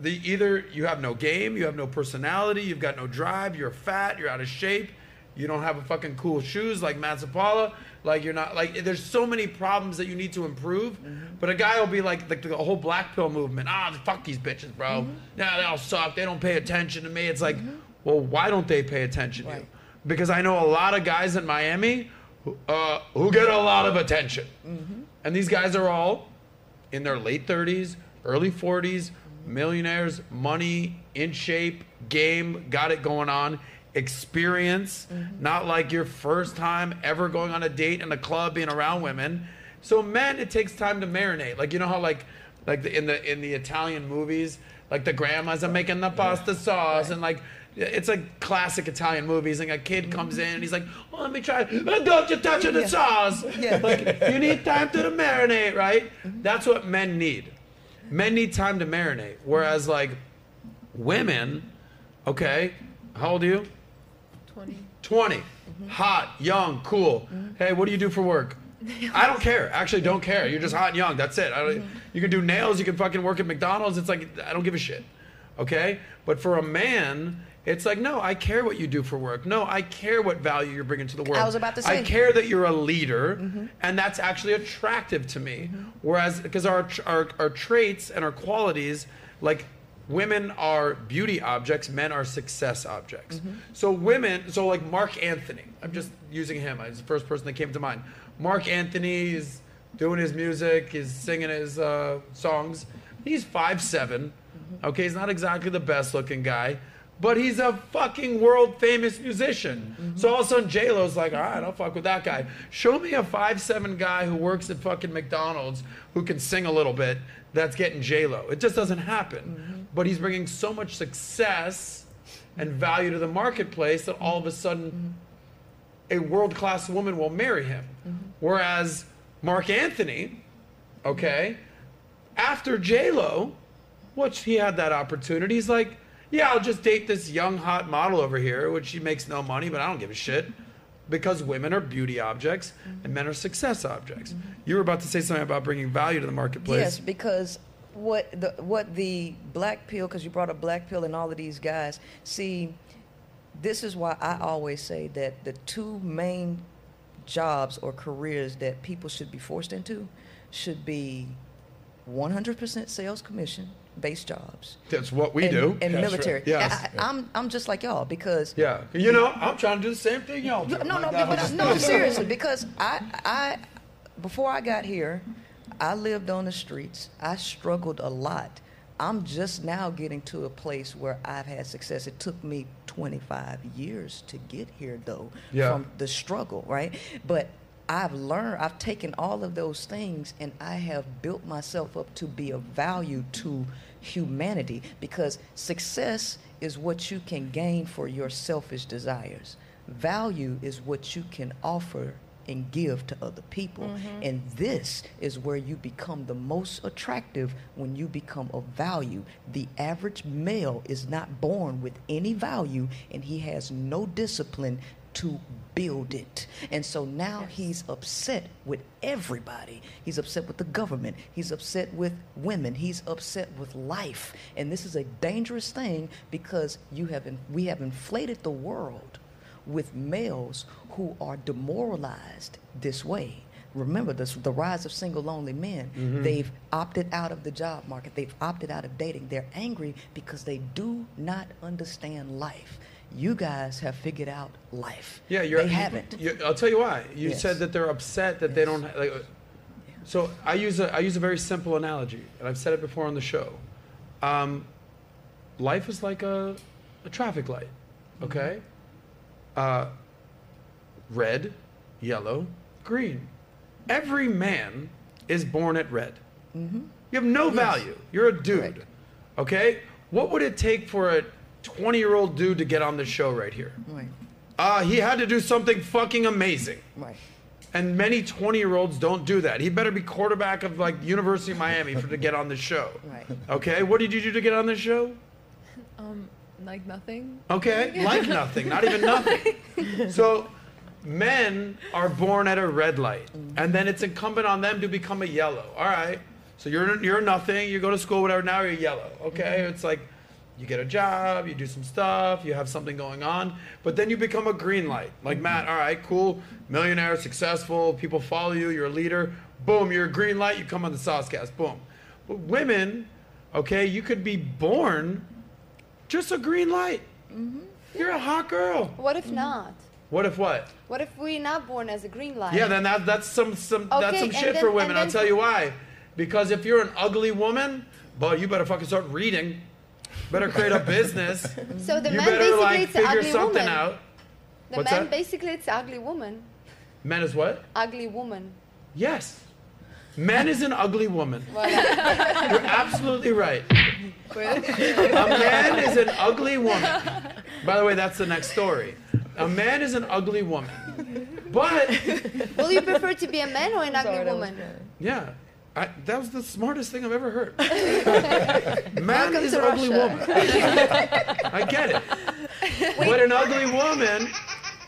The either you have no game, you have no personality, you've got no drive, you're fat, you're out of shape, you don't have a fucking cool shoes like Matt Zapala, like you're not like there's so many problems that you need to improve. But a guy will be like the, the whole black pill movement. Ah, fuck these bitches, bro. Nah, they all suck. They don't pay attention to me. It's like, well, why don't they pay attention to you? Because I know a lot of guys in Miami who, uh, who get a lot of attention.
Mm-hmm.
And these guys are all in their late 30s, early 40s, millionaires, money, in shape, game, got it going on, experience, not like your first time ever going on a date in a club being around women. So men, it takes time to marinate. Like you know how like like the, in the in the Italian movies, like the grandmas are making the pasta sauce and like it's like classic Italian movies. Like a kid comes in and he's like, "Well, let me try. Uh, Don't you touch the
Yeah.
sauce?
Yeah.
*laughs* Like you need time to marinate, right? That's what men need. Men need time to marinate. Whereas like women, okay, how old are you?
20.
20,
Mm-hmm.
hot, young, cool. Hey, what do you do for
*laughs*
work? I don't care. Actually, don't care. You're just hot and young. That's it. I don't,
Mm-hmm.
You can do nails. You can fucking work at McDonald's. It's like I don't give a shit. Okay. But for a man, it's like no. I care what you do for work. No, I care what value you're bringing to the world.
was about to
I
say.
care that you're a leader, and that's actually attractive to me. Whereas, because our, our our traits and our qualities, like women are beauty objects, men are success objects. So women, so like Mark Anthony, I'm just using him. He's the first person that came to mind. Mark Anthony is doing his music, he's singing his uh, songs. He's five Okay, he's not exactly the best looking guy, but he's a fucking world famous musician. So all of a sudden J Lo's like, all right, I'll fuck with that guy. Show me a five seven guy who works at fucking McDonald's who can sing a little bit. That's getting J Lo. It just doesn't happen. But he's bringing so much success and value to the marketplace that all of a sudden a world class woman will marry him.
Mm-hmm.
Whereas Mark Anthony, okay, after J Lo, which he had that opportunity, he's like, yeah, I'll just date this young hot model over here, which she makes no money, but I don't give a shit. Because women are beauty objects and men are success objects. You were about to say something about bringing value to the marketplace.
Mm-hmm. Yes, because what the what the black pill because you brought up black pill and all of these guys. See, this is why I always say that the two main jobs or careers that people should be forced into should be 100% sales commission based jobs
That's what we
and,
do.
and
That's
military.
right. Yes.
*laughs* I, I, I'm I'm just like y'all because
yeah, you know, Oh I'm trying to do the same thing y'all do.
no, no, but, but I, no, seriously, because I, I, before I got here, I lived on the streets. I struggled a lot. I'm just now getting to a place where I've had success. It took me 25 years to get here, though,
Yeah.
from the struggle, right? But I've learned, I've taken all of those things and I have built myself up to be of value to humanity because success is what you can gain for your selfish desires. Value is what you can offer and give to other people.
Mhm.
And this is where you become the most attractive when you become of value. The average male is not born with any value and he has no discipline to build it. And so now he's upset with everybody. He's upset with the government. He's upset with women. He's upset with life. And this is a dangerous thing because you have in, we have inflated the world with males who are demoralized this way. Remember this, the rise of single lonely men.
Mm-hmm.
Mhm.
They've opted out of the job market. They've opted out of dating. They're angry because they do not understand life. You guys have figured out life.
Yeah, you're,
they haven't.
you- I'll tell you why. You
Yes.
said that they're upset that they don't. ha- Like, uh, so I use a I use a very simple analogy, and I've said it before on the show. Um, life is like a, a traffic light,
Mm-hmm.
okay? Uh, red, yellow, green. Every man is born at red.
Mm-hmm.
You have no value. You're a dude. Okay? What would it take for a 20 year old dude to get on this show right here?
Right.
Uh, he had to do something fucking amazing.
Right.
And many 20 year olds don't do that. He better be quarterback of like University of Miami for to get on this show.
Right.
Okay? What did you do to get on this show?
Um, like nothing. *laughs*
Okay? Like nothing, not even nothing. So men are born at a red light, and then it's incumbent on them to become a yellow. All right. So you're you're nothing. You go to school, whatever. Now you're yellow. Okay. It's like you get a job, you do some stuff, you have something going on, but then you become a green light. Like Matt. All right, cool, millionaire, successful. People follow you. You're a leader. Boom. You're a green light. You come on the Saucecast. Boom. But women, okay, you could be born just a green light. You're a hot girl.
What if not?
What if what?
What if we're not born as a green light?
Yeah, then that, that's some some that's
Okay,
some
and
shit
then-
for women.
and
I'll
then-
tell you why. Because if you're an ugly woman, but you better fucking start reading. Better create a business.
So *laughs* the
you
man
better
basically
like
it's the
figure
ugly
something
woman.
out.
The
What's
man
that?
basically it's the ugly woman.
Men is what?
Ugly woman.
Yes. Man is an ugly woman.
*laughs*
You're absolutely right. A man is an ugly woman. By the way, that's the next story. A man is an ugly woman. But
Will you prefer to be a man or an ugly woman?
Yeah. I, that was the smartest thing I've
*laughs*
ever heard. Man
Welcome
is
to
an ugly woman. I get it. But an ugly woman,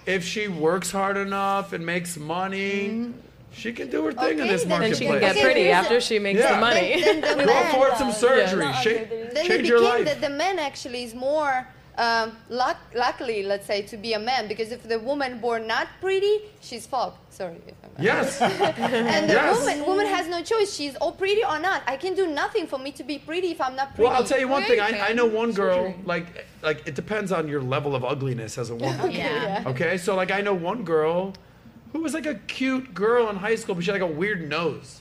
if she works hard enough and makes money, she can do her thing in
Mm-hmm. Okay,
this
then- Then
marketplace.
she can get Okay, pretty here's a- after she makes the money. Then- then the
Go
man
afford some
does.
surgery.
Yeah.
Sha-
Then it
change your
became
life.
that the man actually is more um, luck, luckily, let's say, to be a man because if the woman born not pretty, she's fucked. Sorry. If I'm
*laughs*
Yes.
and the
yes.
woman, woman has no choice. She's all pretty or not. I can do nothing for me to be pretty if I'm not pretty.
Well, I'll tell you one thing. I, I know one girl. Like, like it depends on your level of ugliness as a woman.
Okay, Yeah. yeah.
Okay, so like I know one girl who was like a cute girl in high school, but she had like a weird nose.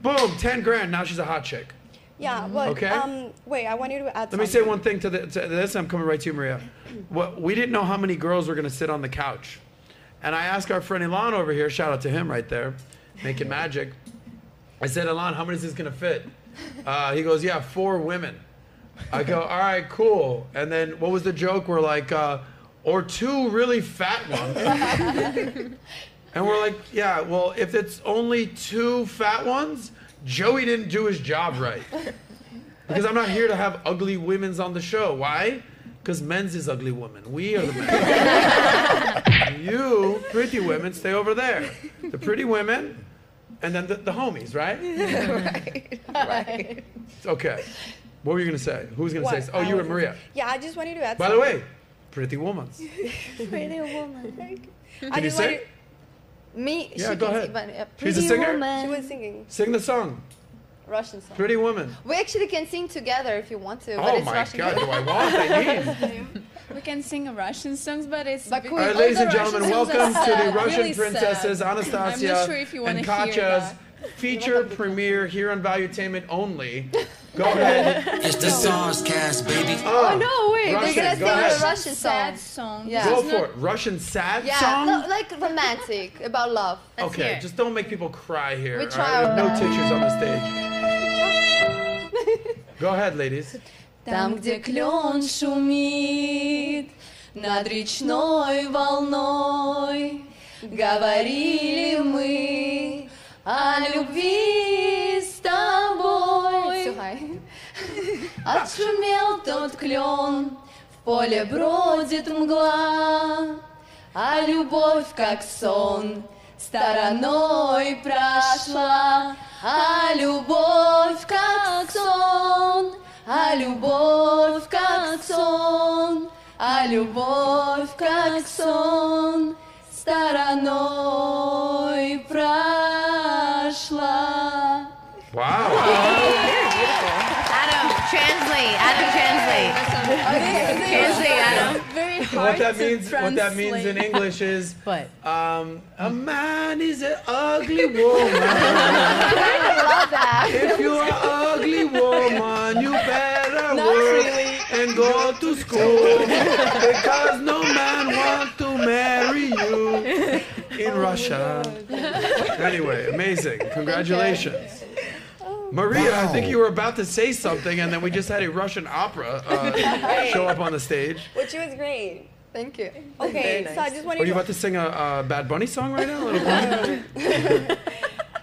Boom, ten grand. Now she's a hot chick.
Yeah, but
Okay.
um, wait, I wanted to add.
Let me say
something.
one thing to, the, to this. I'm coming right to you, Maria. What we didn't know how many girls were going to sit on the couch, and I asked our friend Elon over here. Shout out to him right there, making magic. I said, Elon, how many is this going to fit? Uh, he goes, Yeah, four women. I go, All right, cool. And then what was the joke? We're like, uh, or two really fat ones. and we're like, Yeah, well, if it's only two fat ones, Joey didn't do his job right because I'm not here to have ugly women's on the show. Why? Because men's is ugly women. We are the men. you, pretty women, stay over there. The pretty women, and then the, the homies, right?
right.
Okay. What were you going to say? Who was going to say?
What?
s- Oh,
I
you were
was-
Maria.
Yeah, I just wanted to add.
By the way, pretty woman.
*laughs* pretty woman.
Can you sing?
Me?
Yeah, she go can ahead. sing, but, uh,
She's a Pretty singer? Woman.
She was singing
Sing the song,
Russian song.
Pretty Woman.
We actually can sing together if you want to, but
Oh
it's
my
Russian.
God, do I want that?
we can sing Russian songs, but it's
All right, ladies and gentlemen, welcome to the Russian Princesses Anastasia and Katya's feature premiere here on Valuetainment
*laughs*
only. Go ahead.
It's the SARS cast, baby.
Oh,
no, wait,
Russian,
they're gonna
go
sing
ahead.
a Russian song.
Sad song.
Yeah.
Go for it. Russian sad
Yeah,
song?
no, like romantic about love.
okay, just don't make people cry here.
We
all
try
right?
our
no
best.
teachers on the stage. Go ahead, ladies.
Там, где клен шумит над речной волной, Говорили мы о любви с тобой.
*laughs*
Отшумел тот клен, в поле бродит мгла, А любовь, как сон, стороной прошла. А любовь, как сон, а любовь, как сон, а любовь, как сон, стороной прошла.
*laughs*
Adam, translate. Adam, translate. Translate, Adam.
Very
What that means, what that means in
*laughs*
English is,
what?
Um, a man is an ugly
*laughs*
woman.
love that.
If you are ugly woman, you better
Not
work
really.
and go to school because no man want to
*laughs*
marry you
Oh
in Russia. Anyway, amazing. Congratulations.
Oh.
Maria, I think you were about to say something, and then we just had a Russian opera
*laughs*
uh, show up on the stage.
Which was great. Thank you. Very Okay, so I nice. just
Are
wanted
you
to
about to sing a, a Bad Bunny song right now? Little
*laughs*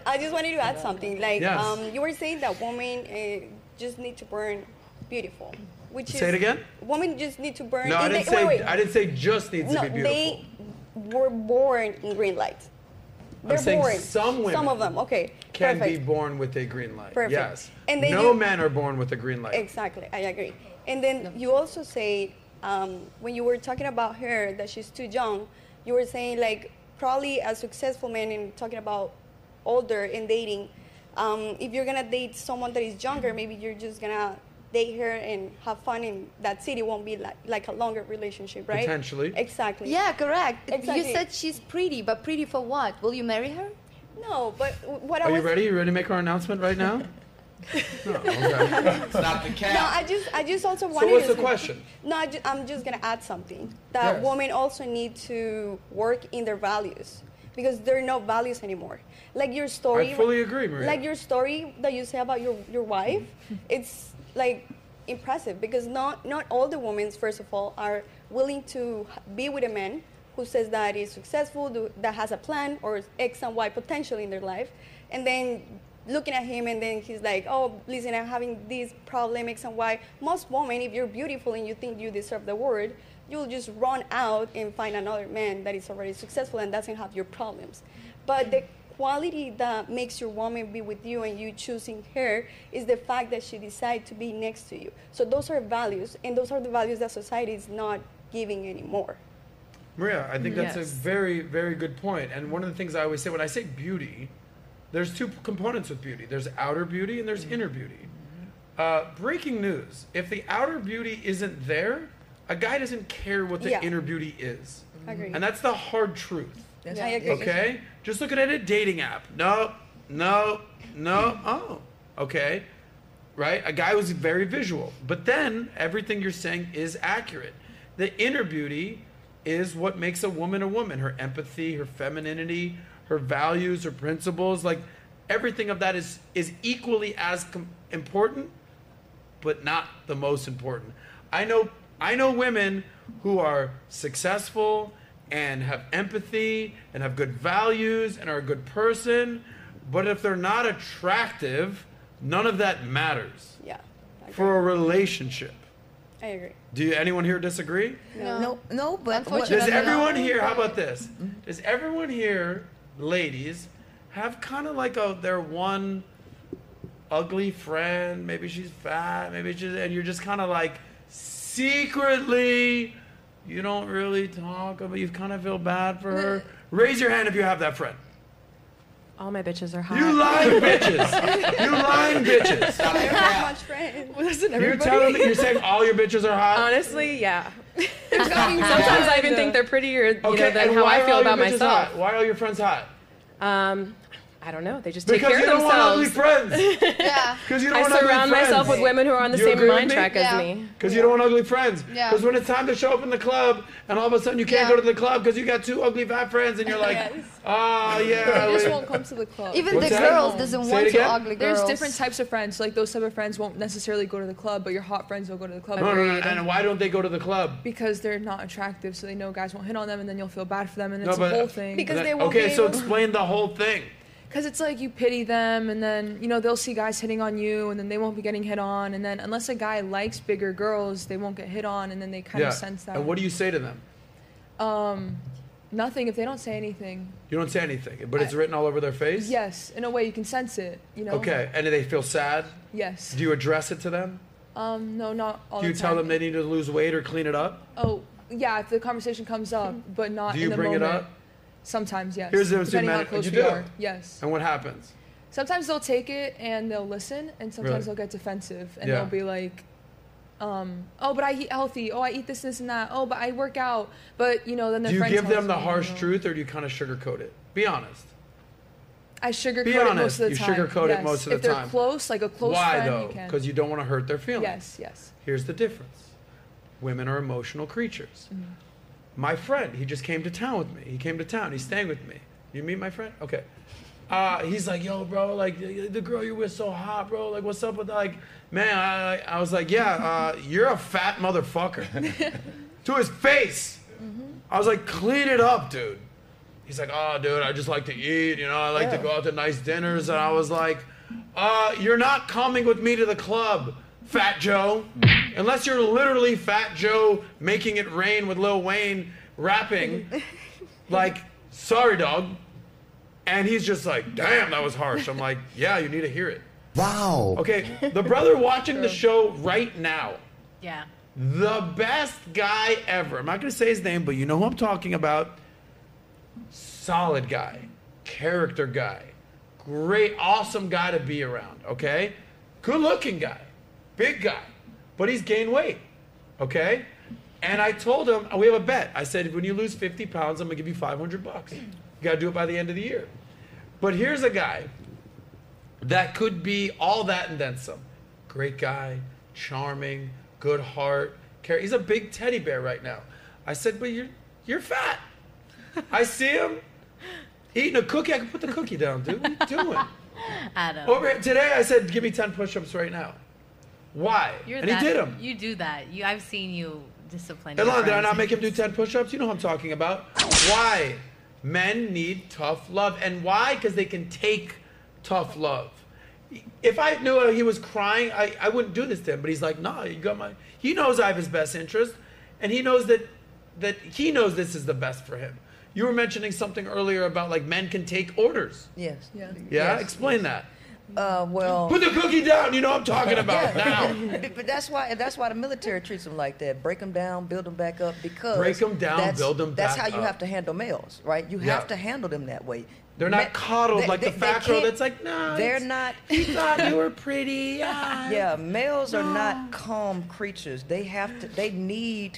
I just wanted to add something. Like
Yes.
um, you were saying that women uh, just need to burn beautiful, which is
Say it again?
Women just need to burn.
No, I
and
didn't
they-
say.
wait, wait.
I didn't say just needs
no,
to be beautiful.
they were born in green light.
I'm
They're
saying
born.
some women
Some of them. Okay.
Can
perfect.
be born with a green light.
Perfect.
Yes.
And they
no
do-
men are born with a green light.
Exactly, I agree. And then you also say um, when you were talking about her that she's too young, you were saying like probably a successful man and talking about older and dating. Um, if you're gonna date someone that is younger, maybe you're just gonna date her and have fun in that city. Won't be like like a longer relationship, right?
Potentially.
Exactly.
Yeah, correct. You
Exactly.
said she's pretty, but pretty for what? Will you marry her?
No, but what
Are you ready? You ready to make our announcement
*laughs*
right now? no. Okay. Stop the
No, I just, I just also
So
wanted.
what's
to
the question?
No, I ju- I'm just gonna add something. That
Yes.
women also need to work in their values because there are no values anymore. Like your story.
I fully agree, Maria.
Like your story that you say about your your wife, it's like impressive because not not all the women, first of all, are willing to h- be with a man who says that is successful, do- that has a plan or X and Y potential in their life, and then looking at him and then he's like, oh, listen, I'm having this problem X and Y. Most women, if you're beautiful and you think you deserve the word, you'll just run out and find another man that is already successful and doesn't have your problems. But the quality that makes your woman be with you and you choosing her is the fact that she decides to be next to you. So those are values, and those are the values that society is not giving anymore.
Maria, I think that's
Yes.
a very, very good point. And one of the things I always say when I say beauty, there's two components with beauty there's outer beauty and there's
Mm-hmm.
inner beauty. Uh, breaking news if the outer beauty isn't there, a guy doesn't care what the
Yeah.
inner beauty is.
Agree.
And that's the hard truth.
That's- I agree.
Okay? Just looking at a dating app. No, no, no. Oh, okay. Right? A guy was very visual. But then everything you're saying is accurate. The inner beauty is what makes a woman a woman her empathy, her femininity, her values, her principles. Like everything of that is, is equally as com- important but not the most important. I know I know women who are successful and have empathy and have good values and are a good person, but if they're not attractive, none of that matters
Yeah.
for a relationship.
I agree.
Do you, anyone here disagree?
No.
No, no but what-
Does everyone here? How about this? Does everyone here, ladies, have kind of like a their one ugly friend? Maybe she's fat. Maybe she's and you're just kind of like secretly, you don't really talk about. You kind of feel bad for her. Raise your hand if you have that friend.
All my bitches are hot.
You lying bitches. You lying bitches.
Listen,
You're telling me you're saying all your bitches are
*laughs*
hot.
Honestly, yeah. Sometimes I even think they're prettier you know,
Okay,
than
and
how
why
I
are
feel
all your
about
bitches
myself.
hot? Why are all your friends hot?
Um, I don't know. They just take
Because
care
you
of
don't want ugly
themselves.
*laughs* friends.
yeah.
Because you don't
I
want ugly
surround
friends.
myself with women who are on the
You
same
agree with
mind
me?
track as me.
Because you don't want ugly friends. Because
Yeah.
when it's time to show up in the club, and all of a sudden you can't go to the club because you got two ugly fat friends, and you're like, oh yeah.
They just
we-
won't come to the club.
Even What's the that? girls doesn't Oh. Say want it to again? ugly
There's
girls.
different types of friends. So, like those type of friends won't necessarily go to the club, but your hot friends will go to the club.
no, no, no. And why don't they go to the club?
Because they're not attractive, so they know guys won't hit on them, and then you'll feel bad for them, and
No,
it's
but-
a whole thing.
but- Okay, so
*laughs*
explain the whole thing.
Because it's like you pity them, and then you know they'll see guys hitting on you, and then they won't be getting hit on, and then unless a guy likes bigger girls, they won't get hit on, and then they kind
yeah.
of sense that.
And what do you say to them?
Um, nothing if they don't say anything.
You don't say anything, but it's written all over their face.
Yes, in a way you can sense it. You know.
Okay, and do they feel sad?
Yes.
Do you address it to them?
Um, no, not all.
do you
the
tell
time.
them they need to lose weight or clean it up?
Oh, yeah. If the conversation comes up, but not.
Do you
Uh, in the
bring it
moment.
up?
Sometimes, yes.
Here's the difference
depending how
between men-
close
you
we
do.
are. Yes.
And what happens?
Sometimes they'll take it and they'll listen, and sometimes
Really?
they'll get defensive and
Yeah.
they'll be like, um, "Oh, but I eat healthy. Oh, I eat this, this, and that. Oh, but I work out. But you know, then their
do you
friends
give
tells
them the
me,
harsh
you know.
truth or do you kind of sugarcoat it? Be honest.
I sugarcoat
Be
it most
honest,
of the
you
time.
sugarcoat it
yes.
most of the
if they're
time.
close, like a close
Why
friend,
though?
you can.
Because you, don't want to hurt their feelings.
Yes, yes.
Here's the difference. Women are emotional creatures. My friend, he just came to town with me. He came to town. He's staying with me. You meet my friend? Okay. Uh, he's like, yo, bro, like y- y- the girl you're with so hot, bro. Like, what's up with that? Like, man, I, I- I was like, yeah, uh, you're a fat motherfucker. to his face. I was like, clean it up, dude. He's like, oh, dude, I just like to eat, you know, I like to
Yeah.
go out to nice dinners. And I was like, uh, you're not coming with me to the club, Fat Joe. Unless you're literally Fat Joe making it rain with Lil Wayne rapping. like, sorry, dog. And he's just like, damn, that was harsh. I'm like, yeah, you need to hear it.
Wow.
Okay, the brother watching the show right now,
Yeah.
the best guy ever. I'm not going to say his name, but you know who I'm talking about. Solid guy, character guy, great, awesome guy to be around, okay? Good looking guy, big guy, but he's gained weight, okay? And I told him, we have a bet. I said, when you lose 50 pounds, I'm going to give you 500 bucks. You got to do it by the end of the year. But here's a guy that could be all that and then some. Great guy, charming, good heart. Care. He's a big teddy bear right now. I said, but you're you're fat. I see him eating a cookie. I can put the cookie down, dude. What are you
*laughs*
doing?
I don't.
Over here, today, I said, give me ten push-ups right now. Why?
You're
and
that,
he did them.
You do that. You. I've seen you discipline. your
Elon, did I
friends.
not make him do 10 push ups? You know what I'm talking about. Why? Men need tough love. And why? Because they can take tough love. If I knew he was crying, I, I wouldn't do this to him. But he's like, nah, you got my. He knows I have his best interest. And he knows that, that he knows this is the best for him. You were mentioning something earlier about like men can take orders.
Yes. Yeah.
Yeah?
Yes.
Explain that.
Uh, well.
Put the cookie down. You know what I'm
*laughs*
talking about now.
*laughs* But, but that's why that's why the military treats them like that. Break them down, build them back up. Because
Break 'em down,
that's,
build 'em
That's
back
how you
up.
have to handle males, right? You
Yeah.
have to handle them that way.
They're not
Me-
coddled
they-
like
they-
the
they
fat girl
can't-
that's like, nah.
They're
it's-
not.
He thought *laughs* you
*laughs*
were pretty. Yeah.
Yeah, males are not calm creatures. They have to. They need.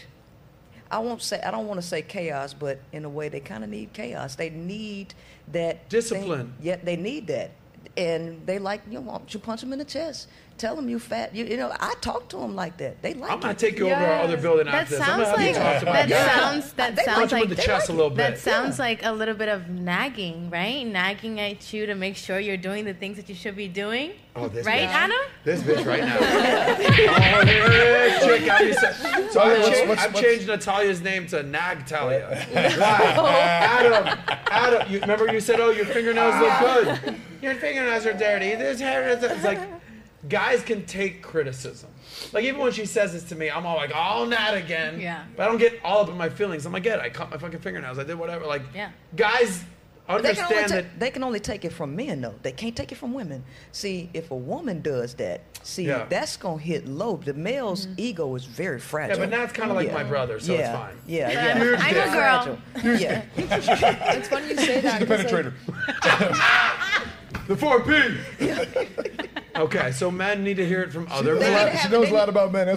I won't say. I don't want to say chaos, but in a way, they kind of need chaos. They need that thing-
Discipline.
yeah, they need that, and they like you. know, Why don't you punch them in the chest? Tell them you fat. You, you know, I talk to them like that. They like.
I'm gonna
it.
take you over our other building
That
after this. I'm
sounds
gonna have you
like
talk about
that sounds that
They
sounds
punch him
like
with the chest a little bit.
that sounds like a little bit of nagging, right? Nagging at you to make sure you're doing the things that you should be doing.
Oh, this
right,
bitch.
Anna?
This bitch right *laughs* now. oh, this chick got me so so I've,
What's-
changed,
what's-
I've
what's-
changed Natalia's name to Nagtalia. Why? *laughs* Adam, Adam, you Ah. remember you said, oh, your fingernails look good. Your fingernails are dirty. This hair is. It's like, guys can take criticism. Like even when she says this to me, I'm all like, "Oh, not again."
Yeah.
But I don't get all up in my feelings. I'm like, "Get, it. I cut my fucking fingernails. I did whatever." Like,
Yeah.
guys
But they can only
understand
ta-
that
they can only take it from men though. They can't take it from women. See, if a woman does that, see
Yeah.
that's gonna hit low. The male's ego is very fragile.
but that's kinda like my brother, so it's
yeah.
fine.
Yeah,
Yeah.
yeah.
Huge I'm a dick. girl.
Fragile. Yeah.
it's funny you say that.
She's the
'cause, like,
penetrator.
*laughs*
the four P.
Okay, so men need to hear it from other
They
men.
need to have- they-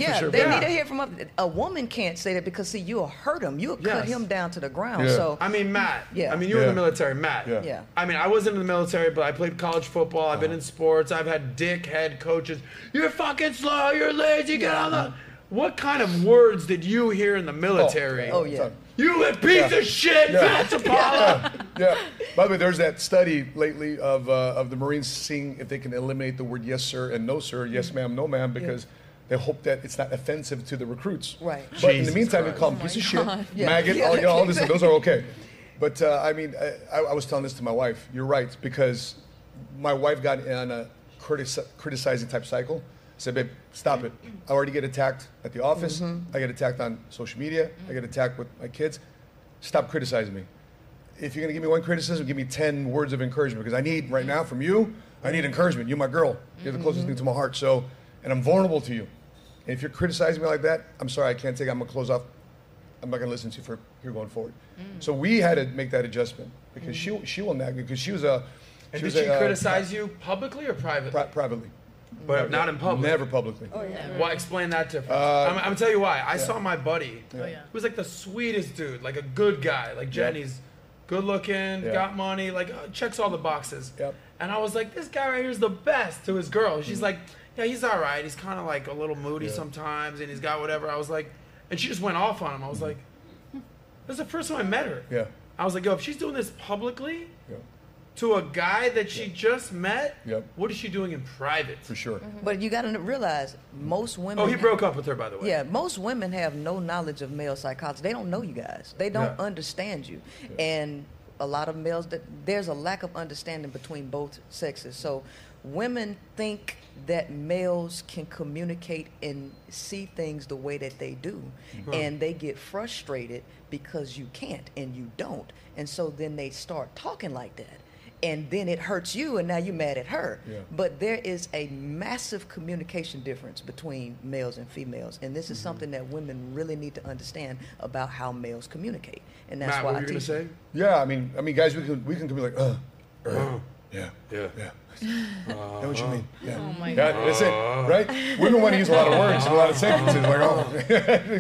yeah, They
Yeah.
need to hear from a, a woman can't say that because see you'll hurt him. You'll
Yes.
cut him down to the ground. So
I mean, Matt.
Yeah.
I mean, you were in the
Yeah.
military, Matt.
Yeah. Yeah.
I mean, I wasn't in the military, but I played college football. I've been in sports. I've had dickhead coaches. You're fucking slow. You're lazy. Get on the. What kind of words did you hear in the military?
oh, yeah.
You little piece
Yeah.
of shit,
Yeah.
Matt Zapala.
Yeah. By the way, there's that study lately of uh, of the Marines seeing if they can eliminate the word yes sir and no sir, yes ma'am, no ma'am, because. They hope that it's not offensive to the recruits. Right. But in the
Jesus
meantime,
Christ.
they call them
Oh
piece
my
of shit,
God. Yeah.
maggot,
Yeah,
all, you know,
*laughs*
all this.
exactly.
Those are okay. But uh, I mean, I, I was telling this to my wife. You're right because my wife got in a critici- criticizing type cycle. I said, babe, stop it. I already get attacked at the office.
Mm-hmm.
I get attacked on social media. I get attacked with my kids. Stop criticizing me. If you're going to give me one criticism, give me 10 words of encouragement because I need right now from you, I need encouragement. You're my girl. You're the closest thing to my heart. So, and I'm vulnerable to you. And if you're criticizing me like that, I'm sorry, I can't take it. I'm going to close off. I'm not going to listen to you for here going forward. So we had to make that adjustment because she she will nag me because she was a.
And
was
did she
a, uh,
criticize you publicly or privately?
privately.
But
Never-
not in public.
Never publicly.
Oh,
Oh,
Why explain that difference?
Uh,
I'm, I'm gonna tell you why. I
yeah.
saw my buddy,
Yeah. Oh, yeah.
who was like the sweetest dude, like a good guy, like Jenny's, good looking,
Yeah.
got money, like uh, checks all the boxes. And I was like, this guy right here is the best to his girl. She's like, yeah, he's all right. He's kind of like a little moody
Mm-hmm. Yeah.
sometimes, and he's got whatever. I was like, and she just went off on him. I was
Mm-hmm.
like, this is the first time I met her.
Yeah.
I was like, yo, if she's doing this publicly
Yeah.
to a guy that she just met,
Yep.
what is she doing in private? For
sure.
But you got to realize most women.
Oh, he broke up with her, by the way.
Yeah, most women have no knowledge of male psychology. They don't know you guys. They don't
Yeah.
understand you. And a lot of males that there's a lack of understanding between both sexes. So women think that males can communicate and see things the way that they do
Huh.
and they get frustrated because you can't and you don't and so then they start talking like that and then it hurts you and now you're mad at her
Yeah.
but there is a massive communication difference between males and females and this is
Mm-hmm.
something that women really need to understand about how males communicate and that's why I teach them.
Yeah, I mean, I mean, guys, we can we can be like, uh,
Uh-huh.
uh, yeah, yeah, yeah. know what you mean? Yeah.
Oh my
yeah,
God.
That's it, right? Women want to use a lot of words and a lot of sentences.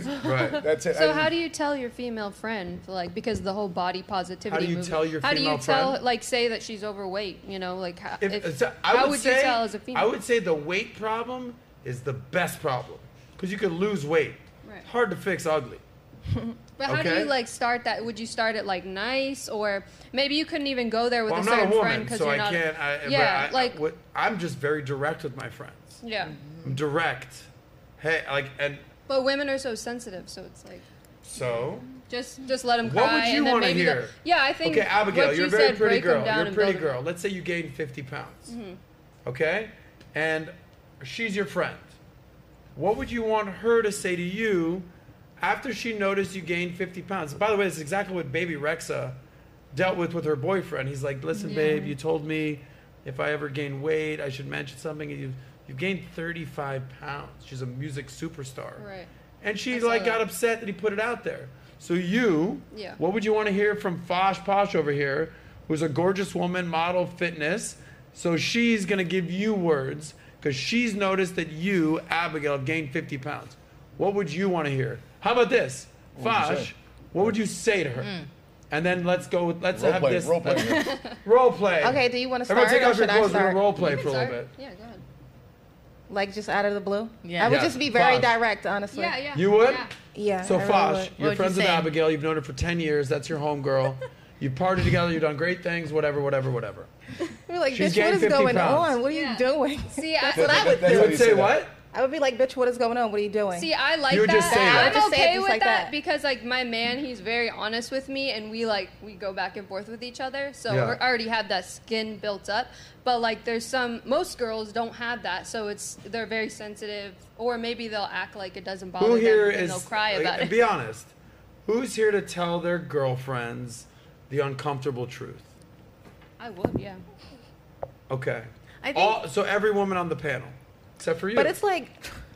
Like,
*laughs*
oh,
Right.
That's it.
So
I-
how do you tell your female friend like because the whole body positivity?
How do you
movement-
tell your
How do you
female
tell
friend?
like say that she's overweight? You know like how,
If-
if-
so I
how
would,
would
say,
you tell as a female?
I would say the weight problem is the best problem because you could lose weight.
Right.
It's hard to fix ugly.
But how do
Okay.
you like start that? Would you start it like nice, or maybe you couldn't even go there with
well,
a
I'm
certain
not a woman,
friend because
so
you're
I
not.
can't. I, but
yeah,
I-
like
what- I'm just very direct with my friends.
yeah.
I'm direct. Hey, like, and
But women are so sensitive, so it's like
so.
just just let them
What
cry.
would you
and then
want to
maybe
hear?
they'll- yeah, I think.
Okay, Abigail,
what
you're a
you
very
said,
pretty
break 'em
girl.
down
You're a
and
pretty
build 'em.
girl. Let's say you gain 50 pounds.
Mhm.
okay? And she's your friend. What would you want her to say to you after she noticed you gained 50 pounds? By the way, this is exactly what baby Rexa dealt with with her boyfriend. He's like, listen,
Yeah.
babe, you told me if I ever gain weight, I should mention something. And you, you gained 35 pounds. She's a music superstar.
Right.
And she like got upset that he put it out there. So you,
Yeah.
what would you want to hear from Fosh Posh over here, who's a gorgeous woman, model, fitness? So she's gonna give you words because she's noticed that you, Abigail, have gained 50 pounds. What would you want to hear? How about this,
What would you
Fosh?
say?
What would you say to her?
Mm.
And then let's go. with- Let's
Role
have
play,
this
role play.
*laughs* role play.
Okay, do you wanna
Everyone
start
take
or
off your
should I
clothes. We're
start?
gonna role play
You
for
can
a little bit.
start.
Yeah, go ahead.
Like just out of the blue?
Yeah.
I would
Yeah.
just be very
Fosh.
direct, honestly.
Yeah, yeah.
You would?
Yeah. Yeah,
So
I really
Fosh,
would. What
you're
would you
friends with
say?
Abigail. You've known her for ten years. That's your homegirl. You've partied together. You've done great things. Whatever, whatever, whatever.
You're like,
She's
bitch, what
gained
is
50
going
pounds.
on? What are you doing?
See, I-
*laughs*
That's what I would
You
That's how
would
you
say
say that.
what?
I would be like, bitch, what is going on? What are you doing?
See, I like
You're
that.
just saying that.
I'm
Just say it
okay
just
with
like
that,
that.
because like my man, he's very honest with me, and we like we go back and forth with each other. So
Yeah.
we already have that skin built up. But like, there's some most girls don't have that, so it's they're very sensitive, or maybe they'll act like it doesn't bother
Who here
them, and
is?
they'll cry
like,
about it.
Be honest. Who's here to tell their girlfriends the uncomfortable truth?
I would, yeah.
Okay.
I think-
All, so every woman on the panel, except for you.
But it's like,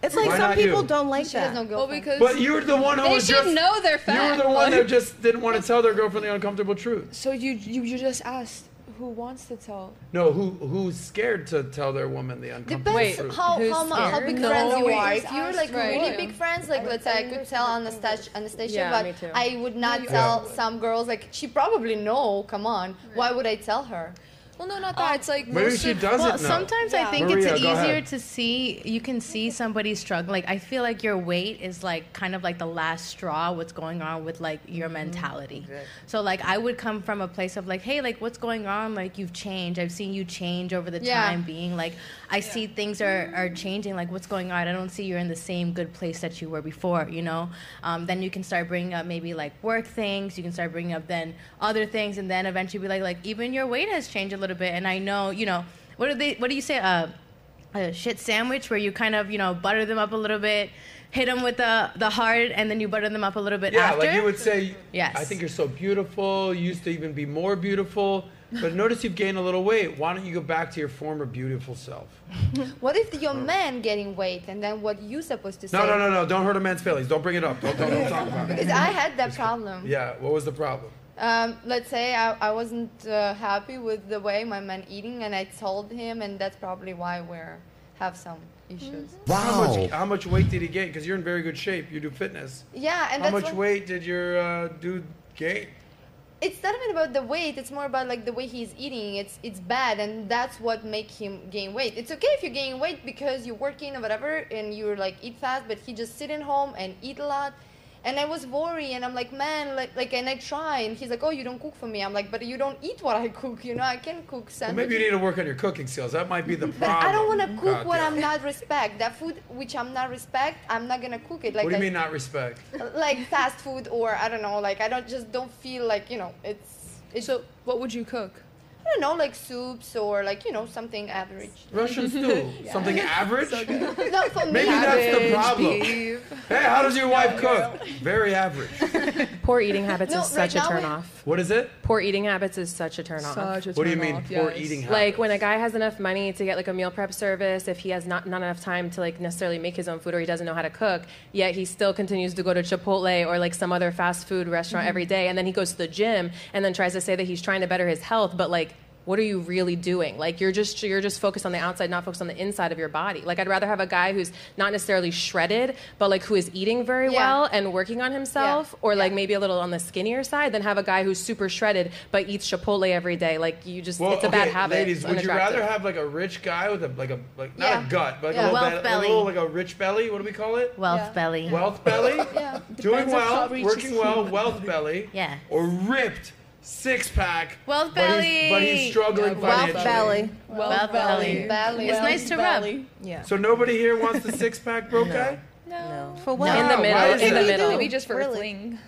it's like
Why
some
not
people
you?
don't like that.
well, because
But you were the one who
they
was
should
just
know their
You were
fact.
the one
like-
that just didn't want to tell their girlfriend the uncomfortable truth.
So you you, you just asked who wants to tell.
No, who who's scared to tell their woman the uncomfortable
Depends
truth?
how, how, mu- how big friends you are. If you're like
Right.
really big friends, like let's say I could tell Anastasia, Anastasia
Yeah, me
but
too.
I would not
Yeah.
tell some girls. Like she probably know. Come on, why would I tell her?
Well, no, not that. it's like
Maybe most she of- doesn't
Well,
know.
sometimes
Yeah.
I think
Maria,
it's
go ahead.
easier to see. You can see somebody struggling. Like I feel like your weight is like kind of like the last straw. What's going on with like your mentality? So like I would come from a place of like, hey, like what's going on? Like you've changed. I've seen you change over the
Yeah.
time being. Like I see things are are changing. Like what's going on? I don't see you're in the same good place that you were before. You know. Um, then you can start bringing up maybe like work things. You can start bringing up then other things, and then eventually be like, like even your weight has changed a little bit. And I know, you know, what do they? What do you say? Uh, a shit sandwich where you kind of you know butter them up a little bit, hit them with the the hard, and then you butter them up a little bit
yeah,
after.
like you would say.
Yes.
I think you're so beautiful. You used to even be more beautiful, but notice you've gained a little weight. Why don't you go back to your former beautiful self?
*laughs* What if your man getting weight and then what you supposed to say?
No, no, no, no! Don't hurt a man's feelings. Don't bring it up. Don't, don't, don't
*laughs*
talk about
Because
it.
I had that problem.
Yeah. What was the problem?
Um, let's say I, I wasn't uh, happy with the way my man eating, and I told him, and that's probably why we're have some issues.
How much, how much weight did he gain? Because you're in very good shape. You do fitness.
Yeah, and
how
that's
much
why-
weight did your uh, dude gain?
It's not even about the weight. It's more about like the way he's eating. It's it's bad, and that's what make him gain weight. It's okay if you gain weight because you're working or whatever, and you're like eat fast. But he just sitting home and eat a lot. And I was worried, and I'm like, man, like, like, and I try, and he's like, oh, you don't cook for me. I'm like, but you don't eat what I cook, you know. I can cook
Well,
sandwiches.
maybe you need to work on your cooking skills. That might be the
*laughs* But
problem.
I don't want to cook
God
what
damn.
I'm not respect. That food which I'm not respect, I'm not gonna cook it. Like
what do you
I-
mean not
*laughs*
respect?
Like fast food or I don't know. Like I don't just don't feel like you know it's. it's so
what would you cook?
I don't know, like soups or like you know something average. *laughs*
Russian stew. Something average?
no, for me.
Maybe that's the
*laughs*
problem.
beef.
Hey, how does your wife cook? Very average.
Poor eating habits
No,
is
right
such
now
a turn
we-
off.
What is it?
Poor eating habits is such a turn off.
Such a What do you mean, turn-off, poor yes. eating
Like when a guy has enough money to get like a meal prep service, if he has not not enough time to like necessarily make his own food or he doesn't know how to cook, yet he still continues to go to Chipotle or like some other fast food restaurant
Mhm.
every day, and then he goes to the gym and then tries to say that he's trying to better his health, but like. What are you really doing? Like you're just you're just focused on the outside, not focused on the inside of your body. Like I'd rather have a guy who's not necessarily shredded, but like who is eating very
Yeah.
well and working on himself, or like maybe a little on the skinnier side, than have a guy who's super shredded but eats Chipotle every day. Like you just
Well,
it's a bad
Oh, okay,
habit.
Ladies,
It's
would you
unattractive.
rather have like a rich guy with a like a like not
Yeah.
a gut, but like
Yeah.
a little
Wealth
bit- a
belly.
little like a rich belly? What do we call it?
Wealth Yeah. belly.
Wealth belly.
*laughs* Yeah.
Doing
Depends on how
well,
rich
working
is
well,
he.
wealth
*laughs*
belly.
Yeah.
Or ripped six pack.
Wealth
But he's, but he's
belly.
struggling
Yeah, wealth
financially.
belly. Wealth Wealth belly. belly. It's
Wealth
nice to
belly.
rub.
Yeah.
So nobody here wants the six pack broke guy.
No. For
No. In the middle,
Why
in
is
the
it?
middle.
Maybe
just for
really.
fling.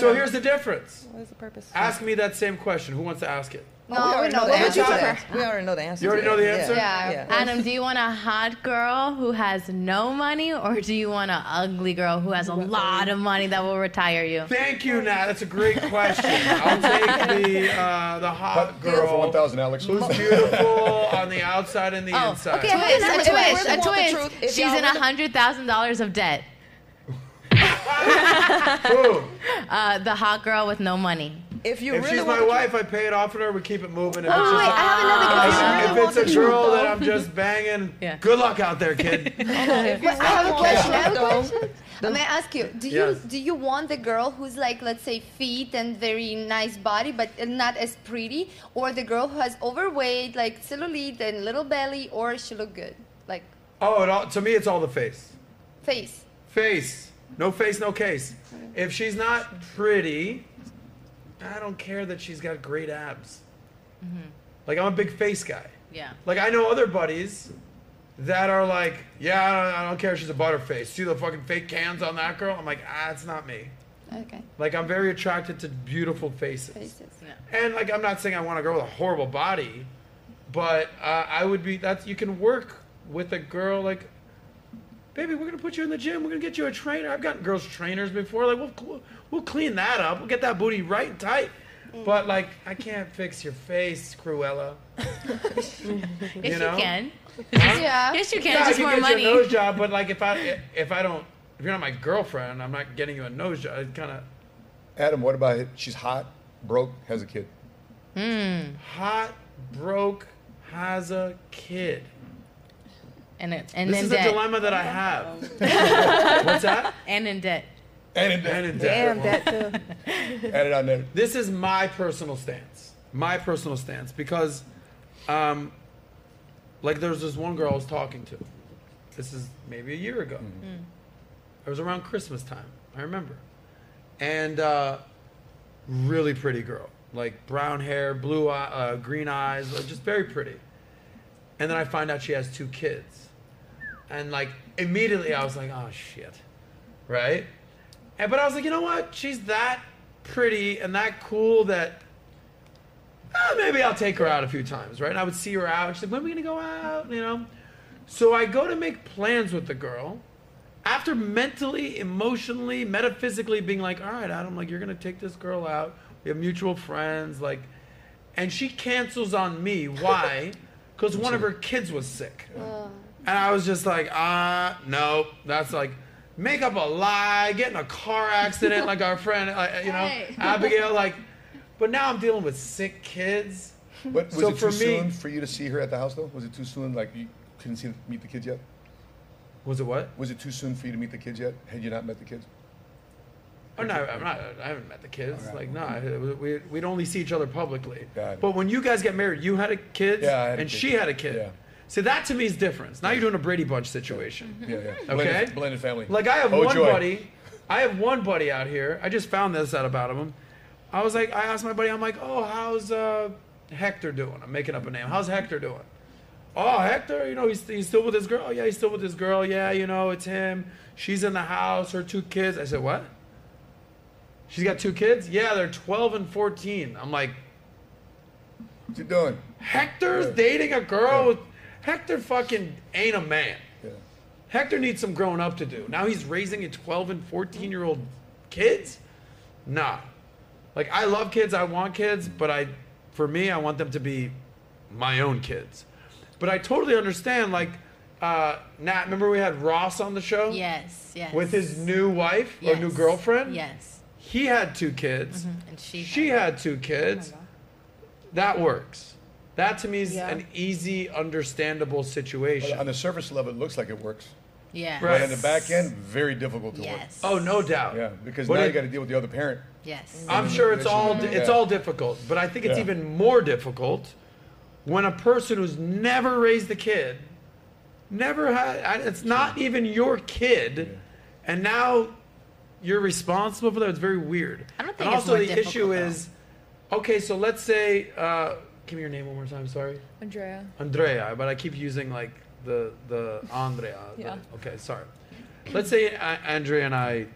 So here's the difference.
What is the purpose?
Ask me that same question. Who wants to ask it?
No, we already know the
One more
answer to
time.
that.
We already know the answer.
You already
to
know the
that.
answer?
Yeah.
Yeah. Adam, do you want a hot girl who has no money, or do you want an ugly girl who has a lot of money that will retire you?
Thank you, Nat. That's a great question. I'll take the uh, the hot
Girl for
girl.
1,000, Alex.
Who's
*laughs*
beautiful on the outside and the
Oh,
inside?
okay, a twist, a
want the
twist,
truth, if
She's
y'all
in
really-
hundred thousand dollars of debt. *laughs* uh, the hot girl with no money.
If you
if she's my wife, I pay it off for her. We keep it moving. If
Oh,
it's
wait, I have another question.
If,
Really
it's a
want the
girl
truth,
that
though.
I'm just banging, good luck out there,
*laughs*
kid.
But I have a question. I have a
Though.
question. May I ask you? Do you
Yes.
do you want the girl who's like, let's say, fit and very nice body, but not as pretty, or the girl who has overweight, like cellulite and little belly, or she look good, like
Oh, it all, to me, it's all the face.
face?
Face. No face, no case. If she's not pretty, I don't care that she's got great abs. Like I'm a big face guy.
Mm-hmm. Yeah.
Like I know other buddies that are like, yeah, I don't, I don't care if she's a butterface. See the fucking fake cans on that girl? I'm like, ah, it's not me.
Okay.
Like, I'm very attracted to beautiful faces. And, like, I'm not saying I want a girl with a horrible body, but uh, I would be, that's, you can work with a girl, like, baby, we're going to put you in the gym. We're going to get you a trainer. I've gotten girls trainers before. Like, we'll, cl- we'll clean that up. We'll get that booty right and tight.
Mm.
But, like, I can't fix your face,
*laughs*
Cruella.
Yes, you,
You know?
can.
Yeah.
Yes, you can.
Yeah,
just
I
more
can get
money.
you a nose job, but like if I if I don't if you're not my girlfriend, I'm not getting you a nose job. It kind of
Adam, what about it? She's hot, broke, has a kid.
Hmm.
hot, broke, has a kid.
And it, and
this
in
is
debt.
a dilemma that
Oh.
I have. *laughs* What's that?
And in debt.
And in debt.
And in debt.
too. *laughs* Add it on there.
This is my personal stance. My personal stance because, um, like there was this one girl I was talking to. This is maybe a year ago.
Mm-hmm.
It was around Christmas time. I remember. And uh, really pretty girl, like brown hair, blue eye, uh, green eyes, like, just very pretty. And then I find out she has two kids, and like immediately I was like, oh shit, right? And but I was like, you know what? She's that pretty and that cool that. "Ah, maybe I'll take her out a few times, right? And I would see her out. She's like, when are we gonna go out? You know? So I go to make plans with the girl after mentally, emotionally, metaphysically being like, all right, Adam, like you're gonna take this girl out. We have mutual friends, like, and she cancels on me. Why? Because one of her kids was sick,
Э,
and I was just like, ah, no, that's like, make up a lie, get in a car accident, like our friend, uh, you know,
Hey.
Abigail, like, but now I'm dealing with sick kids.
But was
so
it too
for me,
soon for you to see her at the house though? Was it too soon? Like you couldn't see meet the kids yet?
Was it what?
Was it too soon for you to meet the kids yet? Had you not met the kids?
Oh no, I'm not. I haven't met the kids. Like no, I- we we'd only see each other publicly. But when you guys get married, you had a kid,
Yeah, I had a
and
kid.
she had a kid. See, that to me is difference. Now you're doing a Brady Bunch situation.
Yeah, yeah.
Okay.
Blended, blended family.
Like I have
Oh,
one
joy.
buddy. I have one buddy out here. I just found this out about him. I was like, I asked my buddy, I'm like, oh, how's uh, Hector doing? I'm making up a name. How's Hector doing? Oh, Hector, you know, he's, he's still with his girl. Oh, yeah, he's still with his girl. Yeah, you know, it's him. She's in the house, her two kids. I said, what? She's got two kids? Yeah, they're 12 and 14. I'm like,
what you doing?
Hector's dating a girl with. Hector fucking ain't a man. Hector needs some growing up to do. Now he's raising a 12 and 14 year old kids? Nah. Like, I love kids, I want kids, but I, for me, I want them to be my own kids. But I totally understand, like, uh, Nat, remember we had Ross on the show?
Yes, yes.
With his new wife or new
Yes.
girlfriend?
Yes.
He had two kids.
And she. Oh
She had two kids. that works. That to me is
Yeah.
an easy, understandable situation.
On the surface level, it looks like it works.
Yeah.
But on the back end, very difficult to
Yes.
work.
Oh, no doubt.
Yeah, because
But
now
it-
you got to deal with the other parent.
Yes.
I'm sure it's all
Yeah.
it's all difficult, but I think it's
Yeah.
even more difficult when a person who's never raised a kid, never had I- it's not even your kid, and now you're responsible for that. It's very weird. I
don't
and
think it's
also
more
the
difficult,
issue is, okay, so let's say, uh, give me your name one more time. Sorry.
Andrea.
Andrea, but I keep using like the the Andrea. the-
Yeah.
okay, sorry. Let's say uh, Andrea and I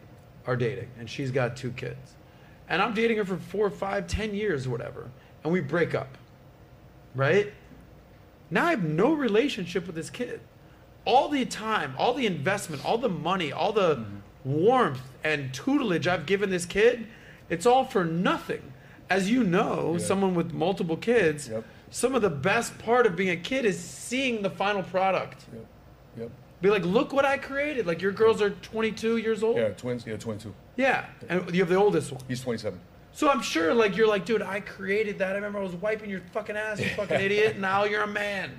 are dating, and she's got two kids, and I'm dating her for four, five, ten years, or whatever, and we break up, right? Now I have no relationship with this kid. All the time, all the investment, all the money, all the
Mm-hmm.
warmth and tutelage I've given this kid, it's all for nothing. As you know, someone with multiple kids, some of the best part of being a kid is seeing the final product.
Yep.
Be like, look what I created. Like your girls are 22 years old.
Yeah, twins. Yeah, 22.
Yeah, and you have the oldest one.
He's 27.
So I'm sure, like, you're like, dude, I created that. I remember I was wiping your fucking ass, you
*laughs*
fucking idiot. Now you're a man.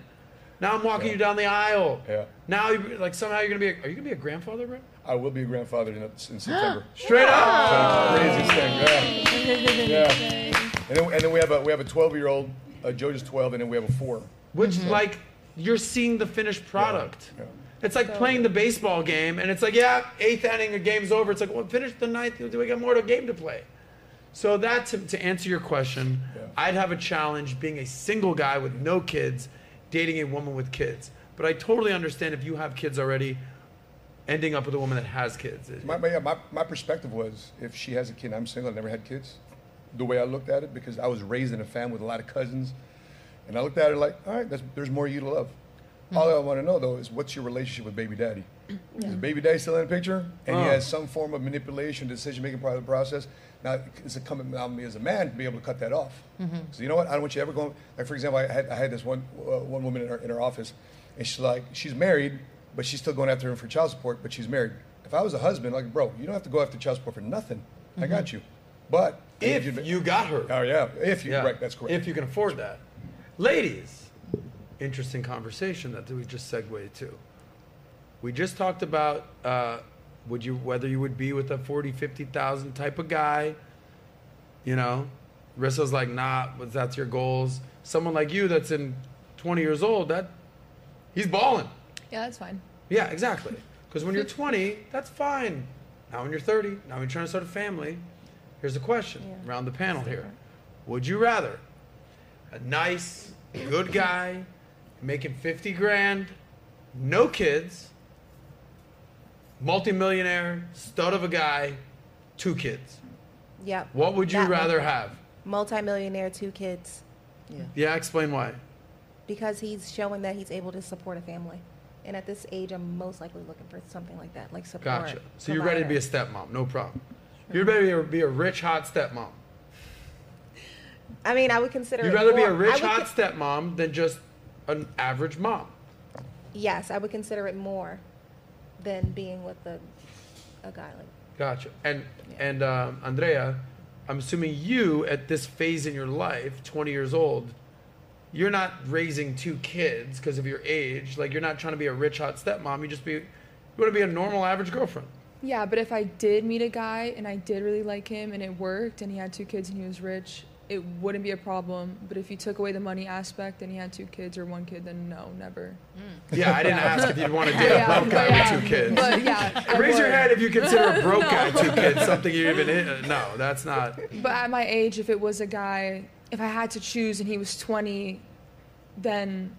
Now I'm walking you down the aisle.
Yeah.
Now, you, like, somehow you're gonna be. A, are you gonna be a grandfather, bro?
I will be a grandfather in, in September.
*gasps* Straight
up.
up.
Crazy thing. Yeah. yeah. And then, and then we have a we have a 12 year old. Uh, Joe is 12, and then we have a four.
Which like you're seeing the finished product. It's like playing the baseball game, and it's like, yeah, eighth inning, the game's over. It's like, well, finish the ninth. Do we got more to game to play? So that, to, to answer your question, I'd have a challenge being a single guy with no kids, dating a woman with kids. But I totally understand if you have kids already, ending up with a woman that has kids. It-
My, my, yeah, my, my perspective was if she has a kid, and I'm single, I never had kids. The way I looked at it, because I was raised in a family with a lot of cousins, and I looked at it like, all right, that's, there's more you to love. All I want to know though is what's your relationship with baby daddy? Is baby daddy still in the picture? And he
Oh.
has some form of manipulation, decision making part of the process. Now it's incumbent on me as a man to be able to cut that off.
Mm-hmm.
Mm.
So you know what? I don't want you ever going. Like for example, I had, I had this one uh, one woman in her, in her office, and she's like, she's married, but she's still going after him for child support, but she's married. If I was a husband, like bro, you don't have to go after child support for nothing. I got
Mm-hmm.
you. But if you,
got her,
oh yeah, if you right, that's correct.
If you can afford that. Ladies, interesting conversation that we just segued to. We just talked about uh, would you whether you would be with a 40, 50,000 type of guy, you know? Rissa's like, nah, but that's your goals. Someone like you that's in 20 years old, that he's balling.
Yeah, that's fine.
Yeah, exactly. Because
*laughs*
when you're 20, that's fine. Now when you're 30, now when you're trying to start a family, here's a question around the panel here. Would you rather a nice, good guy making 50 grand, no kids, multimillionaire, stud of a guy, two kids?
Yep.
What would you
That one.
rather have?
Multimillionaire, two kids,
Yeah, explain why.
because he's showing that he's able to support a family. And at this age, I'm most likely looking for something like that, like support.
Gotcha. So you're ready to be a stepmom, no problem. You're ready to be a rich, hot stepmom.
I mean, I would consider.
You'd
it
rather be
more-
a
I
rich,
would
hot
con-
stepmom than just an average mom.
Yes, I would consider it more than being with a, a guy like.
Gotcha. And and um, Andrea, I'm assuming you at this phase in your life, 20 years old, you're not raising two kids because of your age. Like you're not trying to be a rich hot stepmom. You just be you want to be a normal average girlfriend.
Yeah, but if I did meet a guy and I did really like him and it worked and he had two kids and he was rich, it wouldn't be a problem. But if you took away the money aspect and he had two kids or one kid, then no, never.
Yeah, I didn't ask if you'd
*laughs*
want to date
Yeah,
a broke guy
yeah.
with two kids.
But yeah,
*laughs*
I
Raise your
would.
hand if you consider a broke
*laughs* No.
guy two kids something you even uh, no, that's not.
But at my age, if it was a guy, if I had to choose and he was 20, then,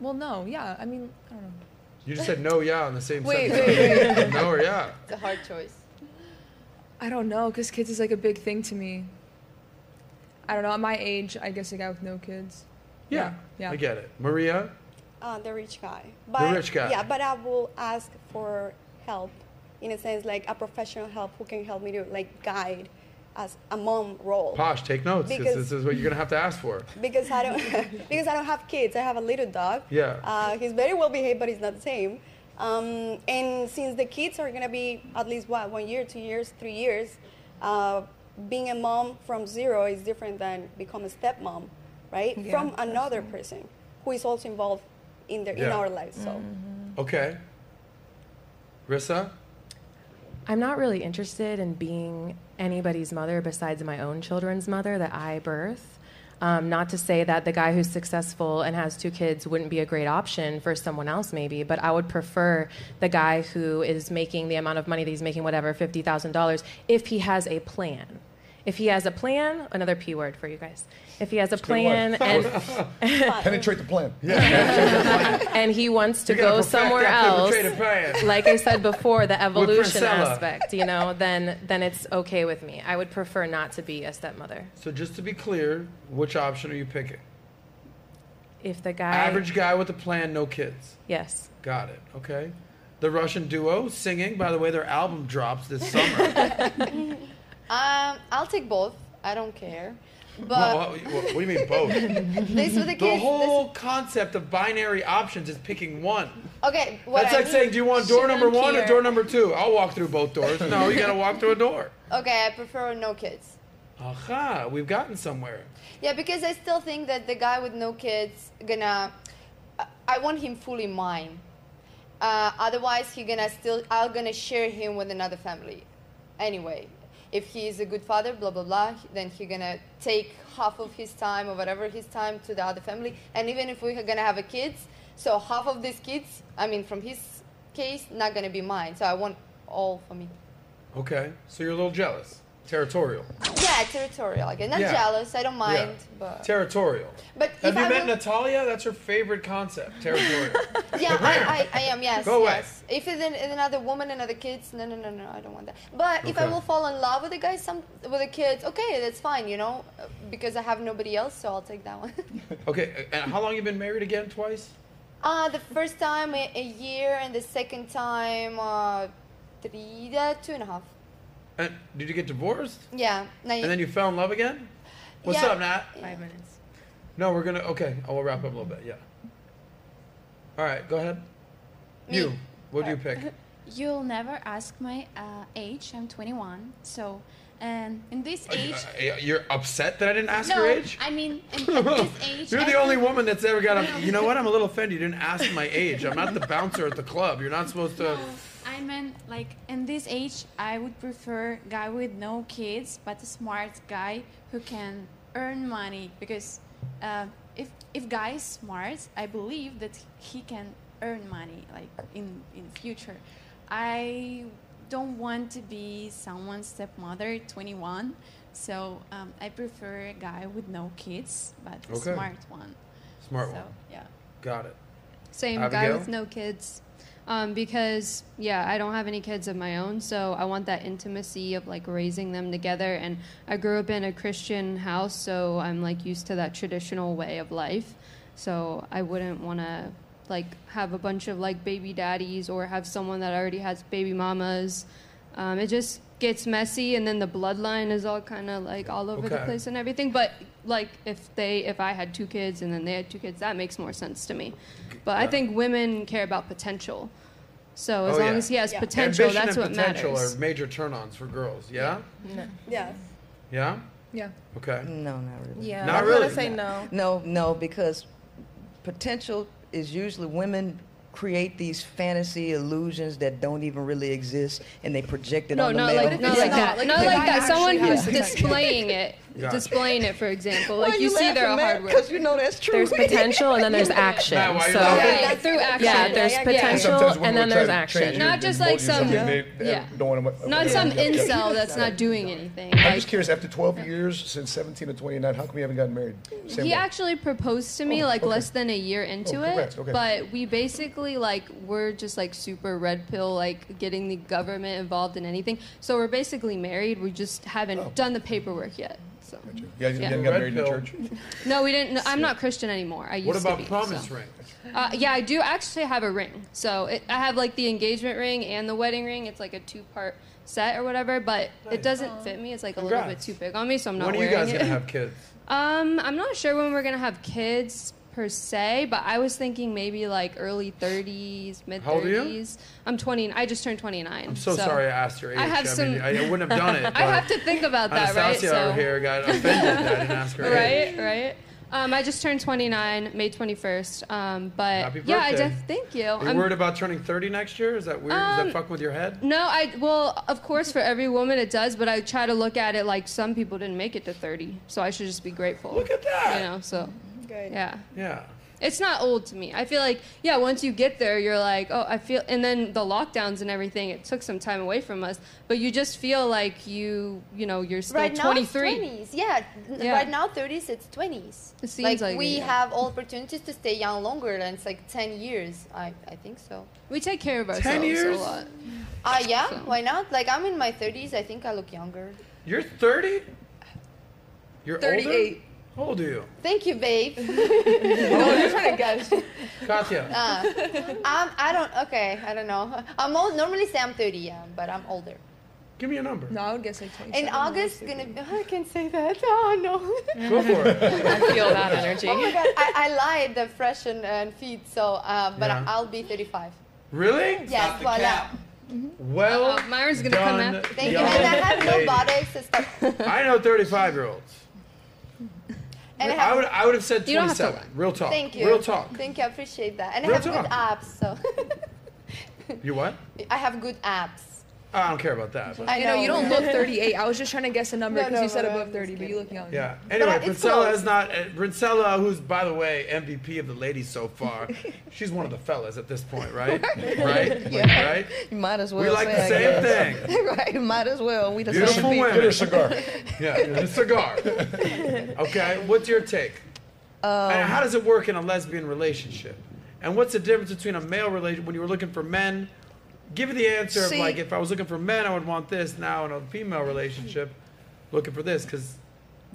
well, no, yeah. I mean, I don't know.
You just said no, yeah, on the same
Wait,
sentence.
wait, wait.
No or yeah.
It's a hard choice. I don't know, because kids is like a big thing to me. I don't know. At my age, I guess a guy with no kids.
Yeah.
Yeah.
I get it. Maria,
Uh, the rich guy. But,
rich guy.
Yeah, but I will ask for help, in a sense, like a professional help who can help me to like guide as a mom role.
Posh, take notes because
Because-
this is what you're gonna have to ask for.
Because I don't, *laughs* because I don't have kids. I have a little dog.
Yeah.
Uh, he's very well behaved, but he's not the same. Um, and since the kids are gonna be at least what one year, two years, three years, uh, being a mom from zero is different than become a stepmom, right?
Yeah,
from another person who is also involved in their in
Yeah.
our lives. So.
Mm-hmm. Okay. Rissa?
I'm not really interested in being anybody's mother besides my own children's mother that I birth. Um, not to say that the guy who's successful and has two kids wouldn't be a great option for someone else, maybe, but I would prefer the guy who is making the amount of money that he's making, whatever, $50,000, if he has a plan. If he has a plan, another P word for you guys. If he has a
*laughs*
plan and *laughs*
penetrate the plan.
and he wants to
You gotta
go
perfect
somewhere
that
else.
perpetrator plan.
Like I said before,
*laughs*
the evolution
Priscilla.
aspect, you know, then then it's okay with me. I would prefer not to be a stepmother.
So just to be clear, which option are you picking?
If the guy
Average guy with a plan, no kids.
Yes.
Got it. Okay. The Russian duo singing. By the way, their album drops this summer.
Um, I'll take both. I don't care. But
Wha- wha- wha- what, do you mean both?
These were the kids, this-
whole concept of binary options is picking one.
okay, what
That's
I
like
mean-
saying, do you want door number one or door number two? I'll walk through both doors. No, you gotta walk through a door.
Okay, I prefer no kids.
Aha, we've gotten somewhere.
Yeah, because I still think that the guy with no kids gonna. I- I want him fully mine. Uh, otherwise, he gonna still. I'm gonna share him with another family. Anyway, if he is a good father, blah blah blah, then he gonna take half of his time or whatever his time to the other family. And even if we're gonna have a kids, so half of these kids, I mean, from his case, not gonna be mine. So I want all for me.
Okay, so you're a little jealous. Territorial.
Yeah, territorial again. Not
Yeah.
jealous. I don't
Yeah.
mind, but
Territorial.
but if
Have you
I
met
will-
Natalia? That's her favorite concept.
*laughs*
Territorial.
yeah, I, I, I am. Yes,
Go away.
yes. If it's an, another woman, another kids, no, no, no, no, I don't want that. But if I
Okay.
will fall in love with a guy, some with a kid, okay, that's fine, you know, uh, because I have nobody else, so I'll take that one. *laughs*
okay, and how long you been married again? Twice.
uh, the first time a, a year, and the second time uh, three, uh, two and a half.
And Uh, did you get divorced?
Yeah, now
And then you fell in love again? What's
Yeah.
up, Nat?
Five minutes.
No, we're gonna. Okay, I will wrap up a little bit. Yeah. All right, go ahead. You. What do you pick?
*laughs*
*laughs* You'll never ask my uh, age. I'm 21. So, and in this age.
Uh, You're upset that I didn't uh, ask
no,
your age?
I mean, in,
*laughs*
at this age.
You're the
every-
only woman that's ever got a. You know what? I'm a little offended. You didn't ask my age. I'm not the bouncer at the club. You're not supposed to.
I mean, like in this age, I would prefer guy with no kids, but a smart guy who can earn money. Because uh, if if guy is smart, I believe that he can earn money, like in in future. I don't want to be someone's stepmother, 21. So um, I prefer a guy with no kids, but a
Okay.
smart one.
Smart
so,
one.
Yeah.
Got it.
Same guy
Abigail?
with no kids. Um, because yeah, I don't have any kids of my own, so I want that intimacy of like raising them together. And I grew up in a Christian house, so I'm like used to that traditional way of life. So I wouldn't want to like have a bunch of like baby daddies or have someone that already has baby mamas. Um, it just gets messy, and then the bloodline is all kind of like all over the
Okay.
place and everything. But like if they if I had two kids and then they had two kids, that makes more sense to me. But I
Right.
think women care about potential. So as
Oh,
long
yeah.
as he has
Yeah.
potential,
Ambition
that's
and
what
potential
matters.
are major turn-ons for girls. Yeah.
Yeah.
Yeah.
Yeah.
Okay.
No, not really.
Yeah, Not I was gonna really. say
no.
No, no, because potential is usually women create these fantasy illusions that don't even really exist, and they project it
No,
on the
not
male.
like, not like that. Not like that. Someone who's displaying it,
Gotcha.
displaying it, for example.
Why
Like
are you
you, see, they're a
laughing, Matt?
hard worker.
'Cause you know that's true.
There's potential and then
*laughs*
there's action.
Matt, why are you
so
laughing? Right, that's through
Yeah,
action.
there's
Yeah, yeah, yeah.
potential
Sometimes women
and then
will try
there's
to
action.
change you and mold you something they- they
yeah.
don't wanna-
Not
Yeah.
some
Yeah.
incel that's not doing anything.
I'm
Like,
just curious. After 12 years, since 17 to 29, how come you haven't gotten married? Same
he
way.
actually proposed to me
Oh,
like
okay.
less than a year into
Oh,
it
congrats, okay.
but we basically like we're just like super red pill like getting the government involved in anything so we're basically married we just haven't
Oh.
done the paperwork yet so
Yeah, you
Yeah.
didn't get
Red
married in
pill.
church.
no we didn't no, i'm not christian anymore i used
What
to
about
be,
promise
so.
ring?
uh, yeah i do actually have a ring so it, i have like the engagement ring and the wedding ring it's like a two part set or whatever but it doesn't fit me it's like a little bit
Congrats.
too big on me so i'm not
when are you
wearing
guys
it
gonna have kids?
Um, I'm not sure when we're gonna have kids per se, but I was thinking maybe like early 30s, mid
How old are you?
30s. I'm 20. I just turned 29.
I'm so, sorry I asked your age.
I have some.
mean, I, I wouldn't have done it.
*laughs* I have to think about that,
Anastasia
right?
over here got offended that I didn't ask her age.
*laughs* right, right. Um, I just turned 29, May 21st. Um, but
Happy
yeah, I
birthday.
def- thank you.
Are you
I'm-
worried about turning 30 next year? Is that weird? Is
Um,
that fuck with your head?
no, I well, of course, for every woman it does, but I try to look at it like some people didn't make it to 30, so I should just be grateful. Look at that. You know, so yeah.
Yeah.
It's not old to me. I feel like, yeah, once you get there, you're like, oh, I feel, and then the lockdowns and everything, it took some time away from us, but you just feel like you, you know, you're still
right now, it's
23.
20s. Yeah. n-
Yeah.
Right now, 30s, it's 20s.
It seems like it,
we
yeah.
have all opportunities to stay young longer, and it's like 10 years. I, I think so.
We take care of
10
ourselves
years?
a lot.
Ah, yeah. Why not? Like I'm in my 30s. I think I look younger.
You're 30? You're
38.
older? How old are you?
Thank you,
*laughs*
babe.
you're
trying to
*laughs*
guess.
Katya.
Uh, I'm. I don't. Okay. I don't know. I'm old. Normally say I'm 30, yeah, but I'm older.
Give me a number.
No, I would guess like 27.
In August, gonna. *laughs* Be, I can say that. Oh no.
Go for it.
I feel
*laughs*
that energy.
Oh my god. I, I lied. The fresh and, and feet. So, uh, but
Yeah.
I'll be 35.
Really?
Yes. Voila.
Well,
Uh-oh, Myra's gonna come
done,
after.
Thank you.
young
And I have no
lady.
buttocks and stuff.
I know 35 year olds.
And I
I
have.
would, I would have said
You don't have to
27. Real talk.
Thank you.
Real talk.
Thank you. I appreciate that. And
Real
*laughs* I have good apps. So
You what?
I have good apps.
I don't care about that. but-
I know, you
*laughs*
don't look 38. I was just trying to guess a number
No,
because
no,
you said
but
above 30, but you look young. *laughs*
Yeah.
But
Anyway,
I- it's
Princella
close.
is not. Uh, Princella, who's by the way MVP of the ladies so
*laughs*
far, she's one of the fellas at this point, right? *laughs* right? Like,
*laughs* Yeah.
Right.
You might as
We
well.
like the
say, I
same
guess. *laughs* right. Might as well. We the same
Beautiful
people.
women.
*laughs*
*laughs* yeah, a cigar. Okay. What's your take?
Um,
and how does it work in a lesbian relationship? And what's the difference between a male relation when you were looking for men? Give me the answer
See-
of like if I was looking for men, I would want this. Now in a female relationship, looking for this because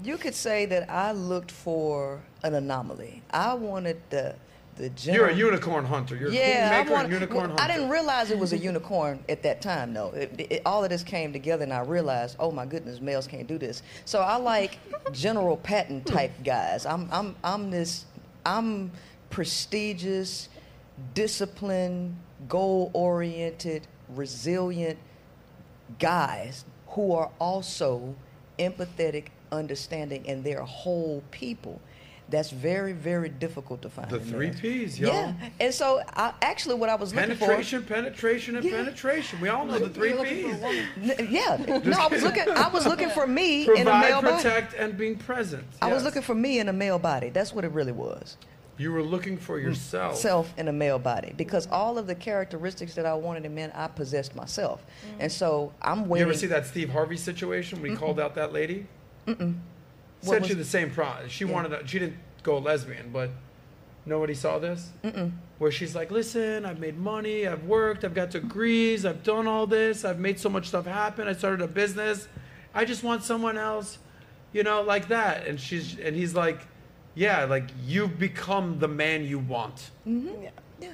You could say that I looked for an anomaly. I wanted the the
you're a
general-
unicorn hunter. You're
yeah,
a queen maker
I wanted,
and unicorn
well,
hunter.
I didn't realize it was a unicorn at that time, though. It, it- all of this came together, and I realized, oh my goodness, males can't do this. So I like General Patton type guys. I'm, I'm, I'm this, I'm prestigious, disciplined, goal oriented, resilient guys who are also empathetic, understanding, and they're whole people. That's very, very difficult to find.
The
in
three
males.
Ps, y'all.
Yeah, and so I, actually, what I was looking for
Penetration, penetration, and penetration. We all know the three P's.
N- yeah. No, I was looking. I was looking for me
Provide,
in a male body.
protect, and being present.
I was
Yes.
looking for me in a male body. That's what it really was. Mm.
You were looking for yourself.
Self in a male body, because all of the characteristics that I wanted in men, I possessed myself, and so I'm
Mm. You
waiting.
ever see that Steve Harvey situation when he called out that lady?
Mm-mm. What
Essentially
was-
the same problem. She
Yeah.
wanted. To, she didn't go lesbian, but nobody saw this.
Mm-mm.
Where she's like, "Listen, I've made money. I've worked. I've got degrees. I've done all this. I've made so much stuff happen. I started a business. I just want someone else, you know, like that." And she's and he's like, "Yeah, like you've become the man you want."
Mm-hmm. Yeah.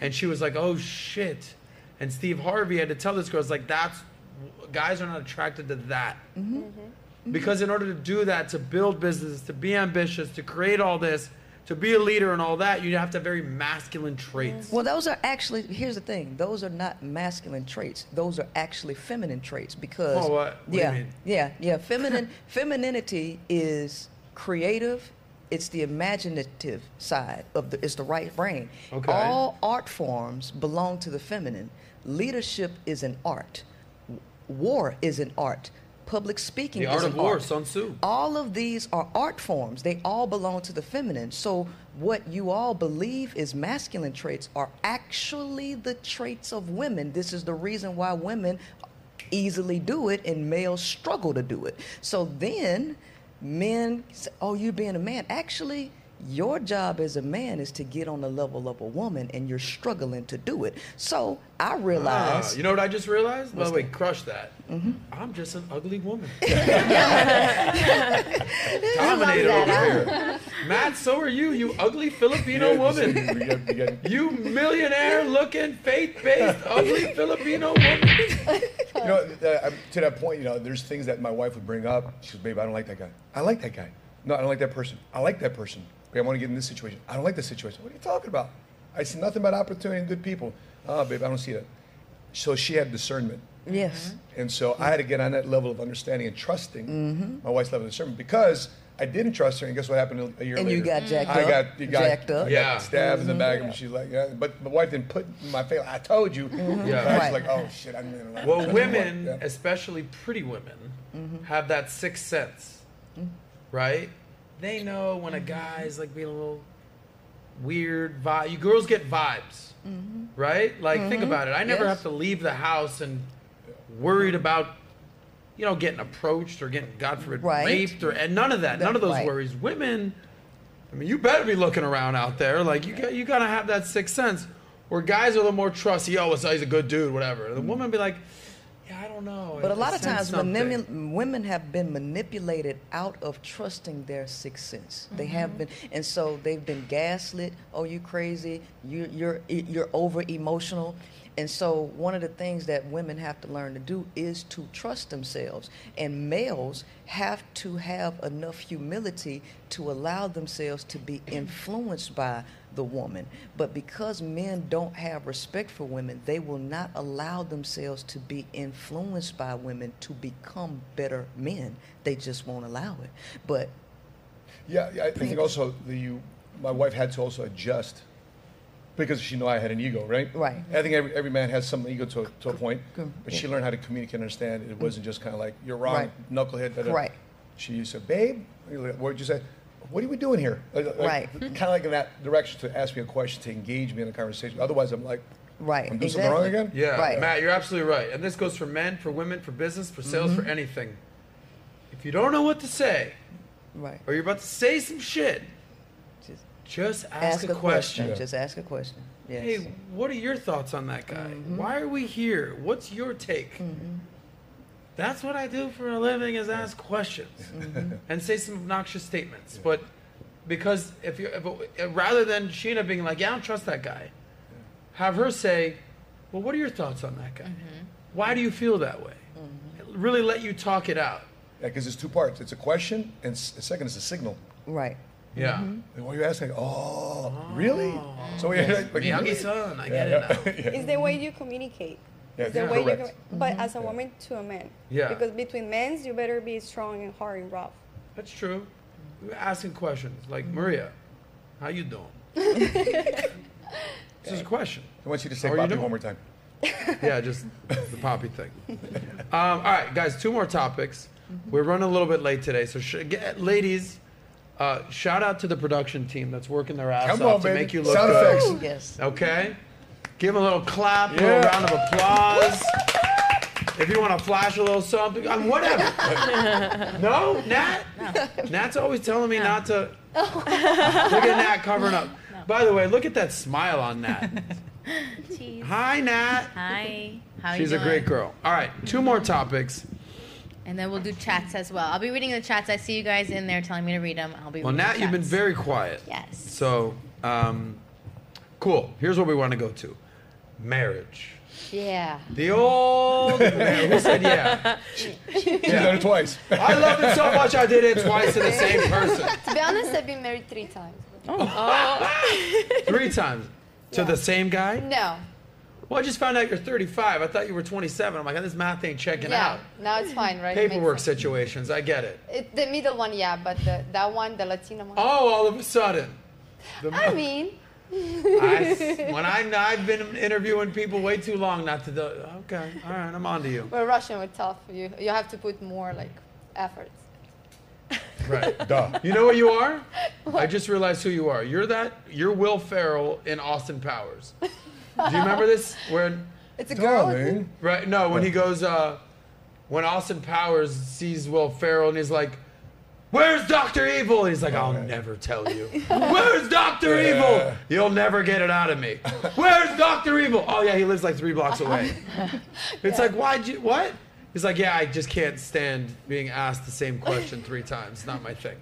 And she was like, "Oh shit!" And Steve Harvey had to tell this girl, "It's like that's guys are not attracted to that."
Mm-hmm.
Because in order to do that, to build businesses, to be ambitious, to create all this, to be a leader and all that, you have to have very masculine traits.
Well, those are actually. Here's the thing: those are not masculine traits. Those are actually feminine traits because.
Oh, what? What do you
yeah,
mean?
yeah, yeah. Feminine *laughs* femininity is creative. It's the imaginative side of the. It's the right brain.
Okay.
All art forms belong to the feminine. Leadership is an art. W- War is an art. Public speaking
The
is
art
an
of war,
art.
Sun Tzu.
All of these are art forms. They all belong to the feminine. So what you all believe is masculine traits are actually the traits of women. This is the reason why women easily do it and males struggle to do it. So then men say, "Oh, you being a man, actually your job as a man is to get on the level of a woman and you're struggling to do it." So I
Ah,
realized
you know what I just realized? By
What's
the way,
that?
crush that.
Mm-hmm.
I'm just an ugly
*laughs*
woman. Dominator
I love
over
that. *laughs*
here. Matt, so are you, you ugly Filipino woman. You millionaire looking, faith based,
*laughs*
ugly Filipino woman.
you know, uh, I'm- to that point, you know, there's things that my wife would bring up. She goes, "Babe, I don't like that guy. I like that guy. No, I don't like that person. I like that person. Okay, I want to get in this situation. I don't like this situation. What are you talking about? I see nothing but opportunity and good people. Oh, babe, I don't see that. So she had discernment,
yes.
and so I had to get on that level of understanding and trusting
Mhm.
my wife's level of discernment because I didn't trust her, and guess what happened a year
And
later?
you got jacked
I
up,
Got, you got
jacked up.
I got
Yeah.
stabbed in
Mhm.
the back, and she's like, yeah. But my wife didn't put it in my face. I told you.
Mm-hmm.
Yeah.
And I was
Right.
like, oh shit, I didn't. realize
Well,
that."
women, especially pretty women, have that sixth sense, right? They know when a guy's like being a little weird vibe. You girls get vibes, right? Like, think
Mhm.
about it. I never
Yes. Mm-hmm.
have to leave the house and worried about, you know, getting approached or getting, God forbid,
Right.
raped or and none of that. None of those
Right.
worries. Women, I mean, you better be looking around out there. Like you, got, you gotta have that sixth sense. Where guys are a little more trusty. Oh, it's- he's a good dude, whatever. The woman be like, yeah, I don't know.
Mm-hmm. But
I-
a lot
I
of
sense
times,
Oh, something.
manip- women have been manipulated out of trusting their sixth sense. They have been, and so they've been gaslit. Oh, you crazy! You, you're you're over emotional. And so, one of the things that women have to learn to do is to trust themselves. And males have to have enough humility to allow themselves to be influenced by the woman. But because men don't have respect for women, they will not allow themselves to be influenced by women to become better men. They just won't allow it. But
Yeah, yeah, I I think also the you, my wife had to also adjust because she knew I had an ego, right?
Right.
I think every, every man has some ego to, a- to a point,
Good.
but she learned how to communicate and understand. It wasn't just kind of like, you're wrong,
Right.
knucklehead. da-da.
Right.
She used to, babe, what'd you say? What are we doing here? *laughs*
Right.
Kind of like in that direction to ask me a question, to engage me in a conversation. Otherwise, I'm like,
Right.
I'm doing something wrong again?
Yeah, Matt, you're absolutely right. And this goes for men, for women, for business, for sales, for anything. If you don't know what to say,
right,
or you're about to say some shit,
just,
ask, a, question.
Just ask a question. Yes.
Hey, what are your thoughts on that guy? Why are we here? What's your take? That's what I do for a living is ask questions and say some obnoxious statements. But because if you if, rather than Sheena being like, "Yeah, I don't trust that guy," have her say, "Well, what are your thoughts on that guy?
Mm-hmm.
Why do you feel that way?" Really let you talk it out.
Yeah, because it's two parts. It's a question, and s- second, it's a signal.
Right.
Yeah.
And what you're asking, oh, really? So we
Yes.
like, like,
Miyagi-san,
really?
I
Yeah,
get
*laughs* yeah.
it now.
It's the way you communicate.
Yeah,
it's the
yeah.
way you
Correct.
commu- but as a woman to a man.
Yeah.
Because between men's you better be strong and hard and rough.
That's true. We're asking questions like Maria, how you doing? this is a question.
I want you to say
How are Oh, you
Bobby
doing?
one more time.
yeah, just the poppy thing. Um, all right, guys, two more topics. We're running a little bit late today, so sh- get, ladies, uh, shout out to the production team that's working their ass
Come
off
on,
to
baby.
make you look
Sound
good.
effects.
Yes.
Okay, give them a little clap, a little
Yeah.
round of applause. If you want to flash a little something, um,
*laughs*
whatever. no, Nat. Nat's always telling me not to. Look at Nat covering up. By the way, look at that smile on Nat.
Tease.
Hi, Nat.
*laughs* Hi. How you
She's a
doing?
great girl. All right, two more topics.
And then we'll do chats as well. I'll be reading the chats. I see you guys in there telling me to read them. I'll be
Well,
reading
Nat,
the
you've been
chats.
very quiet.
Yes.
So, um, cool. Here's what we want to go to marriage.
Yeah.
The
*laughs*
old man who said yeah.
She's
*laughs*
done it twice.
I love it so much I did it twice to the same person. Oh.
to be honest, I've been married three times.
Oh.
*laughs* Oh.
Three times. To the same guy?
No.
Well, I just found out you're 35. I thought you were 27. I'm like, this math ain't checking
yeah.
out.
Now it's fine, right? It makes
Paperwork situations, I get it.
sense. It, the middle one, yeah, but the, that one, the Latina one.
Oh, all of a sudden. The- *laughs*
I mean.
I
*laughs*
s- when I, I've been interviewing people way too long not to do. Okay, all right, I'm on to you.
Well, Russian was tough. You you have to put more like efforts.
Right. Duh. You know what you are?
*laughs*
I just realized who you are. You're that. You're Will Ferrell in Austin Powers. Do you remember this? When
it's a
girl.
Right. No. When he goes. uh When Austin Powers sees Will Ferrell and he's like. Where's Doctor Evil? And he's like, I'll never tell you. Where's Doctor Evil? You'll never get it out of me. Where's Doctor Evil? Oh yeah, he lives like three blocks away. It's like, why'd you what? He's like, yeah, I just can't stand being asked the same question three times. It's not my thing.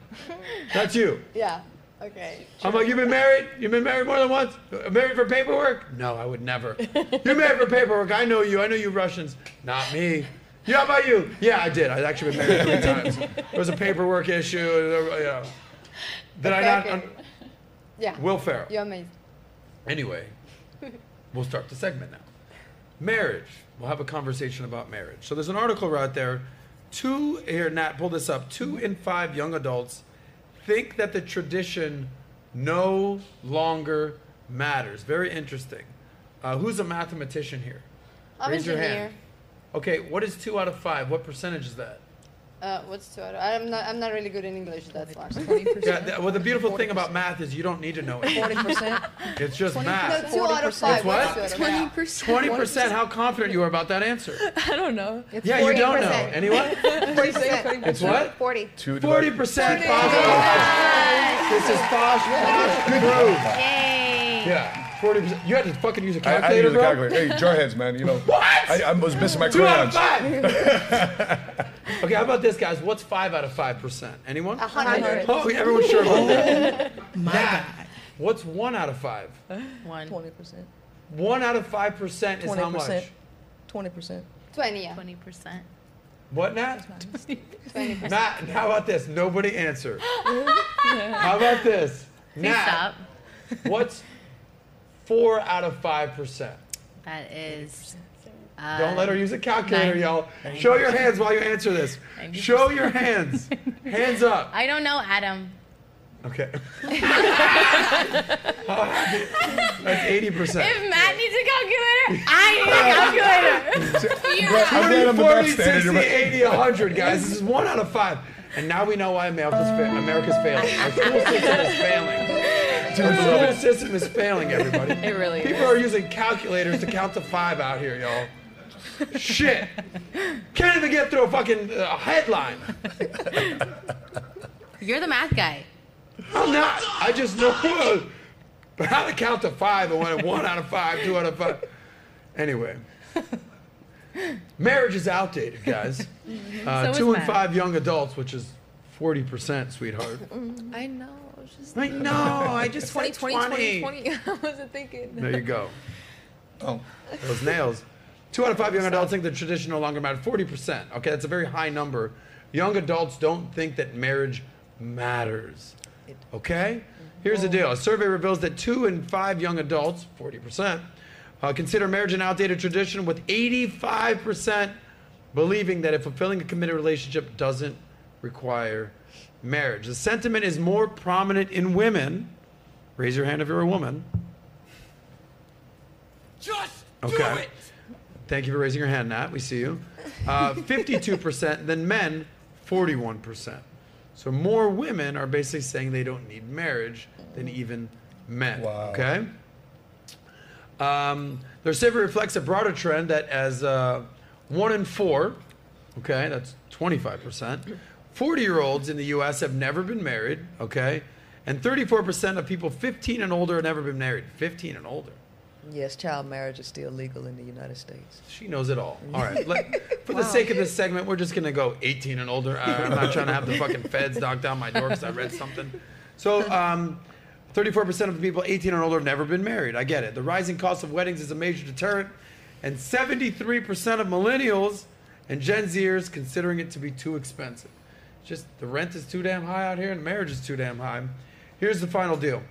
That's you.
Yeah. Okay.
I'm like, you've been married? You've been married more than once? Uh, Married for paperwork? No, I would never. You're married for paperwork. I know you. I know you Russians. Not me. Yeah, how about you? Yeah, I did. I've actually been married three
*laughs*
times. There was a paperwork issue. uh, Yeah. Did I
Okay,
not?
okay. *laughs* Yeah.
Will Ferrell.
You're amazing. *laughs*
Anyway, we'll start the segment now. Marriage. We'll have a conversation about marriage. So there's an article right there. Two here, Nat, pull this up. Two in five young adults think that the tradition no longer matters. Very interesting. Uh, who's a mathematician here?
I'm
Raise your
engineer.
hand. Okay, what is two out of five? What percentage is that?
Uh, what's two? other- I'm not. I'm not really good in English. That's why.
Yeah, th- well, the beautiful thing about math is you don't need to know
*laughs*
it.
40%?
It's just math.
No, two out of five.
It's what?
What's two out of five?
20%. How confident you are about that answer?
I don't know.
Yeah, you don't know. Anyone?
*laughs*
It's what?
40.
Two
Forty percent positive. This is Fosh.
*laughs*
Good move.
Yay.
Yeah, forty percent. You had to fucking use a
I, I
calculator,
use a
bro.
calculator. Hey, jarheads, man.
*laughs*
You know. what? I, I was missing my
Two out
crayons.
of five. okay, how about this, guys? What's five out of five percent? Anyone?
A hundred.
Oh, yeah, everyone's sure about that. My God. What's one out of five?
One.
20%.
One out of five percent is how much?
20%. 20%.
20. Yeah.
20%.
What, Nat?
20%.
*laughs*
Nat, how about this? Nobody answer. How about this?
Please
Nat,
stop.
what's four out of five percent?
That is. Uh,
Don't let her use a calculator,
nine-
y'all.
nine
Show your
percent.
hands while you answer this.
Ninety
Show your hands. hands up.
I don't know, Adam. *laughs*
Okay. That's eighty percent.
If Matt needs a
*laughs*
calculator, I need a calculator.
I'm
glad I'm the
40, 60,
backstander, but-
80, 100, guys. This is one out of five. And now we know why America's, fa- America's failing. Our school system is failing.
Dude,
Our
I
school
love it.
system is failing,
*laughs*
everybody.
It really
People
is.
are using calculators to count to five out here, y'all. Shit. Can't even get through a fucking uh, headline.
You're the math guy.
I'm not. I just know *laughs* how to count to five and when one out of five, two out of five. Anyway, marriage is
*laughs*
outdated, guys. Uh,
So
two
is
and
mine.
five young adults, which is 40%, sweetheart.
I know. I was just
I know, I just
said
20, 20.
20, 20. *laughs* I wasn't thinking.
*laughs* There you go. Oh, those nails. Two out of five young adults think that tradition no longer matters. 40%. Okay, that's a very high number. Young adults don't think that marriage matters. Okay? Here's the deal a survey reveals that two in five young adults, 40%, uh, consider marriage an outdated tradition, with 85% believing that if fulfilling a committed relationship doesn't require marriage. The sentiment is more prominent in women. Raise your hand if you're a woman.
Just
Okay. Thank you for raising your hand, Nat. We see you. Uh, 52% than men, 41%. So more women are basically saying they don't need marriage than even men. Wow. Okay? Um, their survey reflects a broader trend that as uh, one in four, okay, that's 25%, 40 year olds in the US have never been married, okay, and 34% of people 15 and older have never been married. 15 and older.
Yes, child marriage is still legal in the United States.
She knows it all. All right. Let, for the sake of this segment, we're just going to go 18 and older. I, I'm not trying to have the fucking feds knock down my door because I read something. So, um, 34% of people 18 and older have never been married. I get it. The rising cost of weddings is a major deterrent. And 73% of millennials and Gen Zers considering it to be too expensive. Just the rent is too damn high out here and marriage is too damn high. Here's the final deal.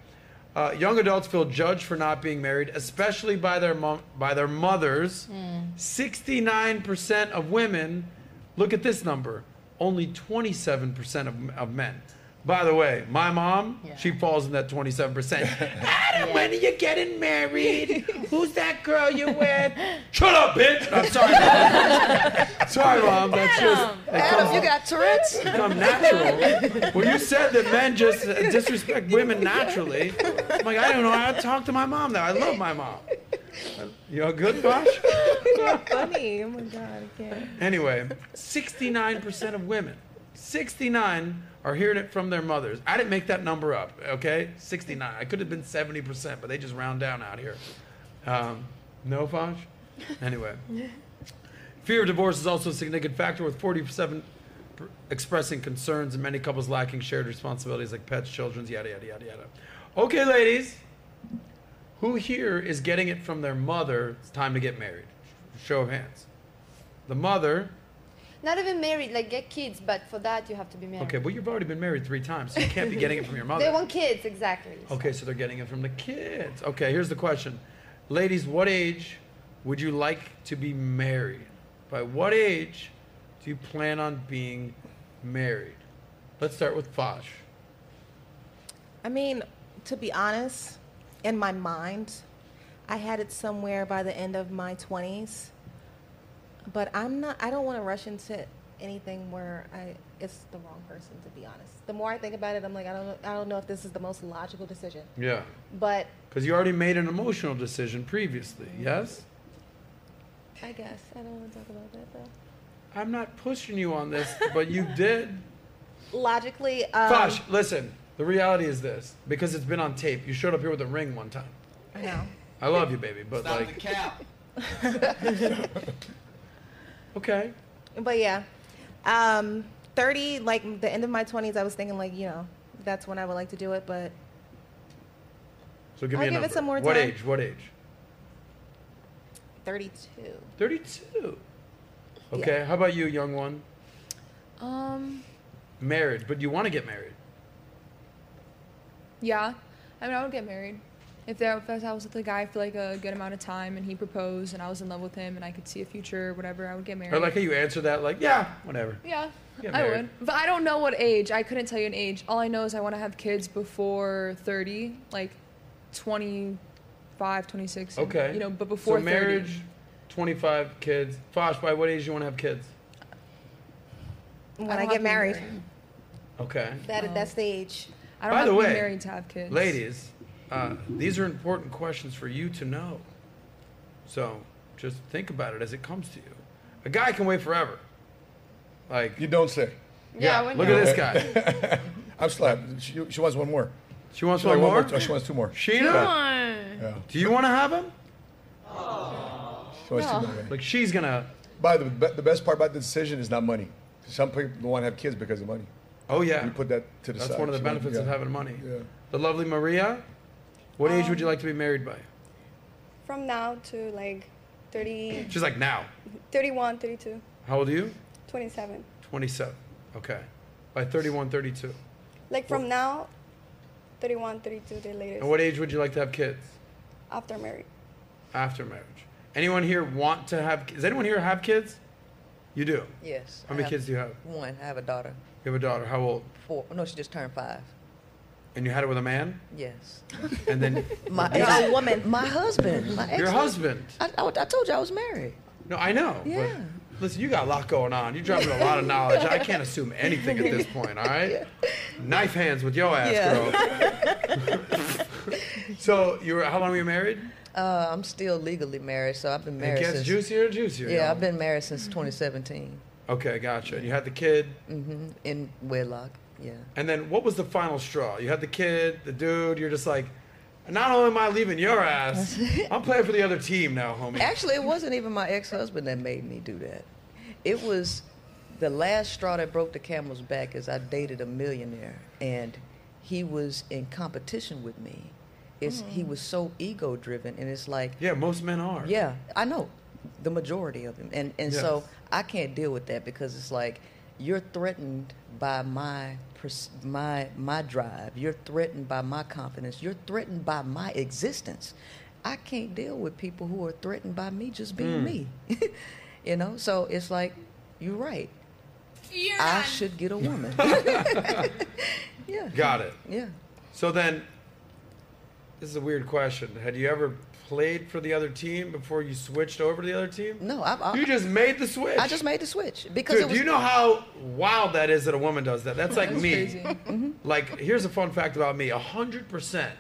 Uh, young adults feel judged for not being married, especially by their mom- by their mothers. Sixty-nine percent of women. Look at this number. Only twenty-seven percent of of men. By the way, my mom, she falls in that twenty-seven percent. Adam, when are you getting
*laughs*
married? Who's that girl you with? Shut up, bitch! I'm sorry.
*laughs*
Mom. sorry, mom. That's just. it comes-
Adam, you got Tourette's?
become
*laughs*
natural. well, you said that men just disrespect women naturally. I'm like, I don't know. I talk to my mom now. I love my mom. You all good, Bosh?
funny. Oh my god, I can't.
Anyway, 69% of women, 69 are hearing it from their mothers. I didn't make that number up, okay? 69. I could have been 70%, but they just round down out here. Um, no, Fosh? Anyway. Fear of divorce is also a significant factor, with 47 per- expressing concerns and many couples lacking shared responsibilities like pets, children, yada, yada, yada, yada. Okay, ladies, who here is getting it from their mother? It's time to get married. Show of hands. The mother.
Not even married, like get kids, but for that you have to be married.
Okay, well, you've already been married three times, so you can't be getting it
*laughs*
from your
They
mother.
want kids, exactly.
Okay, so they're getting it from the kids. Okay, here's the question. Ladies, what age would you like to be married? By what age do you plan on being married? Let's start with Fosh.
I mean, to be honest, in my mind, I had it somewhere by the end of my 20s. But I'm not, I don't want to rush into anything where I, it's the wrong person, to be honest. The more I think about it, I'm like, I don't know, I don't know if this is the most logical decision.
Yeah.
But
Because you already made an emotional decision previously, yes?
I guess I don't want to talk about that though.
I'm not pushing you on this, but you did.
Logically, um,
Fosh, listen, the reality is this because it's been on tape, you showed up here with a ring one time.
I know.
I love you, baby, but
Stop
like.
the
*laughs* Okay.
But yeah, um, 30, like the end of my 20s, I was thinking like, you know, that's when I would like to do it. But
So give me
I'll
a
give it
number.
some more
what
time.
age? What age?
32.
32. Okay. How about you, young one?
Um,
Marriage, but you want to get married.
yeah. I mean, I would get married. if, that, if I was with a guy for like a good amount of time and he proposed and I was in love with him and I could see a future or whatever, I would get married.
I like how you answer that like, yeah, whatever.
Yeah,
Get
I
married.
would. But I don't know what age. I couldn't tell you an age. All I know is I want to have kids before 30, like 25, 26. and-
Okay.
You know, but before
so
30.
marriage, 25 kids. Fosh, by what age do you want to have kids?
When I get married,
Okay.
that that's the age.
I
By the way,
Ladies.
ladies, uh, these are important questions for you to know. So just think about it as it comes to you. A guy can wait forever. Like
you don't say.
Yeah,
Yeah, I
look at
wouldn't
this
know.
guy.
*laughs* I'm slapped. She, she wants one more.
She wants
like
one more?
oh, she wants two more.
Sheena?
Yeah.
Do you want to have him?
She wants
No.
two more.
Like she's gonna.
By the be- the best part about the decision is not money. Some people want to have kids because of money.
Oh yeah.
You put that to the
That's
side.
one of the
She wants-
benefits of
yeah.
having money. The lovely Maria, what age would you like to be married by?
From now to like 30,
She's like now.
31, 32,
How old are you?
27.
27. Okay. By 31, 32.
Like from now, 31, 32, the latest.
And what age would you like to have kids?
After marriage.
After marriage. Anyone here want to have Does anyone here have kids? You do.
Yes.
How
I
many
have
kids do you have?
One. I have a daughter.
You have a daughter. How old?
Four. No, she just turned five.
And you had it with a man?
Yes.
And then
My
You
ex-
know-
My husband. My
Your
ex-
husband.
I, I, I told you I was married.
No, I know. but
Yeah.
listen, you got a lot going on. You're dropping a lot of knowledge. I can't assume anything at this point, all right? Knife hands with your ass, girl. so you were how long were you married?
*laughs* Uh, I'm still legally married, so I've been
It
married.
gets
since,
juicier and juicier.
Yeah,
y'all.
I've been married since 2017
Okay, gotcha. You had the kid.
hmm in wedlock. Yeah.
And then what was the final straw? You had the kid, the dude, you're just like, not only am I leaving your
*laughs*
ass, I'm playing for the other team now, homie.
Actually, it wasn't even my ex-husband that made me do that. It was the last straw that broke the camel's back is I dated a millionaire and he was in competition with me. It's he was so ego driven and it's like
Yeah, most men are.
Yeah, I know the majority of them. And and so
Yes.
I can't deal with that because it's like you're threatened by my pers- my my drive. You're threatened by my confidence. You're threatened by my existence. I can't deal with people who are threatened by me just being
Hmm.
Mm.
me. *laughs* you know? So it's like you're right. I should get a
*laughs*
woman. yeah.
Got it.
Yeah.
So then, this is a weird question. Had you ever played for the other team before you switched over to the other team?
No, I've, I-
You just made the switch.
I just made the switch because
Dude,
it was
do you know how wild that is that a woman does that?
*laughs*
That's like me.
Mm-hmm.
Like, here's a fun fact about me: hundred percent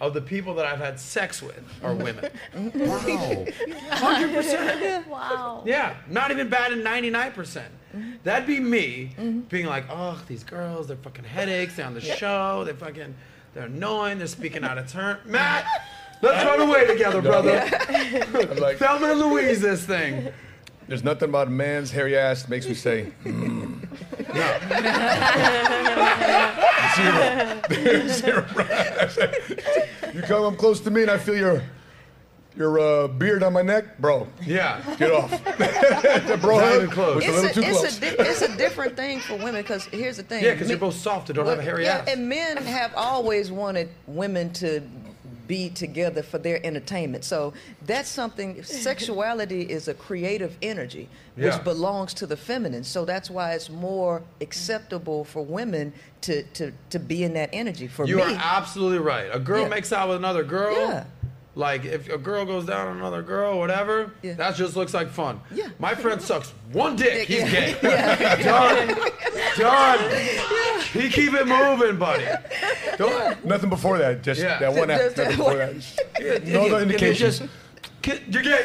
of the people that I've had sex with are women. *laughs*
*laughs*
wow. 100%.
Wow.
*laughs* Yeah, not even bad in 99%. percent That'd be me being like, oh, these girls, they're fucking headaches, they're on the show, they're fucking, they're annoying, they're speaking out of turn. Matt, let's run away together, brother.
*laughs* I'm like,
Thelma and Louise, this thing.
*laughs* There's nothing about a man's hairy ass that makes me say, mm. *laughs* Zero pride. you come up close to me and I feel your your uh, beard on my neck, bro.
Yeah.
Get off. *laughs* that bro hug was a little
It's
too
a, it's,
close.
a di- it's a different thing for women because here's the thing.
Yeah, because you're
men-
both soft and don't have a hairy
yeah,
ass.
And men have always wanted women to be together for their entertainment. So that's something, sexuality is a creative energy, which
Yeah.
belongs to the feminine. So that's why it's more acceptable for women to, to, to be in that energy. For
you
me, *laughs*
are absolutely right. A girl
Yeah.
makes out with another girl. Like if a girl goes down on another girl, whatever, that just looks like fun. Yeah. My friend sucks one dick. He's *laughs* gay. Done. Done. He keep it moving, buddy. *laughs* Don't.
Nothing before that. Just
Yeah.
that one
Just
act.
that
Nothing before
one.
that.
Yeah,
No
yeah,
other indication.
just- Kid, you're gay.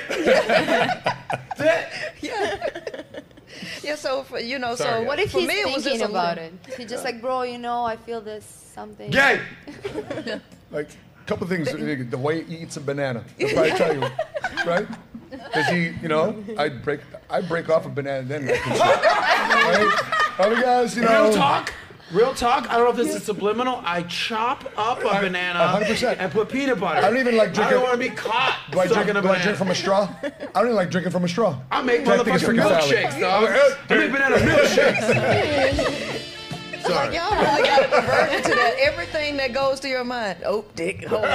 Yeah, so for, you know,
so
so
what if
for
he's
me, it was
thinking
just a
about
little-
it? He's just like, bro, you know, I feel this something.
Gay. Like, a couple
*laughs*
things. The way he eats a banana. They'll probably tell you, right? Because he, you know, I break, I break off a banana then. I can see. right? Other guys, you know.
Real talk. Real talk. I don't know if this is subliminal. I chop up a banana
100%.
and put peanut butter.
I don't even like
I
drinking-
don't want to be caught
Do I,
sucking
drink,
a
do I
banana.
drink from a straw? I don't even like drinking from a straw.
I make
That thing is
motherfucking
freaking
milkshakes,
valid.
dog.
*laughs*
I make banana milkshakes. Sorry.
Like y'all really got a perversion to that. Everything that goes to your mind. Oh, dick. Hold *laughs* on.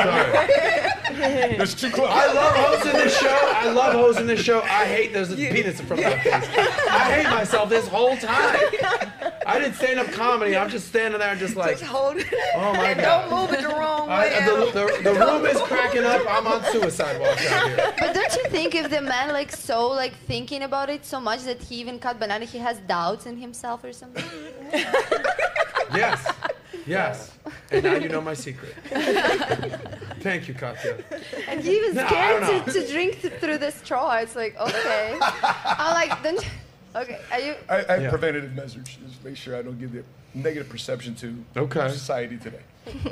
That's too close. I love hosting this show. I love hosting this show. I hate there's a penis in front of my face. I hate myself this whole
*laughs*
time. I did stand up comedy. I'm just standing there, just like,
Hold it.
oh
*laughs*
my
and
god.
*laughs* Don't move it the wrong
I-
way.
the, the- the room is cracking up. I'm on suicide watch *laughs* out here.
*laughs* But don't you think if the man like so like thinking about it so much that he even cut banana, he has doubts in himself or something?
Yes. Yes. And now you know my secret. Thank you, Katya.
And he was
No, I
scared
don't
to,
know.
to drink th- through the straw. It's like okay. I'm like don't. You, okay, are you?
I, I have
Yeah.
preventative measures just make sure I don't give the negative perception to
Okay.
society today.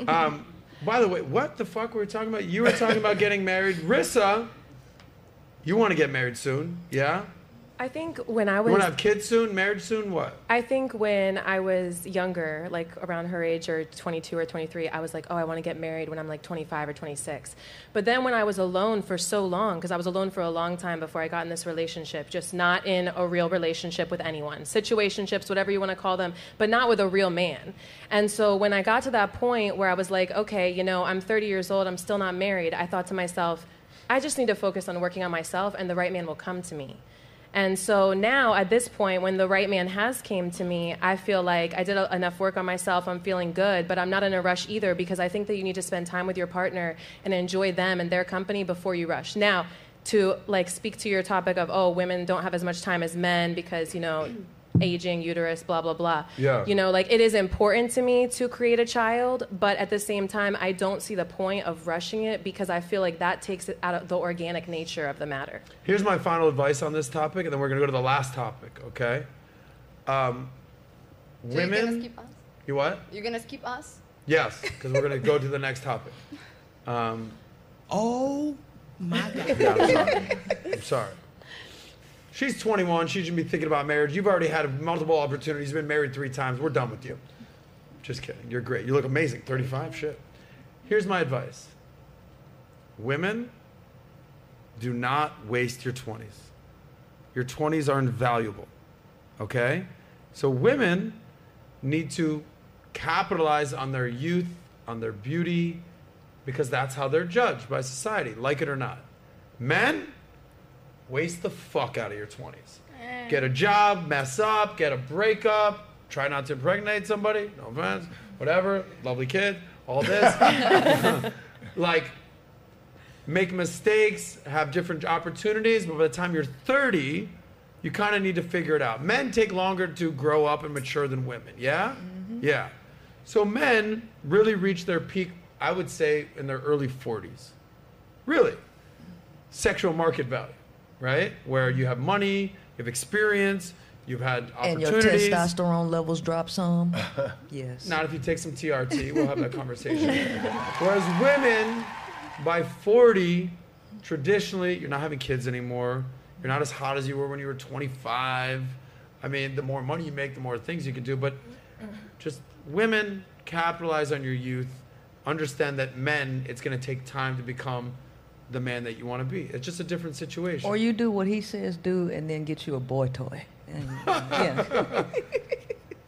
Um, by the way, what the fuck were we talking about? You were talking about getting married. Rissa, you want to get married soon, yeah?
I think when I
You
was
want to have kids soon, marriage soon, what?
I think when I was younger, like around her age or 22 or 23, I was like, oh, I want to get married when I'm like 25 or 26. But then when I was alone for so long, because I was alone for a long time before I got in this relationship, just not in a real relationship with anyone, situationships, whatever you want to call them, but not with a real man. And so when I got to that point where I was like, okay, you know, I'm 30 years old, I'm still not married, I thought to myself, I just need to focus on working on myself and the right man will come to me. And so now at this point, when the right man has came to me, I feel like I did a, enough work on myself. I'm feeling good, but I'm not in a rush either because I think that you need to spend time with your partner and enjoy them and their company before you rush. Now, to like speak to your topic of oh, women don't have as much time as men because you know *clears throat* aging, uterus, blah blah blah.
Yeah.
You know, like it is important to me to create a child, but at the same time, I don't see the point of rushing it because I feel like that takes it out of the organic nature of the matter.
Here's my final advice on this topic, and then we're going to go to the last topic, okay? Um,
So You're gonna
women.
skip us.
You what?
You're gonna skip us.
Yes, because we're going to go to the next topic. Um,
oh
my God. I'm sorry. I'm sorry. She's 21. She shouldn't be thinking about marriage. You've already had multiple opportunities. You've been married three times. We're done with you. Just kidding. You're great. You look amazing. 35. Shit. Here's my advice Women, do not waste your 20s. Your 20s are invaluable. Okay? So, women need to capitalize on their youth, on their beauty, because that's how they're judged by society, like it or not. Men, waste the fuck out of your 20s. Get a job, mess up, get a breakup, try not to impregnate somebody, no offense, whatever, lovely kid, all this. like, make mistakes, have different opportunities, but by the time you're 30, you kind of need to figure it out. Men take longer to grow up and mature than women, yeah?
Mm-hmm.
Yeah. So men really reach their peak, I would say, in their early 40s. Really. Sexual market value, right? Where you have money, you have experience, you've had
And your
opportunities.
testosterone levels
*laughs*
drop some. yes.
Not if you take some TRT. We'll have that
*laughs*
conversation. Whereas women, by 40, traditionally, you're not having kids anymore. You're not as hot as you were when you were 25. I mean, the more money you make, the more things you can do. But just women, capitalize on your youth. Understand that men, it's going to take time to become the man that you want to be. It's just a different situation.
Or
*laughs*
you do what he says do and then get you a boy toy. And, yeah.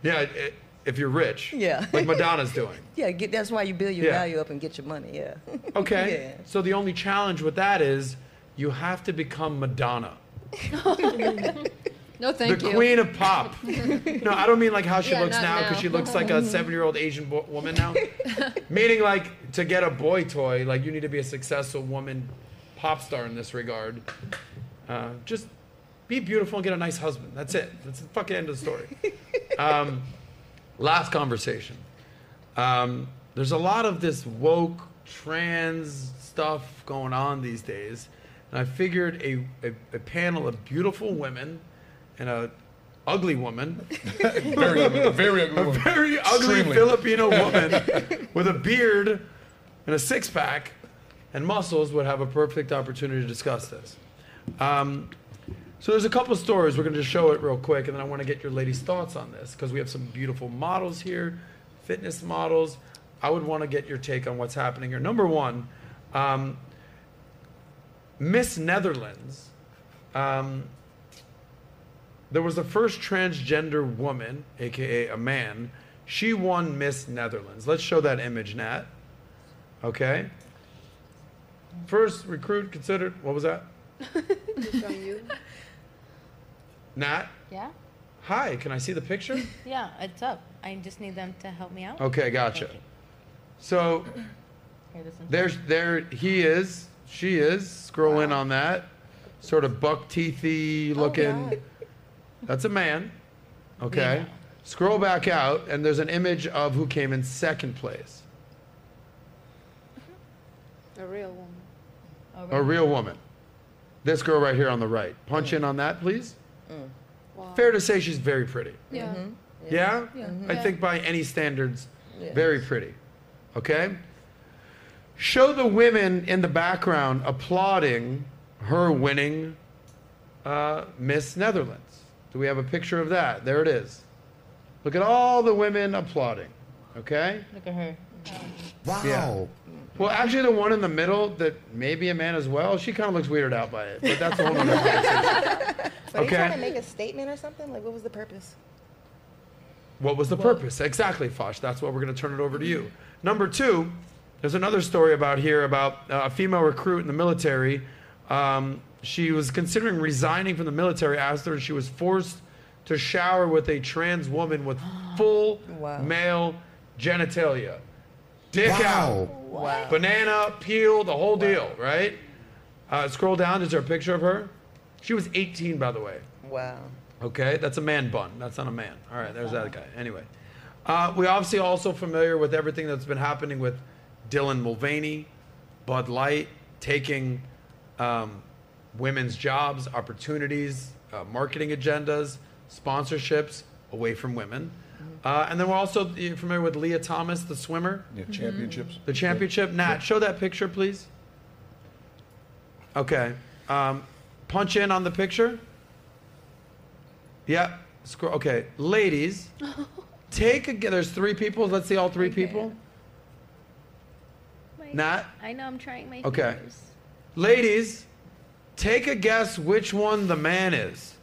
yeah, i- if you're rich.
Yeah.
Like Madonna's doing.
Yeah, get, that's why you build your
Yeah.
value up and get your money. Yeah. *laughs*
Okay. So the only challenge with that is you have to become Madonna,
No, thank
the
you.
queen of pop.
*laughs*
No, I don't mean like how she
Yeah,
looks
not
now because
now.
she looks like a
Mhm.
seven-year-old Asian bo- woman
*laughs*
now. Meaning like to get a boy toy, like you need to be a successful woman pop star in this regard. Uh, just be beautiful and get a nice husband. That's it. That's the fucking end of the
*laughs*
story. Um, last conversation. Um, there's a lot of this woke trans stuff going on these days, and I figured a, a, a panel of beautiful women and a ugly woman,
*laughs* Very ugly- very
*laughs*
ugly
a
woman.
very ugly
Extremely.
Filipino
*laughs*
woman with a beard and a six pack and muscles would have a perfect opportunity to discuss this. Um, so there's a couple of stories. We're going to just show it real quick, and then I want to get your ladies' thoughts on this because we have some beautiful models here, fitness models. I would want to get your take on what's happening here. Number one, um, Miss Netherlands. Um, there was the first transgender woman, aka a man. She won Miss Netherlands. Let's show that image, Nat. Okay. First recruit considered. What was that? Nat.
Yeah?
Hi. Can I see the *laughs* picture?
Yeah, it's up. I just need them to help me out.
Okay. Gotcha. So
Here, this one.
There's there he is, she is. Scroll in on that. Sort of buck teethy looking. That's a man. Okay. Scroll back out and there's an image of who came in second place.
A real woman.
A real woman. This girl right here on the right. Punch in on that, please. Mm.
Wow.
Fair to say she's very pretty.
Yeah. Mhm.
Mm-hmm. Yeah?
Yeah.
Mm-hmm.
I
Yeah.
think by any standards,
Yeah.
very pretty. Okay? Show the women in the background applauding her winning uh, Miss Netherlands. Do we have a picture of that? There it is. Look at all the women applauding. Okay?
Look at her.
Wow. Well, actually, the one in the middle that may be a man as well, she kind of looks weirded out by it, but that's a whole nother
Were you trying to
Okay.
make a statement or something? Like, what was the purpose?
What was the purpose? Exactly, Fosh. That's what we're going to turn it over to you. Number two, there's another story about here about uh, a female recruit in the military. Um, she was considering resigning from the military after she was forced to shower with a trans woman with full male genitalia. Dick out.
Wow.
Banana, peel, the whole deal, right? Uh, scroll down. Is there a picture of her? She was 18, by the way.
Wow.
Okay, that's a man bun. That's not a man. All right, there's that guy. Anyway, uh, we obviously also familiar with everything that's been happening with Dylan Mulvaney, Bud Light taking um, women's jobs, opportunities, uh, marketing agendas, sponsorships away from women. Uh, and then we're also you're familiar with Leah Thomas, the swimmer.
Yeah, championships.
The championship. Nat, show that picture, please. Okay. Um, punch in on the picture. Yeah. Scroll. Okay, ladies, take a. gu- There's three people. Let's see all three people. Nat.
I know I'm trying my
Okay.
fingers.
Ladies, take a guess which one the man is.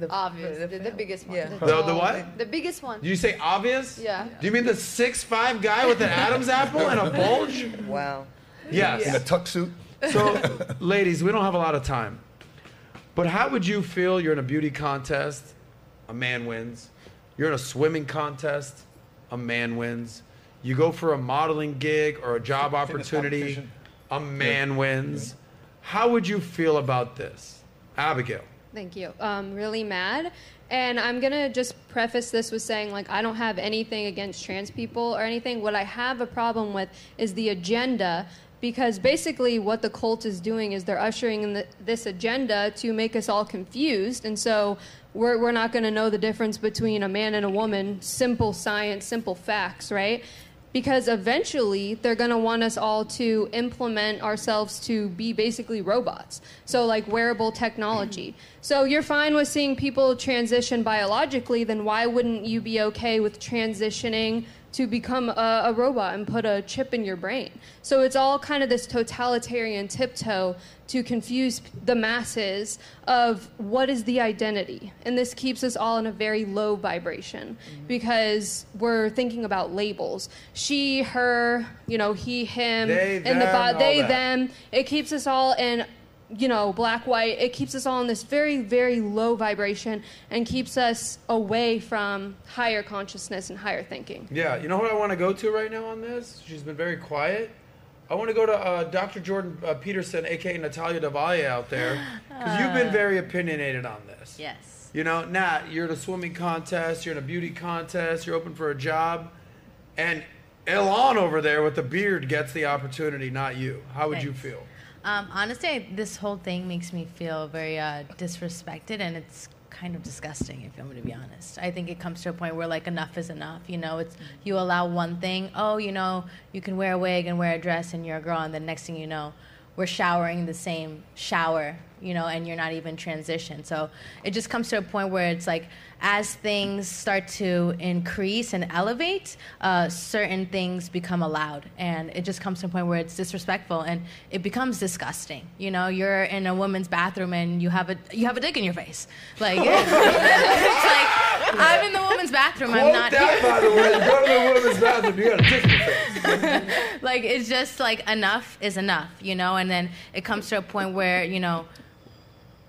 The, *laughs* Obvious, the, the biggest one.
The- The- the what?
The biggest one.
Do you say obvious?
Uh-huh. Yeah.
Do you mean the six five guy with an Adam's apple
*laughs*
and a bulge?
Wow.
Yes.
In a tuck suit.
So, ladies, we don't have a lot of time. But how would you feel you're in a beauty contest, a man wins. You're in a swimming contest, a man wins. You go for a modeling gig or a job opportunity,
competition.
a man wins. How would you feel about this? Abigail.
Thank you. Um, really mad. And I'm going to just preface this with saying, like, I don't have anything against trans people or anything. What I have a problem with is the agenda, because basically what the cult is doing is they're ushering in the, this agenda to make us all confused. And so we're, we're not going to know the difference between a man and a woman. Simple science, simple facts, right? because eventually they're going to want us all to implement ourselves to be basically robots. So, like wearable technology. So, you're fine with seeing people transition biologically, then why wouldn't you be okay with transitioning to become a, a robot and put a chip in your brain? So, it's all kind of this totalitarian tiptoe to confuse p- the masses of what is the identity. And this keeps us all in a very low vibration
Mm-hmm.
because we're thinking about labels. She, her, you know, he, him,
They,
and the
them,
bo-
all
they,
that.
them. It keeps us all in you know, black, white, it keeps us all in this very, very low vibration and keeps us away from higher consciousness and higher thinking.
Yeah, you know what I want to go to right now on this? She's been very quiet. I want to go to uh, Dr. Jordan uh, Peterson, aka Natalia Davalle, out there, because you've been very opinionated on this.
Yes.
You know, Nat, you're in a swimming contest, you're in a beauty contest, you're open for a job, and Elon over there with the beard gets the opportunity, not you. How would you
Thanks.
feel?
Um, honestly, I, this whole thing makes me feel very uh, disrespected, and it's kind of disgusting. If I'm going to be honest, I think it comes to a point where like enough is enough. You know, it's you allow one thing. Oh, you know, you can wear a wig and wear a dress, and you're a girl, and then next thing you know, we're showering in the same shower. You know, and you're not even transitioned. So it just comes to a point where it's like, as things start to increase and elevate, uh, certain things become allowed. And it just comes to a point where it's disrespectful and it becomes disgusting. You know, you're in a woman's bathroom and you have a you have a dick in your face. Like *laughs* it's like I'm in the woman's bathroom. I'm
Quote
not
that,
here.
by the way.
*laughs*
Go to the women's bathroom. You got a different face.
*laughs* like it's just like enough is enough, you know. And then it comes to a point where you know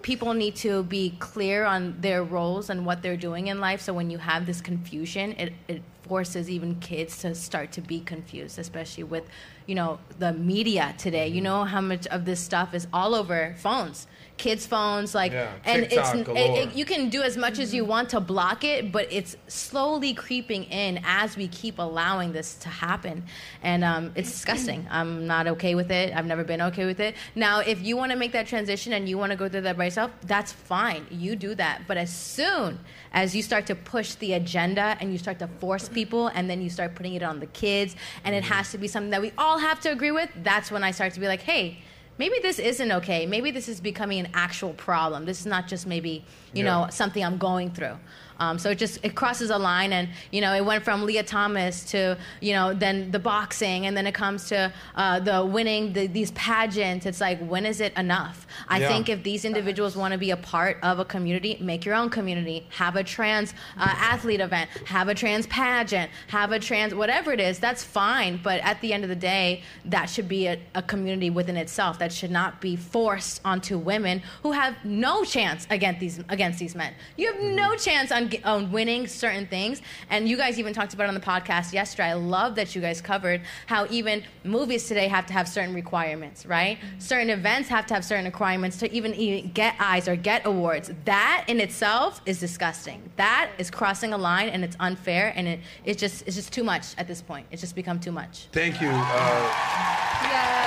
people need to be clear on their roles and what they're doing in life. So when you have this confusion, it it forces even kids to start to be confused, especially with you know the media today. You know how much of this stuff is all over phones. Kids' phones, like,
Yeah,
and it's
TikTok
it- it-
galore.
you can do as much as you want to block it, but it's slowly creeping in as we keep allowing this to happen. And um, it's disgusting. I'm not okay with it. I've never been okay with it. Now, if you want to make that transition and you want to go through that by yourself, that's fine. You do that. But as soon as you start to push the agenda and you start to force people and then you start putting it on the kids and it has to be something that we all have to agree with, that's when I start to be like, hey, maybe this isn't okay. Maybe this is becoming an actual problem. This is not just maybe,
Yeah.
you know, something I'm going through. Um, so it just it crosses a line, and you know it went from Leah Thomas to you know then the boxing, and then it comes to uh, the winning the, these pageants. It's like when is it enough? I
Yeah.
think if these individuals want to be a part of a community, make your own community. Have a trans uh, athlete event. Have a trans pageant. Have a trans whatever it is. That's fine. But at the end of the day, that should be a, a community within itself. That should not be forced onto women who have no chance against these against these men. You have no chance on, ge- on winning certain things. And you guys even talked about it on the podcast yesterday. I love that you guys covered how even movies today have to have certain requirements, right? Certain events have to have certain requirements to even, even get eyes or get awards. That in itself is disgusting. That is crossing a line and it's unfair and it, it's just it's just too much at this point. It's just become too much.
Thank you. Uh,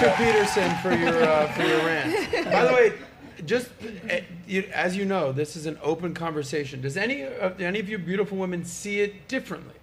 thank you, Dr. Peterson, for your uh, for your rant. By the way, just uh, you, as you know, this is an open conversation. Does any of any of you beautiful women see it differently?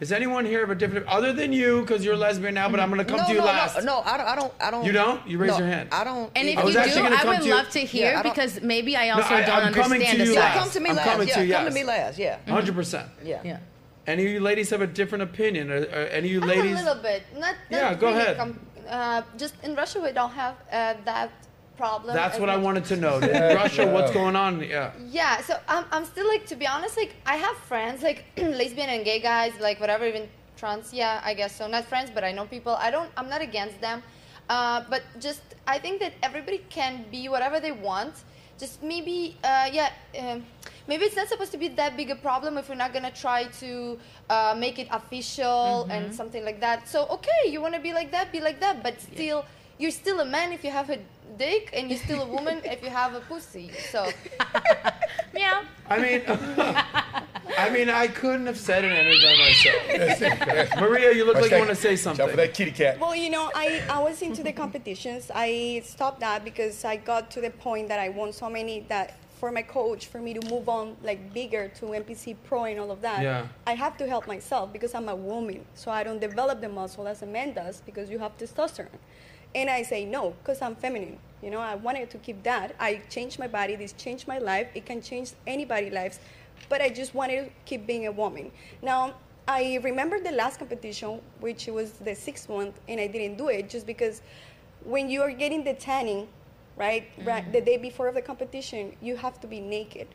Does anyone here have a different other than you because you're lesbian now? But I'm going to come
no,
to you
no,
last.
No, no, I don't. I don't. I don't
You don't? You raise
no,
your hand.
I don't.
And if
I
you
was
do,
actually gonna
I
come
would
to you-
love to hear
Yeah, I don't-
because maybe I
No,
also
I- *laughs*
don't
I'm coming
understand
to
Mm-hmm. the
you
side.
last.
Come to me
I'm
last.
coming
yeah,
to you,
Come
yes.
to me last. Yeah.
Hundred percent.
Mm-hmm.
Yeah. Yeah.
Any of you ladies have a different opinion? Or, or any of you
A
ladies?
little bit. Not, not
Yeah, go
really
ahead.
com- uh, just in Russia, we don't have uh, that problem.
That's
as
what I
much.
wanted to
*laughs*
know.
Yeah,
Russia,
yeah.
what's going on? Yeah.
Yeah, so I'm, I'm still like, to be honest, like, I have friends, like, *clears throat* lesbian and gay guys, like, whatever, even trans, yeah, I guess so. Not friends, but I know people. I don't, I'm not against them. Uh, but just, I think that everybody can be whatever they want. Just maybe, uh, yeah, um, maybe it's not supposed to be that big a problem if we're not gonna try to uh, make it official and
Mhm.
something like that. So, okay, you wanna be like that, be like that, but still. You're still a man if you have a dick, and you're still a woman if you have a pussy. So,
meow.
I mean, I mean, I couldn't have said it any better
*laughs*
myself. Maria, you look
Watch
like you
that-
want to say something.
for that kitty cat.
Well, you know, I, I was into the competitions. I stopped that because I got to the point that I won so many that for my coach, for me to move on like bigger to NPC Pro and all of that,
Yeah.
I have to help myself because I'm a woman. So I don't develop the muscle as a man does because you have testosterone. And I say no because I'm feminine. You know, I wanted to keep that. I changed my body. This changed my life. It can change anybody's lives. But I just wanted to keep being a woman. Now, I remember the last competition, which was the sixth one, and I didn't do it just because when you are getting the tanning, right, right the day before of the competition, you have to be naked.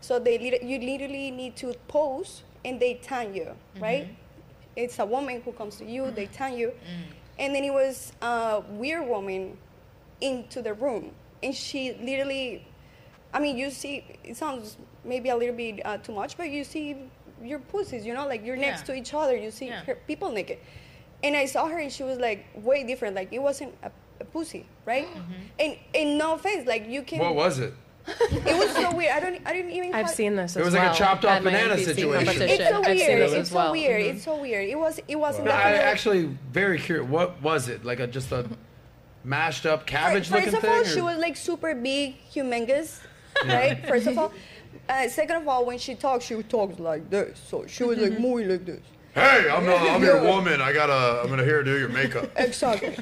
So they lit- you literally need to pose and they tan you,
Mm-hmm.
right?
Mm-hmm.
It's a woman who comes to you, they
Mm.
tan you. And then it was a weird woman into the room. And she literally, I mean, you see, it sounds maybe a little bit uh, too much, but you see your pussies, you know, like you're next
Yeah.
to each other, you see
Yeah.
her, people naked. And I saw her and she was like way different. Like it wasn't a, a pussy, right?
Mm-hmm.
And, and no offense, like you can.
What was it?
It was so weird. I don't. I didn't even.
I've
have-
seen this.
It
as
was like a
well
chopped-off
at my
banana
NPC
situation.
competition.
It's so
I've seen
weird.
this
It's
as
so
well.
weird.
Mm-hmm.
Mhm.
It's so weird. It was. It wasn't.
No, I
definitely-
actually very curious. What was it? Like a just a mashed up cabbage
First
looking
of
thing?
all,
or-
she was like super big, humongous,
Yeah.
right? First
*laughs*
of all. Uh, second of all, when she talks, she talks like this. So she was
Mm-hmm.
like moving like this.
Hey, I'm, uh, I'm
*laughs*
your woman. I gotta, I'm gonna here do your makeup.
Exactly.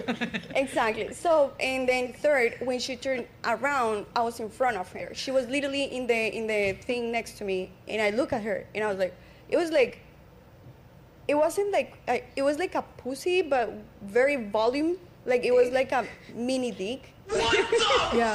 exactly. So, and then third, when she turned around, I was in front of her. She was literally in the in the thing next to me, and I look at her, and I was like, it was like, it wasn't like I, it was like a pussy, but very volume, Like it was like a mini dick.
Yeah.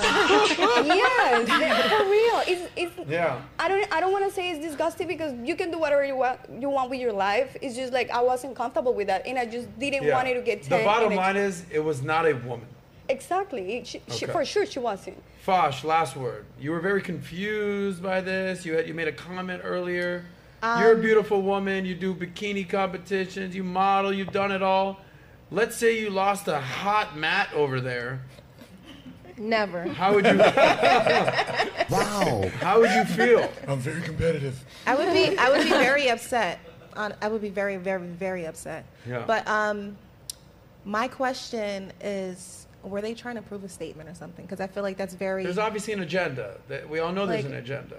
*laughs* yes, that- for real. It's, it's
Yeah.
I don't I don't want to say it's disgusting because you can do whatever you want you want with your life. It's just like I wasn't comfortable with that and I just didn't
Yeah.
want it to get
The
taken
bottom
and-
line is, it was not a woman.
Exactly. It- She, she,
Okay.
for sure she wasn't.
Fosh, last word. You were very confused by this. You had you made a comment earlier.
Um,
You're a beautiful woman. You do bikini competitions. You model. You've done it all. Let's say you lost a hot mat over there.
Never.
How
*laughs*
would you? wow. How would you feel?
I'm very competitive.
I would be I would be very upset. On, I would be very very very upset.
Yeah.
But um, my question is, were they trying to prove a statement or something? Because I feel like that's very.
There's obviously an agenda. That we all know there's
Like-
an agenda.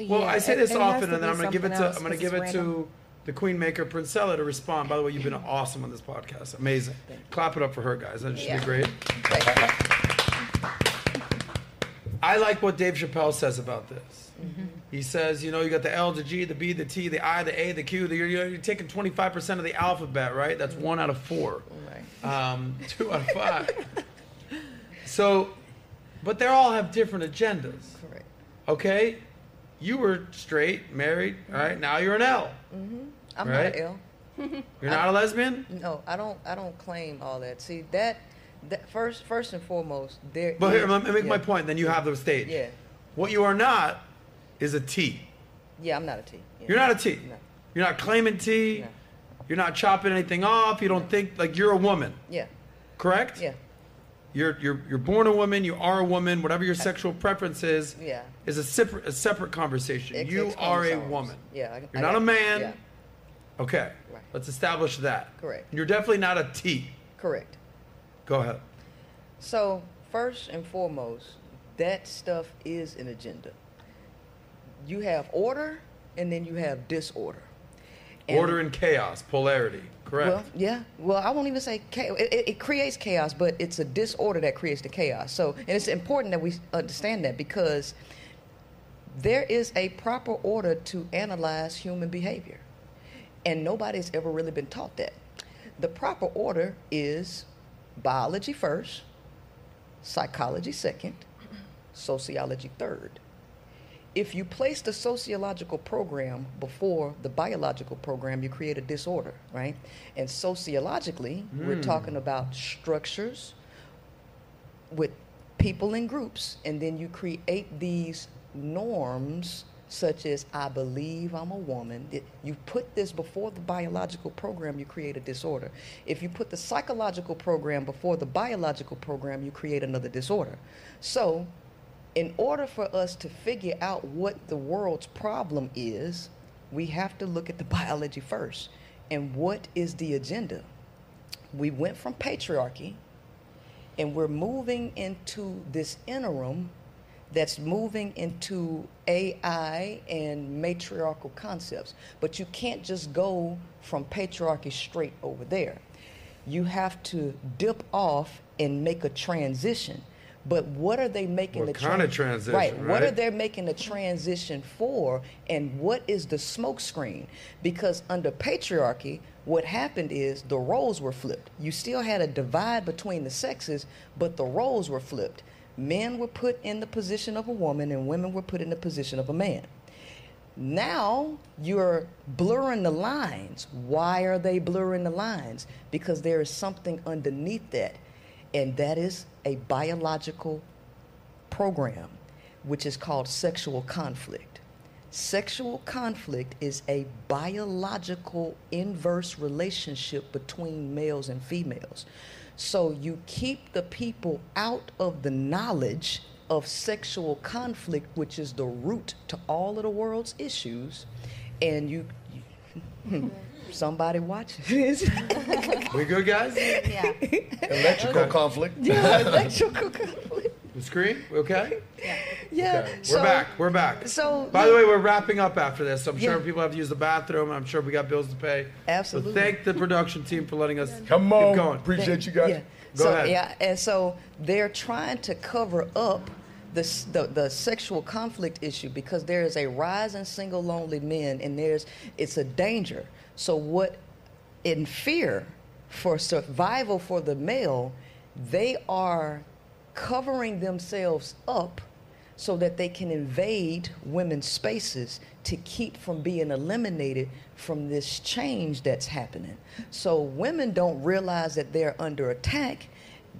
Well,
Yeah,
I say
it-
this
it has
often,
to
and then
be
I'm going to give it to
something else
I'm going to
'cause
give it
it's
to
random.
the queen maker Princella to respond. By the way, you've
*laughs*
been awesome on this podcast. Amazing. Clap it up for her, guys. That should
Yeah.
be great. I like what Dave Chappelle says about this. He says, you know, you got the L, the G, the B, the T, the I, the A, the Q. The, you're, you're taking 25% of the alphabet, right? That's one out of four.
Oh,
Um, two out of five. so, but they all have different agendas. Correct. Okay? You were straight, married, all right? Now you're an L.
Mm-hmm. I'm
Right?
not ill.
*laughs* You're not a lesbian?
No, I don't. I don't claim all that. See that. That first, first and foremost, there.
But here,
is-
let me make my
yeah.
point, then you have the stage.
Yeah,
What you are not is a T.
yeah. I'm not a T. Yeah.
You're not a T. You're not claiming T. You're not chopping anything off. You don't think, like, you're a woman,
Yeah,
correct?
Yeah.
You're, you're, you're born a woman, you are a woman, whatever your sexual preference is,
yeah.
is a separate, a separate conversation.
X-
you
X
are a
chromosomes.
woman.
Yeah, I- I
You're not
got
a
it.
man.
Yeah,
Okay. Let's establish that.
Correct.
You're definitely not a T.
correct.
Go ahead.
So, first and foremost, that stuff is an agenda. You have order and then you have disorder.
Order and chaos, polarity, correct?
Well, yeah. Well, I won't even say chaos. It, it, it creates chaos, but it's a disorder that creates the chaos. So, and it's important that we understand that because there is a proper order to analyze human behavior. And nobody's ever really been taught that. The proper order is biology first, psychology second, sociology third. If you place the sociological program before the biological program, you create a disorder, right? And sociologically, we're
Hmm.
talking about structures with people in groups, and then you create these norms such as I believe I'm a woman. It- you put this before the biological program, you create a disorder. If you put the psychological program before the biological program, you create another disorder. So, in order for us to figure out what the world's problem is, we have to look at the *laughs* biology first. And what is the agenda? We went from patriarchy, and we're moving into this interim that's moving into AI and matriarchal concepts. But you can't just go from patriarchy straight over there. You have to dip off and make a transition. But what are they making
What
the
kind of transition,
Right. What
right?
are they making the transition for, and what is the smokescreen? Because under patriarchy, what happened is the roles were flipped. You still had a divide between the sexes, but the roles were flipped. Men were put in the position of a woman, and women were put in the position of a man. Now you're blurring the lines. Why are they blurring the lines? Because there is something underneath that, and that is a biological program, which is called sexual conflict. Sexual conflict is a biological inverse relationship between males and females. So you keep the people out of the knowledge of sexual conflict, which is the root to all of the world's issues, and you. *laughs* you somebody watching *laughs* this. *laughs*
We good, guys?
Yeah.
Electrical conflict.
Yeah, *laughs* electrical
*laughs*
conflict.
The screen? We okay?
Yeah.
Okay. We're
so-
back. We're back.
So
By the way, we're wrapping up after this. I'm sure
Yeah.
people have to use the bathroom. I'm sure we got bills to pay.
Absolutely.
So thank the production team for letting us
Come on.
keep going.
Appreciate you guys.
Yeah.
Go
so,
ahead.
Yeah, and so they're trying to cover up the, s- the the sexual conflict issue because there is a rise in single lonely men, and there's it's a danger. So what, in fear for survival for the male, they are covering themselves up so that they can invade women's spaces to keep from being eliminated from this change that's happening. So women don't realize that they're under attack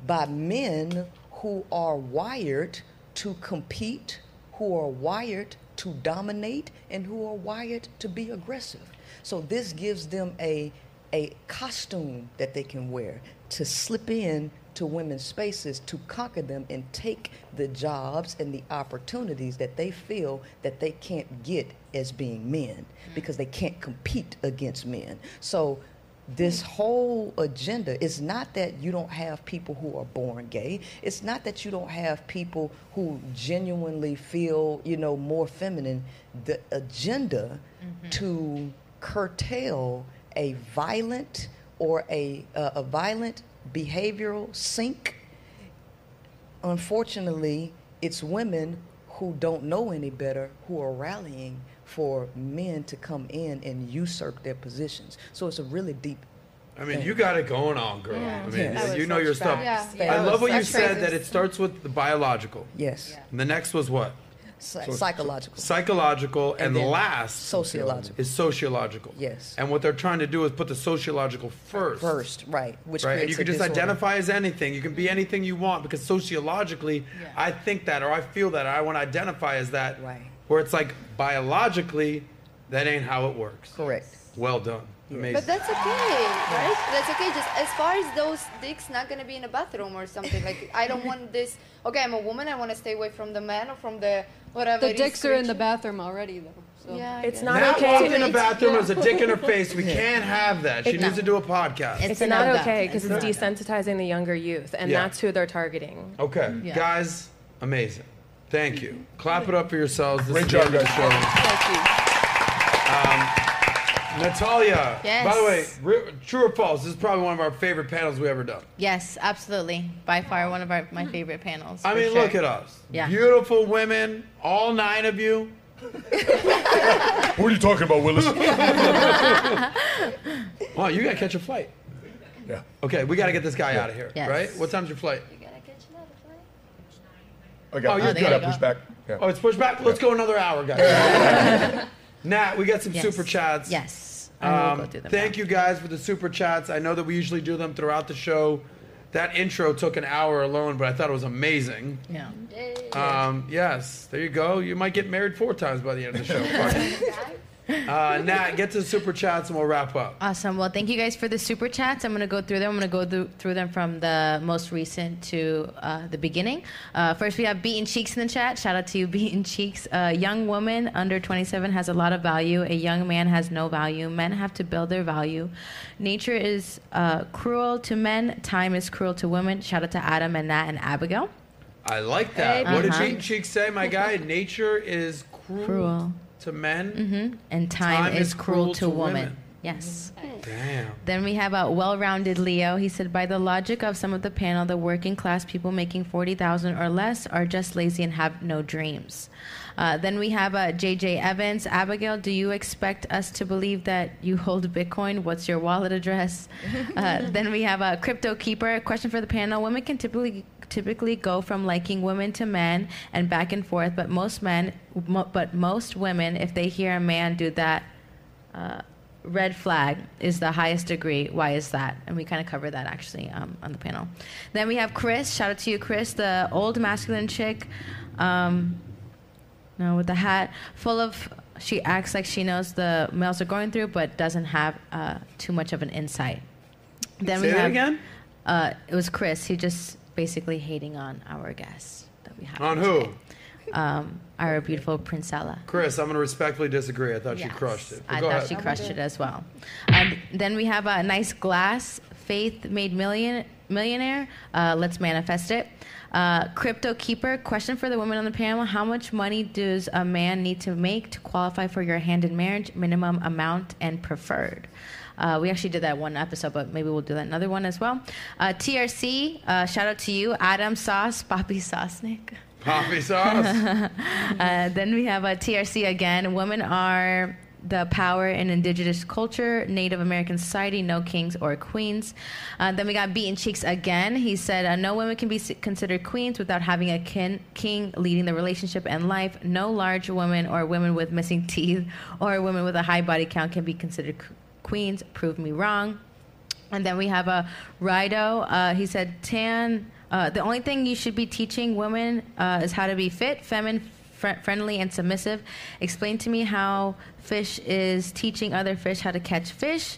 by men who are wired to compete, who are wired to dominate, and who are wired to be aggressive. So this gives them a a costume that they can wear to slip in to women's spaces to conquer them and take the jobs and the opportunities that they feel that they can't get as being men because they can't compete against men. So this whole agenda is not that you don't have people who are born gay. It's not that you don't have people who genuinely feel, you know, more feminine. The agenda to curtail a violent or a, uh, a violent behavioral sink, unfortunately, it's women who don't know any better who are rallying for men to come in and usurp their positions. So it's a really deep
I mean, you got it going on, girl.
Yeah.
I mean,
Yes. That
you
was
know your
such
stuff.
facts. Yeah.
I
That
love
was
what you
such
said that
phrases.
it starts with the biological.
Yes. Yeah.
And the next was what?
Psy- psychological.
Psychological, and,
And then
last
sociological.
is sociological.
Yes.
And what they're trying to do is put the sociological first.
First, right? Which
right, and
creates
you can
a
just
disorder.
identify as anything. You can be anything you want because sociologically, I think that or I feel that or I want to identify as that. Right. Where it's like biologically, that ain't how it works.
Correct.
Well done. Amazing.
But that's okay, right? That's okay. Just as far as those dicks not gonna be in a bathroom or something. Like I don't want this. Okay, I'm a woman. I want to stay away from the man or from the whatever.
The dicks are in the bathroom already, though. So.
Yeah, I
it's
guess.
not
Now
okay.
walking in the
It's-
bathroom
yeah.
is a dick in
*laughs*
her face. We
Yeah.
can't have that. She
It's not.
needs to do a podcast.
It's, not okay because it's desensitizing the younger youth, and
Yeah. Oh.
that's who they're targeting.
Okay,
Yeah.
guys, amazing. Thank you. Clap it up for yourselves. This
Great
is
job,
the end of
guys.
the show. Um, Natalia.
Yes.
By the way, re- true or false? This is probably one of our favorite panels we ever done.
Yes, absolutely. By far one of our, my favorite panels.
I
for
mean,
sure.
look at us.
Yeah.
Beautiful women, all nine of you.
*laughs* What are you
*laughs*
talking about, Willis?
Wow, you gotta catch a flight.
Yeah.
Okay, we gotta get this guy out of here,
Yes.
right? What time's your flight?
I got,
Oh, there
I got
you go.
pushed back. Yeah.
Oh, it's pushed back. Let's go another hour, guys.
*laughs*
Nat, we got some
Yes.
super chats.
Yes.
Um, thank you guys for the super chats. I know that we usually do them throughout the show. That intro took an hour alone, but I thought it was amazing.
Yeah.
Um, yes, there you go. You might get married four times by the end of the
*laughs*
show. Fuck. uh, Nat, get to the super chats and we'll wrap up.
Awesome. Well, thank you guys for the super chats. I'm going to go through them. I'm going to go through, through them from the most recent to uh, the beginning. Uh, first, we have Beaten Cheeks in the chat. Shout out to you, *laughs* Beaten Cheeks. A young woman under 27 has a lot of value. A young man has no value. Men have to build their value. Nature is uh, cruel to men. Time is cruel to women. Shout out to Adam and Nat and Abigail.
I like that.
Hey,
What did
Uh-huh.
Cheek Cheek say, my guy? Nature is cruel,
Cruel.
to men.
Mm-hmm. And time, is, cruel, to, women. Yes.
Damn.
Then we have a well-rounded Leo. He said, "By the logic of some of the panel, the working-class people making forty thousand or less are just lazy and have no dreams." Uh, then we have a JJ Evans. Abigail, do you expect us to believe that you hold Bitcoin? What's your wallet address? Uh, then we have a crypto keeper. Question for the panel: Women can typically typically go from liking women to men and back and forth, but most men, mo- but most women, if they hear a man do that. Uh, red flag is the highest degree. Why is that? And we kind of covered that actually um, on the panel. Then we have Chris. Shout out to you, Chris, the old masculine chick. Um, no, with the hat full of. She acts like she knows the males are going through, but doesn't have uh, too much of an insight. Then
Say
we
that
have
again?
Uh, it was Chris. He just basically hating on our guest that we have.
On who?
Um, our beautiful Princella.
Chris, I'm going to respectfully disagree. I thought she
Yes.
crushed it. But
I
go
thought
ahead.
she crushed it as well. And then we have a nice glass. Faith made million millionaire. Uh, let's manifest it. Uh, crypto keeper. Question for the women on the panel: How much money does a man need to make to qualify for your hand in marriage? Minimum amount and preferred. Uh, we actually did that one episode, but maybe we'll do that another one as well. Uh, TRC. Uh, shout out to you, Adam Sauce, Bobby Sosnick. *laughs*
Poppy sauce.
Uh, then we have a TRC again. Women are the power in indigenous culture, Native American society, no kings or queens. Uh, then we got Beaten Cheeks again. He said, uh, No women can be s- considered queens without having a kin- king leading the relationship and life. No large woman or women with missing *laughs* teeth or women with a high body count can be considered c- queens. Prove me wrong. And then we have a Rido. Uh, he said, Tan, uh, the only thing you should be teaching women uh, is how to be fit, feminine, fr- friendly, and submissive. Explain to me how fish is teaching other fish how to catch fish.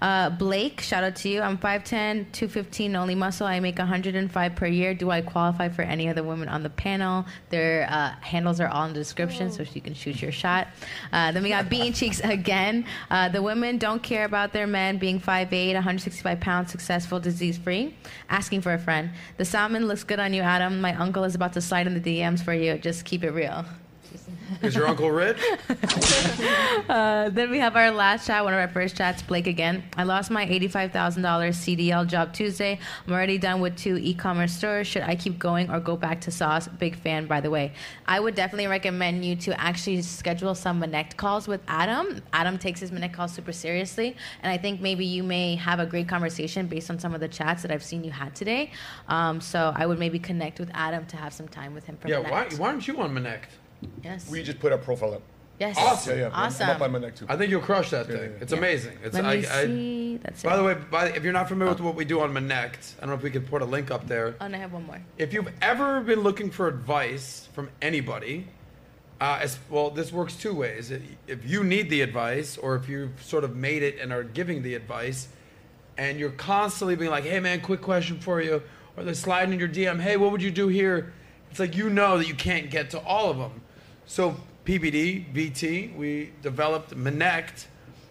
Uh, Blake, shout out to you. I'm 5'10, 215, only muscle. I make 105 per year. Do I qualify for any of the women on the panel? Their uh, handles are all in the description, so you can shoot your shot. Uh, then we got Bean Cheeks again. Uh, the women don't care about their men being 5'8, 165 pounds, successful, disease free. Asking for a friend. The salmon looks good on you, Adam. My uncle is about to slide in the DMs for you. Just keep it real.
Is your uncle rich?
Uh, then we have our last chat, one of our first chats, Blake again. I lost my $85,000 CDL job Tuesday. I'm already done with two e commerce stores. Should I keep going or go back to Sauce? Big fan, by the way. I would definitely recommend you to actually schedule some Manect calls with Adam. Adam takes his Manect calls super seriously. And I think maybe you may have a great conversation based on some of the chats that I've seen you had today. Um, so I would maybe connect with Adam to have some time with him for
Yeah,
Manect.
why, why aren't you on Manect?
Yes.
We just put our profile up.
Yes.
Awesome. Yeah, yeah. I'm-
Awesome.
I'm up on Manect too.
I think you'll crush that thing. It's
yeah.
amazing. It's,
Let
I,
me
I-
see. That's
by
it.
the way, by the, if you're not familiar with what we do on Manect, I don't know if we could put a link up there.
Oh, and I have one more.
If you've ever been looking for advice from anybody, uh, as, well, this works two ways. If you need the advice, or if you've sort of made it and are giving the advice, and you're constantly being like, "Hey, man, quick question for you," or they're sliding in your DM, "Hey, what would you do here?" It's like you know that you can't get to all of them. So PBD, BT, we developed Manect,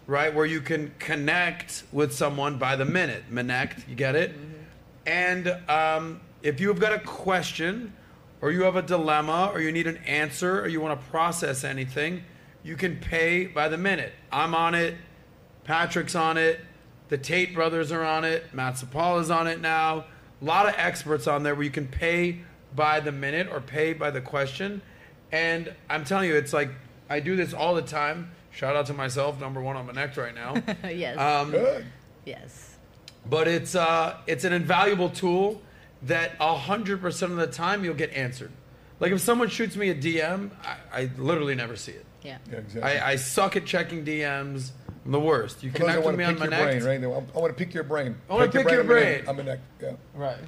right, where you can connect with someone by the minute. Manect, you get it? And um, if you've got a question, or you have a dilemma, or you need an answer, or you want to process anything, you can pay by the minute. I'm on it. Patrick's on it. The Tate brothers are on it. Matt Sapala's on it now. A lot of experts on there where you can pay by the minute or pay by the question. And I'm telling you, it's like I do this all the time. Shout out to myself, number one on my neck right *laughs* now.
yes.
Um, Good.
Yes.
but it's uh, it's an invaluable tool that 100% of the time you'll get answered. Like if someone shoots me a DM, I, I literally never see it.
Yeah.
I, I suck at checking DMs. I'm the worst. You
For those that
connect with
wanna
me on
pick your
my
brain,
next. Oh,
right? They want- I want to pick your brain.
I wanna pick your brain.
I'm a neck. Yeah.
Right.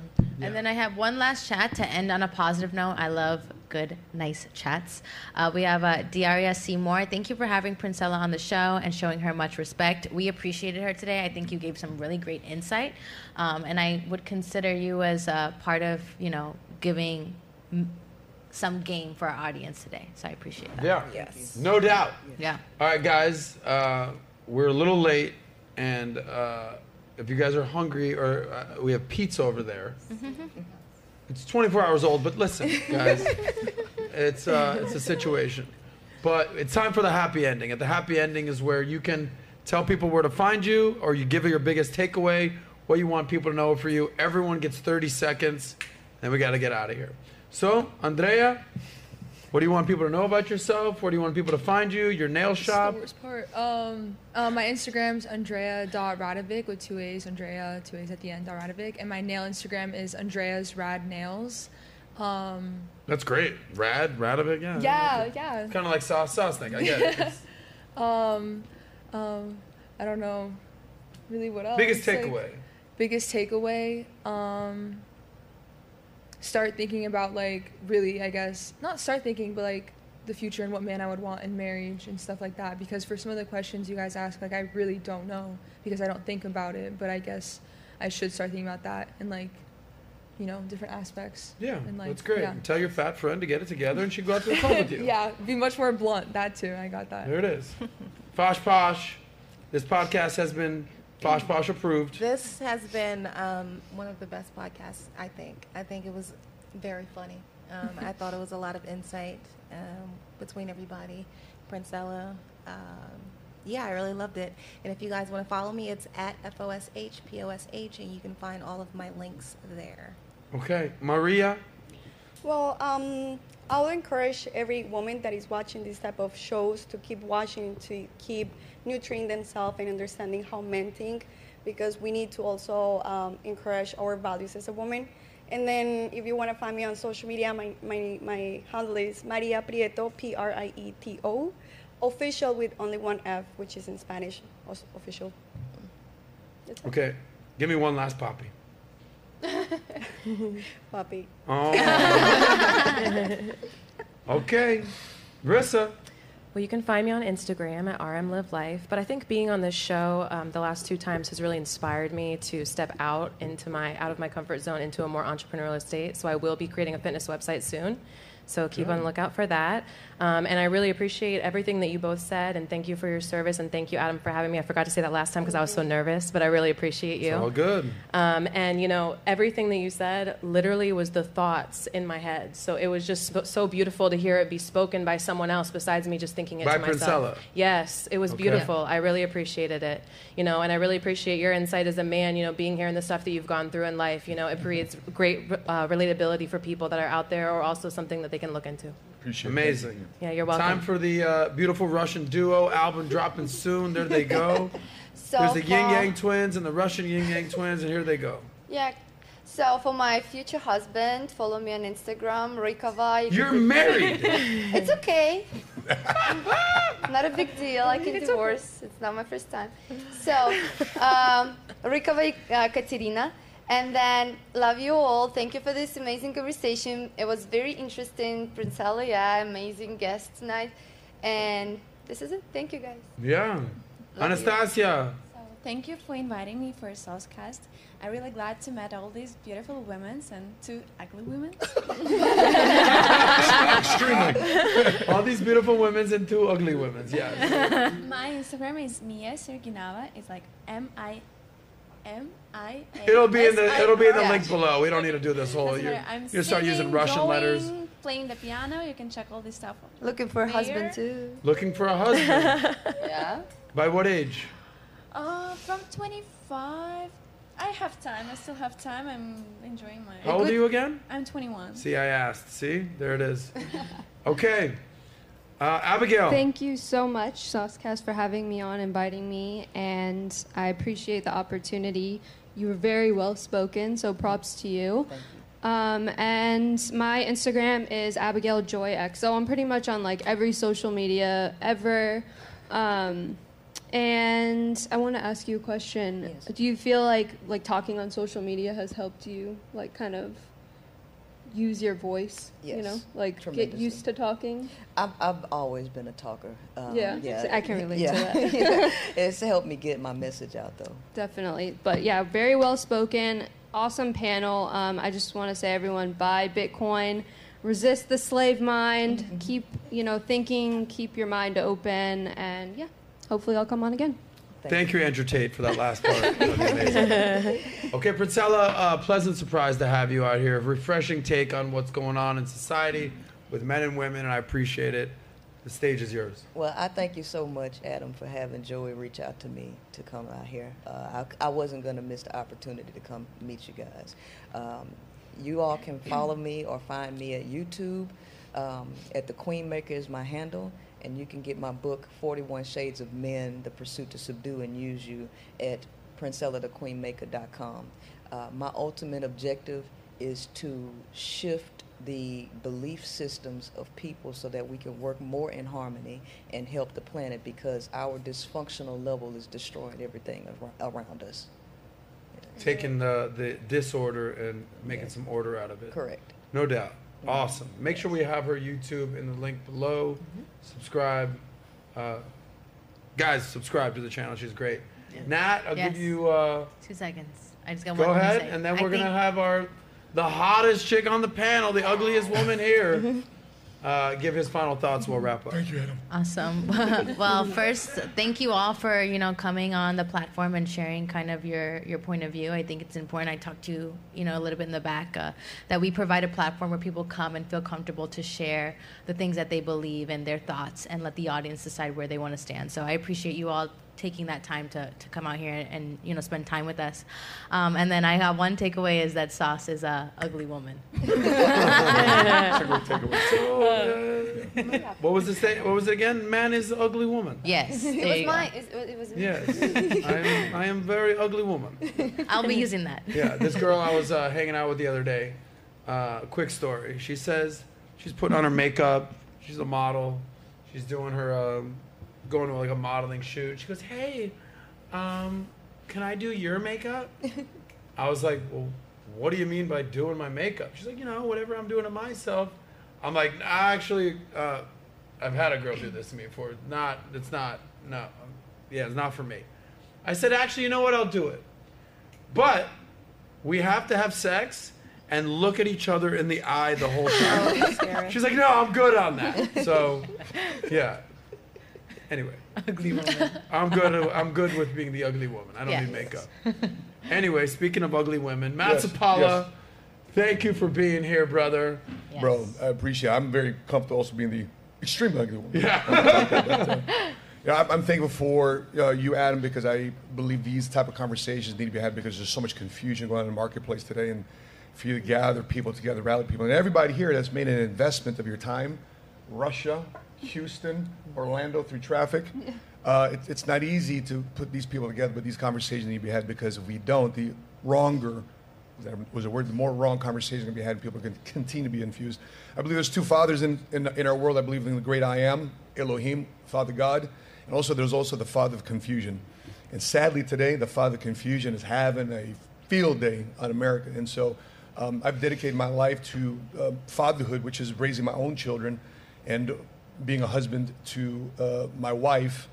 And then I have one last chat to end on a positive note. I love good, nice chats. Uh, we have uh, Diaria Seymour. Thank you for having Princella on the show and showing her much respect. We appreciated her today. I think you gave some really great insight, um, and I would consider you as a part of you know giving m- some game for our audience today. So I appreciate that.
Yeah. Yes. No doubt.
Yeah.
All right, guys. Uh, we're a little late, and uh, if you guys are hungry, or uh, we have pizza over there. It's 24 hours old, but listen,
Mm-hmm.
guys,
*laughs*
it's uh, it's a situation. But it's time for the happy ending. At the happy ending is where you can tell people where to find you, or you give your biggest takeaway, what you want people to know for you. Everyone gets 30 seconds, and we got to get out of here. So, Andrea, what do you want people to know about yourself? Where do you want people to find you? Your nail shop?
This is the worst part. Um, uh, my Instagram's Andrea.radovic with two A's, Andrea, two A's at the end, Radovic. And my nail Instagram is Andrea's Rad Nails. Um,
That's great. Rad, rad of it, yeah.
yeah, yeah.
Kind of like sauce, sauce thing. I get it.
*laughs*
It's
um, um, I don't know really what else.
biggest
Like,
takeaway.
biggest takeaway um start thinking about like really i guess not start thinking but like the future and what man i would want in marriage and stuff like that because for some of the questions you guys ask like i really don't know because i don't think about it but i guess i should start thinking about that and like you know different aspects
Yeah,
and like
that's great. And tell your fat friend to get it together, and she'd go out to the club
*laughs*
with you.
yeah be much more blunt that too i got that
There it is. *laughs* Fosh Posh. This podcast has been Fosh Posh approved.
This has been um, one of the best podcasts, I think. I think it was very funny. Um, I thought it was a lot of insight um, between everybody. Princella, um, yeah, I really loved it. And if you guys want to follow me, it's at FOSHPOSH, and you can find all of my links there.
Okay, Maria.
Well, um, I would encourage every woman that is watching these type of shows to keep watching, to keep nurturing themselves and understanding how men think, because we need to also um, encourage our values as a woman. And then, if you want to find me on social media, my, my, my handle is Maria Prieto, P R I E T O, official with only one F, which is in Spanish, os- official. That's it.
Okay, give me one last poppy.
*laughs* Papi.
*laughs*
Oh. *laughs* okay, Rissa.
Well, you can find me on Instagram at rmlivelife. But I think being on this show um, the last two times has really inspired me to step out into my out of my comfort zone into a more entrepreneurial state. So I will be creating a fitness website soon. So keep on the
Good.
lookout for that. Um, and I really appreciate everything that you both said, and thank you for your service, and thank you, Adam, for having me. I forgot to say that last time because I was so nervous, but I really appreciate you.
It's all good.
Um, and you know, everything that you said literally was the thoughts in my head. So it was just so- so beautiful to hear it be spoken by someone else besides me just thinking it
By
to myself.
Princella.
Yes, it was
Okay.
beautiful. I really appreciated it. You know, and I really appreciate your insight as a man. You know, being here and the stuff that you've gone through in life. You know,
Mm-hmm.
it creates great uh, relatability for people that are out there, or also something that they can look into.
Appreciate
Amazing.
Yeah, you're welcome.
Time for the uh, beautiful Russian duo album dropping soon. There they
*laughs*
go.
So
There's the Yin
far.
Yang twins and the Russian Yin Yang twins, and here they go.
Yeah. So for my future husband, follow me on Instagram, Rikava.
You're married.
*laughs* it's okay. not a big deal. I can divorce. It's not my first time. So, um, Rikava uh, Katerina. And then, love you all. Thank you for this amazing conversation. It was very interesting. Princella, yeah, amazing guest tonight. And this is it. Thank you guys.
Yeah.
*laughs*
Anastasia. *laughs*
Thank you for inviting me for Saucecast. I'm really glad to meet all these beautiful women and two ugly women.
Extremely. All these beautiful women's and two ugly women's. Yes.
*laughs*
*laughs*
My Instagram is Mia Serginava. It's like M I M I.
It'll be in the it'll be in the
Yeah.
link below. We don't need to do this whole.
Doesn't
You're,
matter. I'm
you're gonna start using
singing,
Russian
drawing,
letters.
Playing the piano. You can check all this stuff. out.
Looking for a husband
There.
too.
Looking for a husband.
*laughs* yeah.
By what age?
Uh, from 25. I have time. I still have time. I'm enjoying my.
How old are you again?
I'm 21.
See, I asked. See, there it is. Okay. Uh, Abigail.
Thank you so much, Saucecast, for having me on, inviting me, and I appreciate the opportunity. You were very well spoken, so props to you. Um, and my Instagram is Abigail Joy X. So I'm pretty much on like every social media ever. Um, and I want to ask you a question. Do you feel like like talking on social media has helped you like kind of use your voice? You
Yes,
know, like get
tremendously.
used to talking.
I've, I've always been a talker. Um,
Yeah, I can relate
*laughs*
to that. *laughs*
it's helped me get my message out, though.
Definitely. But yeah, very well spoken. Awesome panel. Um, I just want to say, everyone, buy Bitcoin. Resist the slave mind. Keep, you know, thinking. Keep your mind open. And yeah, hopefully I'll come on again.
Thank you, Andrew Tate, for that last part. That was
*laughs*
amazing. okay, Princella, uh, pleasant surprise to have you out here. Refreshing take on what's going on in society with men and women, and I appreciate it. The stage is yours.
Well, I thank you so much, Adam, for having Joey reach out to me to come out here. Uh, I, I wasn't going to miss the opportunity to come meet you guys. Um, you all can follow me or find me at YouTube. Um, at the Queen Maker is my handle, and you can get my book, 41 Shades of Men The Pursuit to Subdue and Use You, at princellathequeenmaker.com. Uh, my ultimate objective is to shift the belief systems of people so that we can work more in harmony and help the planet because our dysfunctional level is destroying everything ar- around us.
Taking the, the disorder and making some order out of it.
Correct.
No doubt. Awesome. Make sure we have her YouTube in the link below.
Mm-hmm.
Subscribe. Uh, guys, subscribe to the channel. She's great. Nat, I'll
Yes.
give you. Uh,
Two seconds. I just got
Go
one thing to
ahead,
say.
and then
I
we're gonna
think-
have our the hottest chick on the panel, the ugliest woman
*laughs* Mm-hmm.
here, uh, give his final thoughts. We'll wrap up. Thank you, Adam.
Awesome. *laughs* well, first, thank you all for you know coming on the platform and sharing kind of your your point of view. I think it's important. I talked to you, you know a little bit in the back uh, that we provide a platform where people come and feel comfortable to share the things that they believe and their thoughts, and let the audience decide where they want to stand. So I appreciate you all taking that time to, to come out here and,
*laughs*
you know spend time with us. Um, and then I have one takeaway is that Sauce is a ugly woman.
*laughs*
*laughs*
What was it say? What was it again? Man is the ugly woman.
*laughs* it was mine. It, was- it was me.
Yes. I am, I am very ugly woman.
I'll be using that.
Yeah, this girl I was uh, hanging out with the other day. Uh, quick story. She says she's putting on her makeup. She's a model. She's doing her um, going to like a modeling shoot. She goes, "Hey, um, can I do your makeup?" I was like, "Well, what do you mean by doing my makeup?" She's like, "You know, whatever I'm doing to myself." I'm like, nah, "Actually, uh, I've had a girl do this to me before. Not, it's not, no, um, yeah, it's not for me." I said, "Actually, you know what? I'll do it, but we have to have sex." And look at each other in the eye the whole time. She's like, "No, I'm good on that." So, yeah. Anyway, I'm good. I'm good with being the ugly woman. I don't
Yeah.
need makeup. Anyway, speaking of ugly women,
Yes,
Matsapala, thank you for being here, brother.
Bro, I appreciate it. I'm very comfortable also being the extremely ugly one. *laughs*
Yeah.
Yeah, I'm- I'm thankful for uh, you, Adam, because I believe these type of conversations need to be had because there's so much confusion going on in the marketplace today, and for you to gather people together, rally people, and everybody here that's made an investment of your time, Russia, Houston, Orlando through traffic. Uh, it, it's not easy to put these people together, but these conversations need to be had because if we don't, the wronger that was a word, the more wrong conversations going to be had, and people can continue to be infused. I believe there's two fathers in, in, in our world. I believe in the great I am, Elohim, Father God, and also there's also the father of confusion. And sadly, today, the father of confusion is having a field day on America. And so um, I've dedicated my life to uh, fatherhood, which is raising my own children and being a husband to uh, my wife.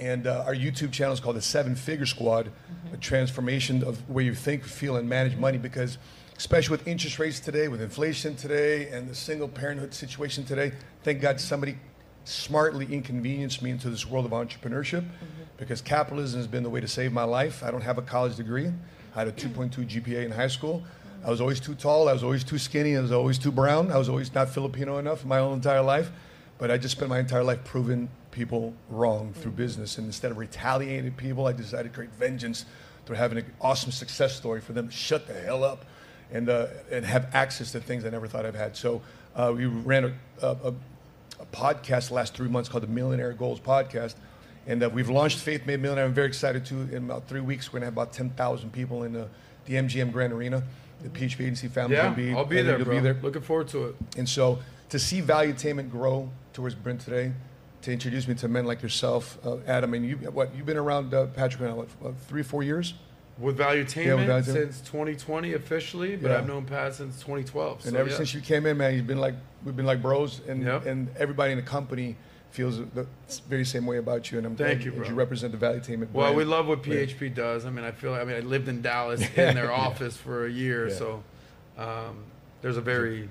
And uh, our YouTube channel is called the Seven Figure Squad, a transformation of where you think, feel, and manage money. Because, especially with interest rates today, with inflation today, and the single parenthood situation today, thank God somebody smartly inconvenienced me into this world of entrepreneurship. Because capitalism has been the way to save my life. I don't have a college degree. I had a 2.2 GPA in high school. I was always too tall. I was always too skinny. I was always too brown. I was always not Filipino enough in my whole entire life. But I just spent my entire life proving people wrong through business. And instead of retaliating people, I decided to create vengeance through having an awesome success story for them to shut the hell up and, uh, and have access to things I never thought I've had. So uh, we ran a, a, a, a podcast the last three months called the Millionaire Goals Podcast. And uh, we've launched Faith Made Millionaire. I'm very excited too. In about three weeks, we're going to have about 10,000 people in the, the MGM Grand Arena. The PHP Agency family
Yeah,
will be.
I'll be
I think
there,
you'll
bro. Looking forward to it.
And so to see Valuetainment grow towards Brent today, to introduce me to men like yourself, uh, Adam, and you, what you've been around uh, Patrick and I, what, what, three, four years.
With Valuetainment
Yeah, with Valuetainment.
since 2020 officially, but
Yeah.
I've known Pat since 2012.
And
so
ever
yeah.
since you came in, man, you've been like we've been like bros, and and everybody in the company feels the very same way about you. And I'm
Thank
glad
you,
that
bro.
you represent the Valuetainment.
Well,
brand.
we love what
Yeah.
PHP does. I mean, I feel. I mean, I lived in
*laughs*
Dallas in their
Yeah.
office for a year,
Yeah.
so um, there's a very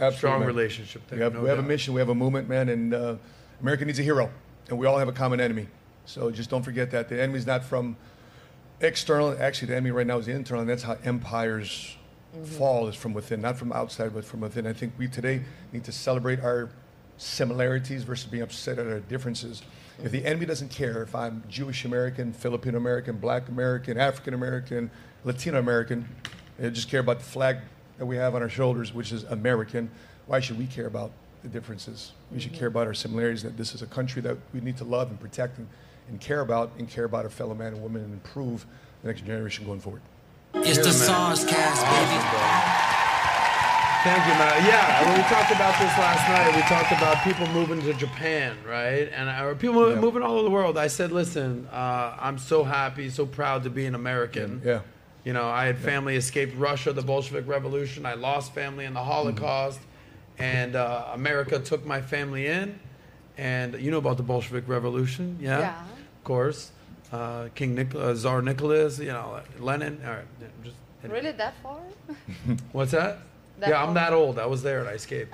Absolutely,
strong
man.
relationship there.
We have,
no
we have a
doubt.
mission, we have a movement, man, and uh, America needs a hero, and we all have a common enemy. So just don't forget that the enemy's not from external. Actually, the enemy right now is internal, and that's how empires fall is from within, not from outside, but from within. I think we today need to celebrate our similarities versus being upset at our differences. If the enemy doesn't care if I'm Jewish American, Filipino American, Black American, African American, Latino American, they just care about the flag that we have on our shoulders, which is American. Why should we care about the differences? We should
Mhm.
care about our similarities. That this is a country that we need to love and protect and, and care about, and care about our fellow man and woman, and improve the next generation going forward.
It's the SARS cast, baby.
Thank you, Matt. Yeah, when we talked about this last night, we talked about people moving to Japan, right? And I, or people mo-
Yeah.
moving all over the world. I said, listen, uh, I'm so happy, so proud to be an American.
Yeah.
You know, I had family escaped Russia, the Bolshevik Revolution. I lost family in
Mm-hmm.
the Holocaust, and uh, America took my family in. And you know about the Bolshevik Revolution, yeah?
Yeah.
Of course, uh, King Nic- uh, Tsar Nicholas, you know, Lenin. All right, yeah, just
Really that far? *laughs*
What's that?
That
yeah, I'm
old?
that old. I was there and I escaped.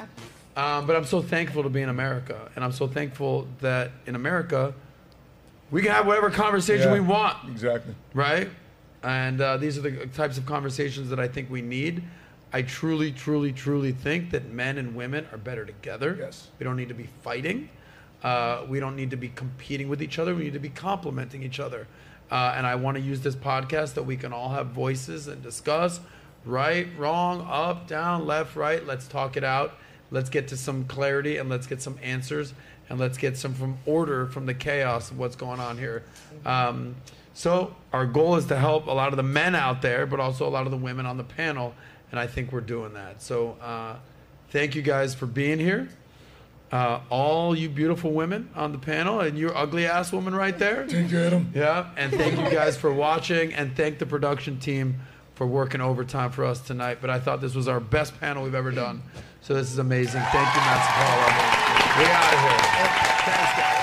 Um, but I'm so thankful to be in America, and I'm so thankful that in America, we can have whatever conversation
Yeah,
we want,
Exactly.
right? And uh, these are the types of conversations that I think we need. I truly, truly, truly think that men and women are better together. Yes. We don't need to be fighting. Uh, we don't need to be competing with each other. We need to be complimenting each other. Uh, and I want to use this podcast that we can all have voices and discuss right, wrong, up, down, left, right. Let's talk it out. Let's get to some clarity and let's get some answers and let's get some from order from the chaos of what's going on here. Um, so our goal is to help a lot of the men out there, but also a lot of the women on the panel, and I think we're doing that. So uh, thank you guys for being here. Uh, all you beautiful women on the panel, and your ugly ass woman right there.
Thank you, Adam.
Yeah, and thank you guys for watching, and thank the production team for working overtime for us tonight. But I thought this was our best panel we've ever done, so this is amazing. Thank you, Matt Sapala. We out of here. Thanks, guys.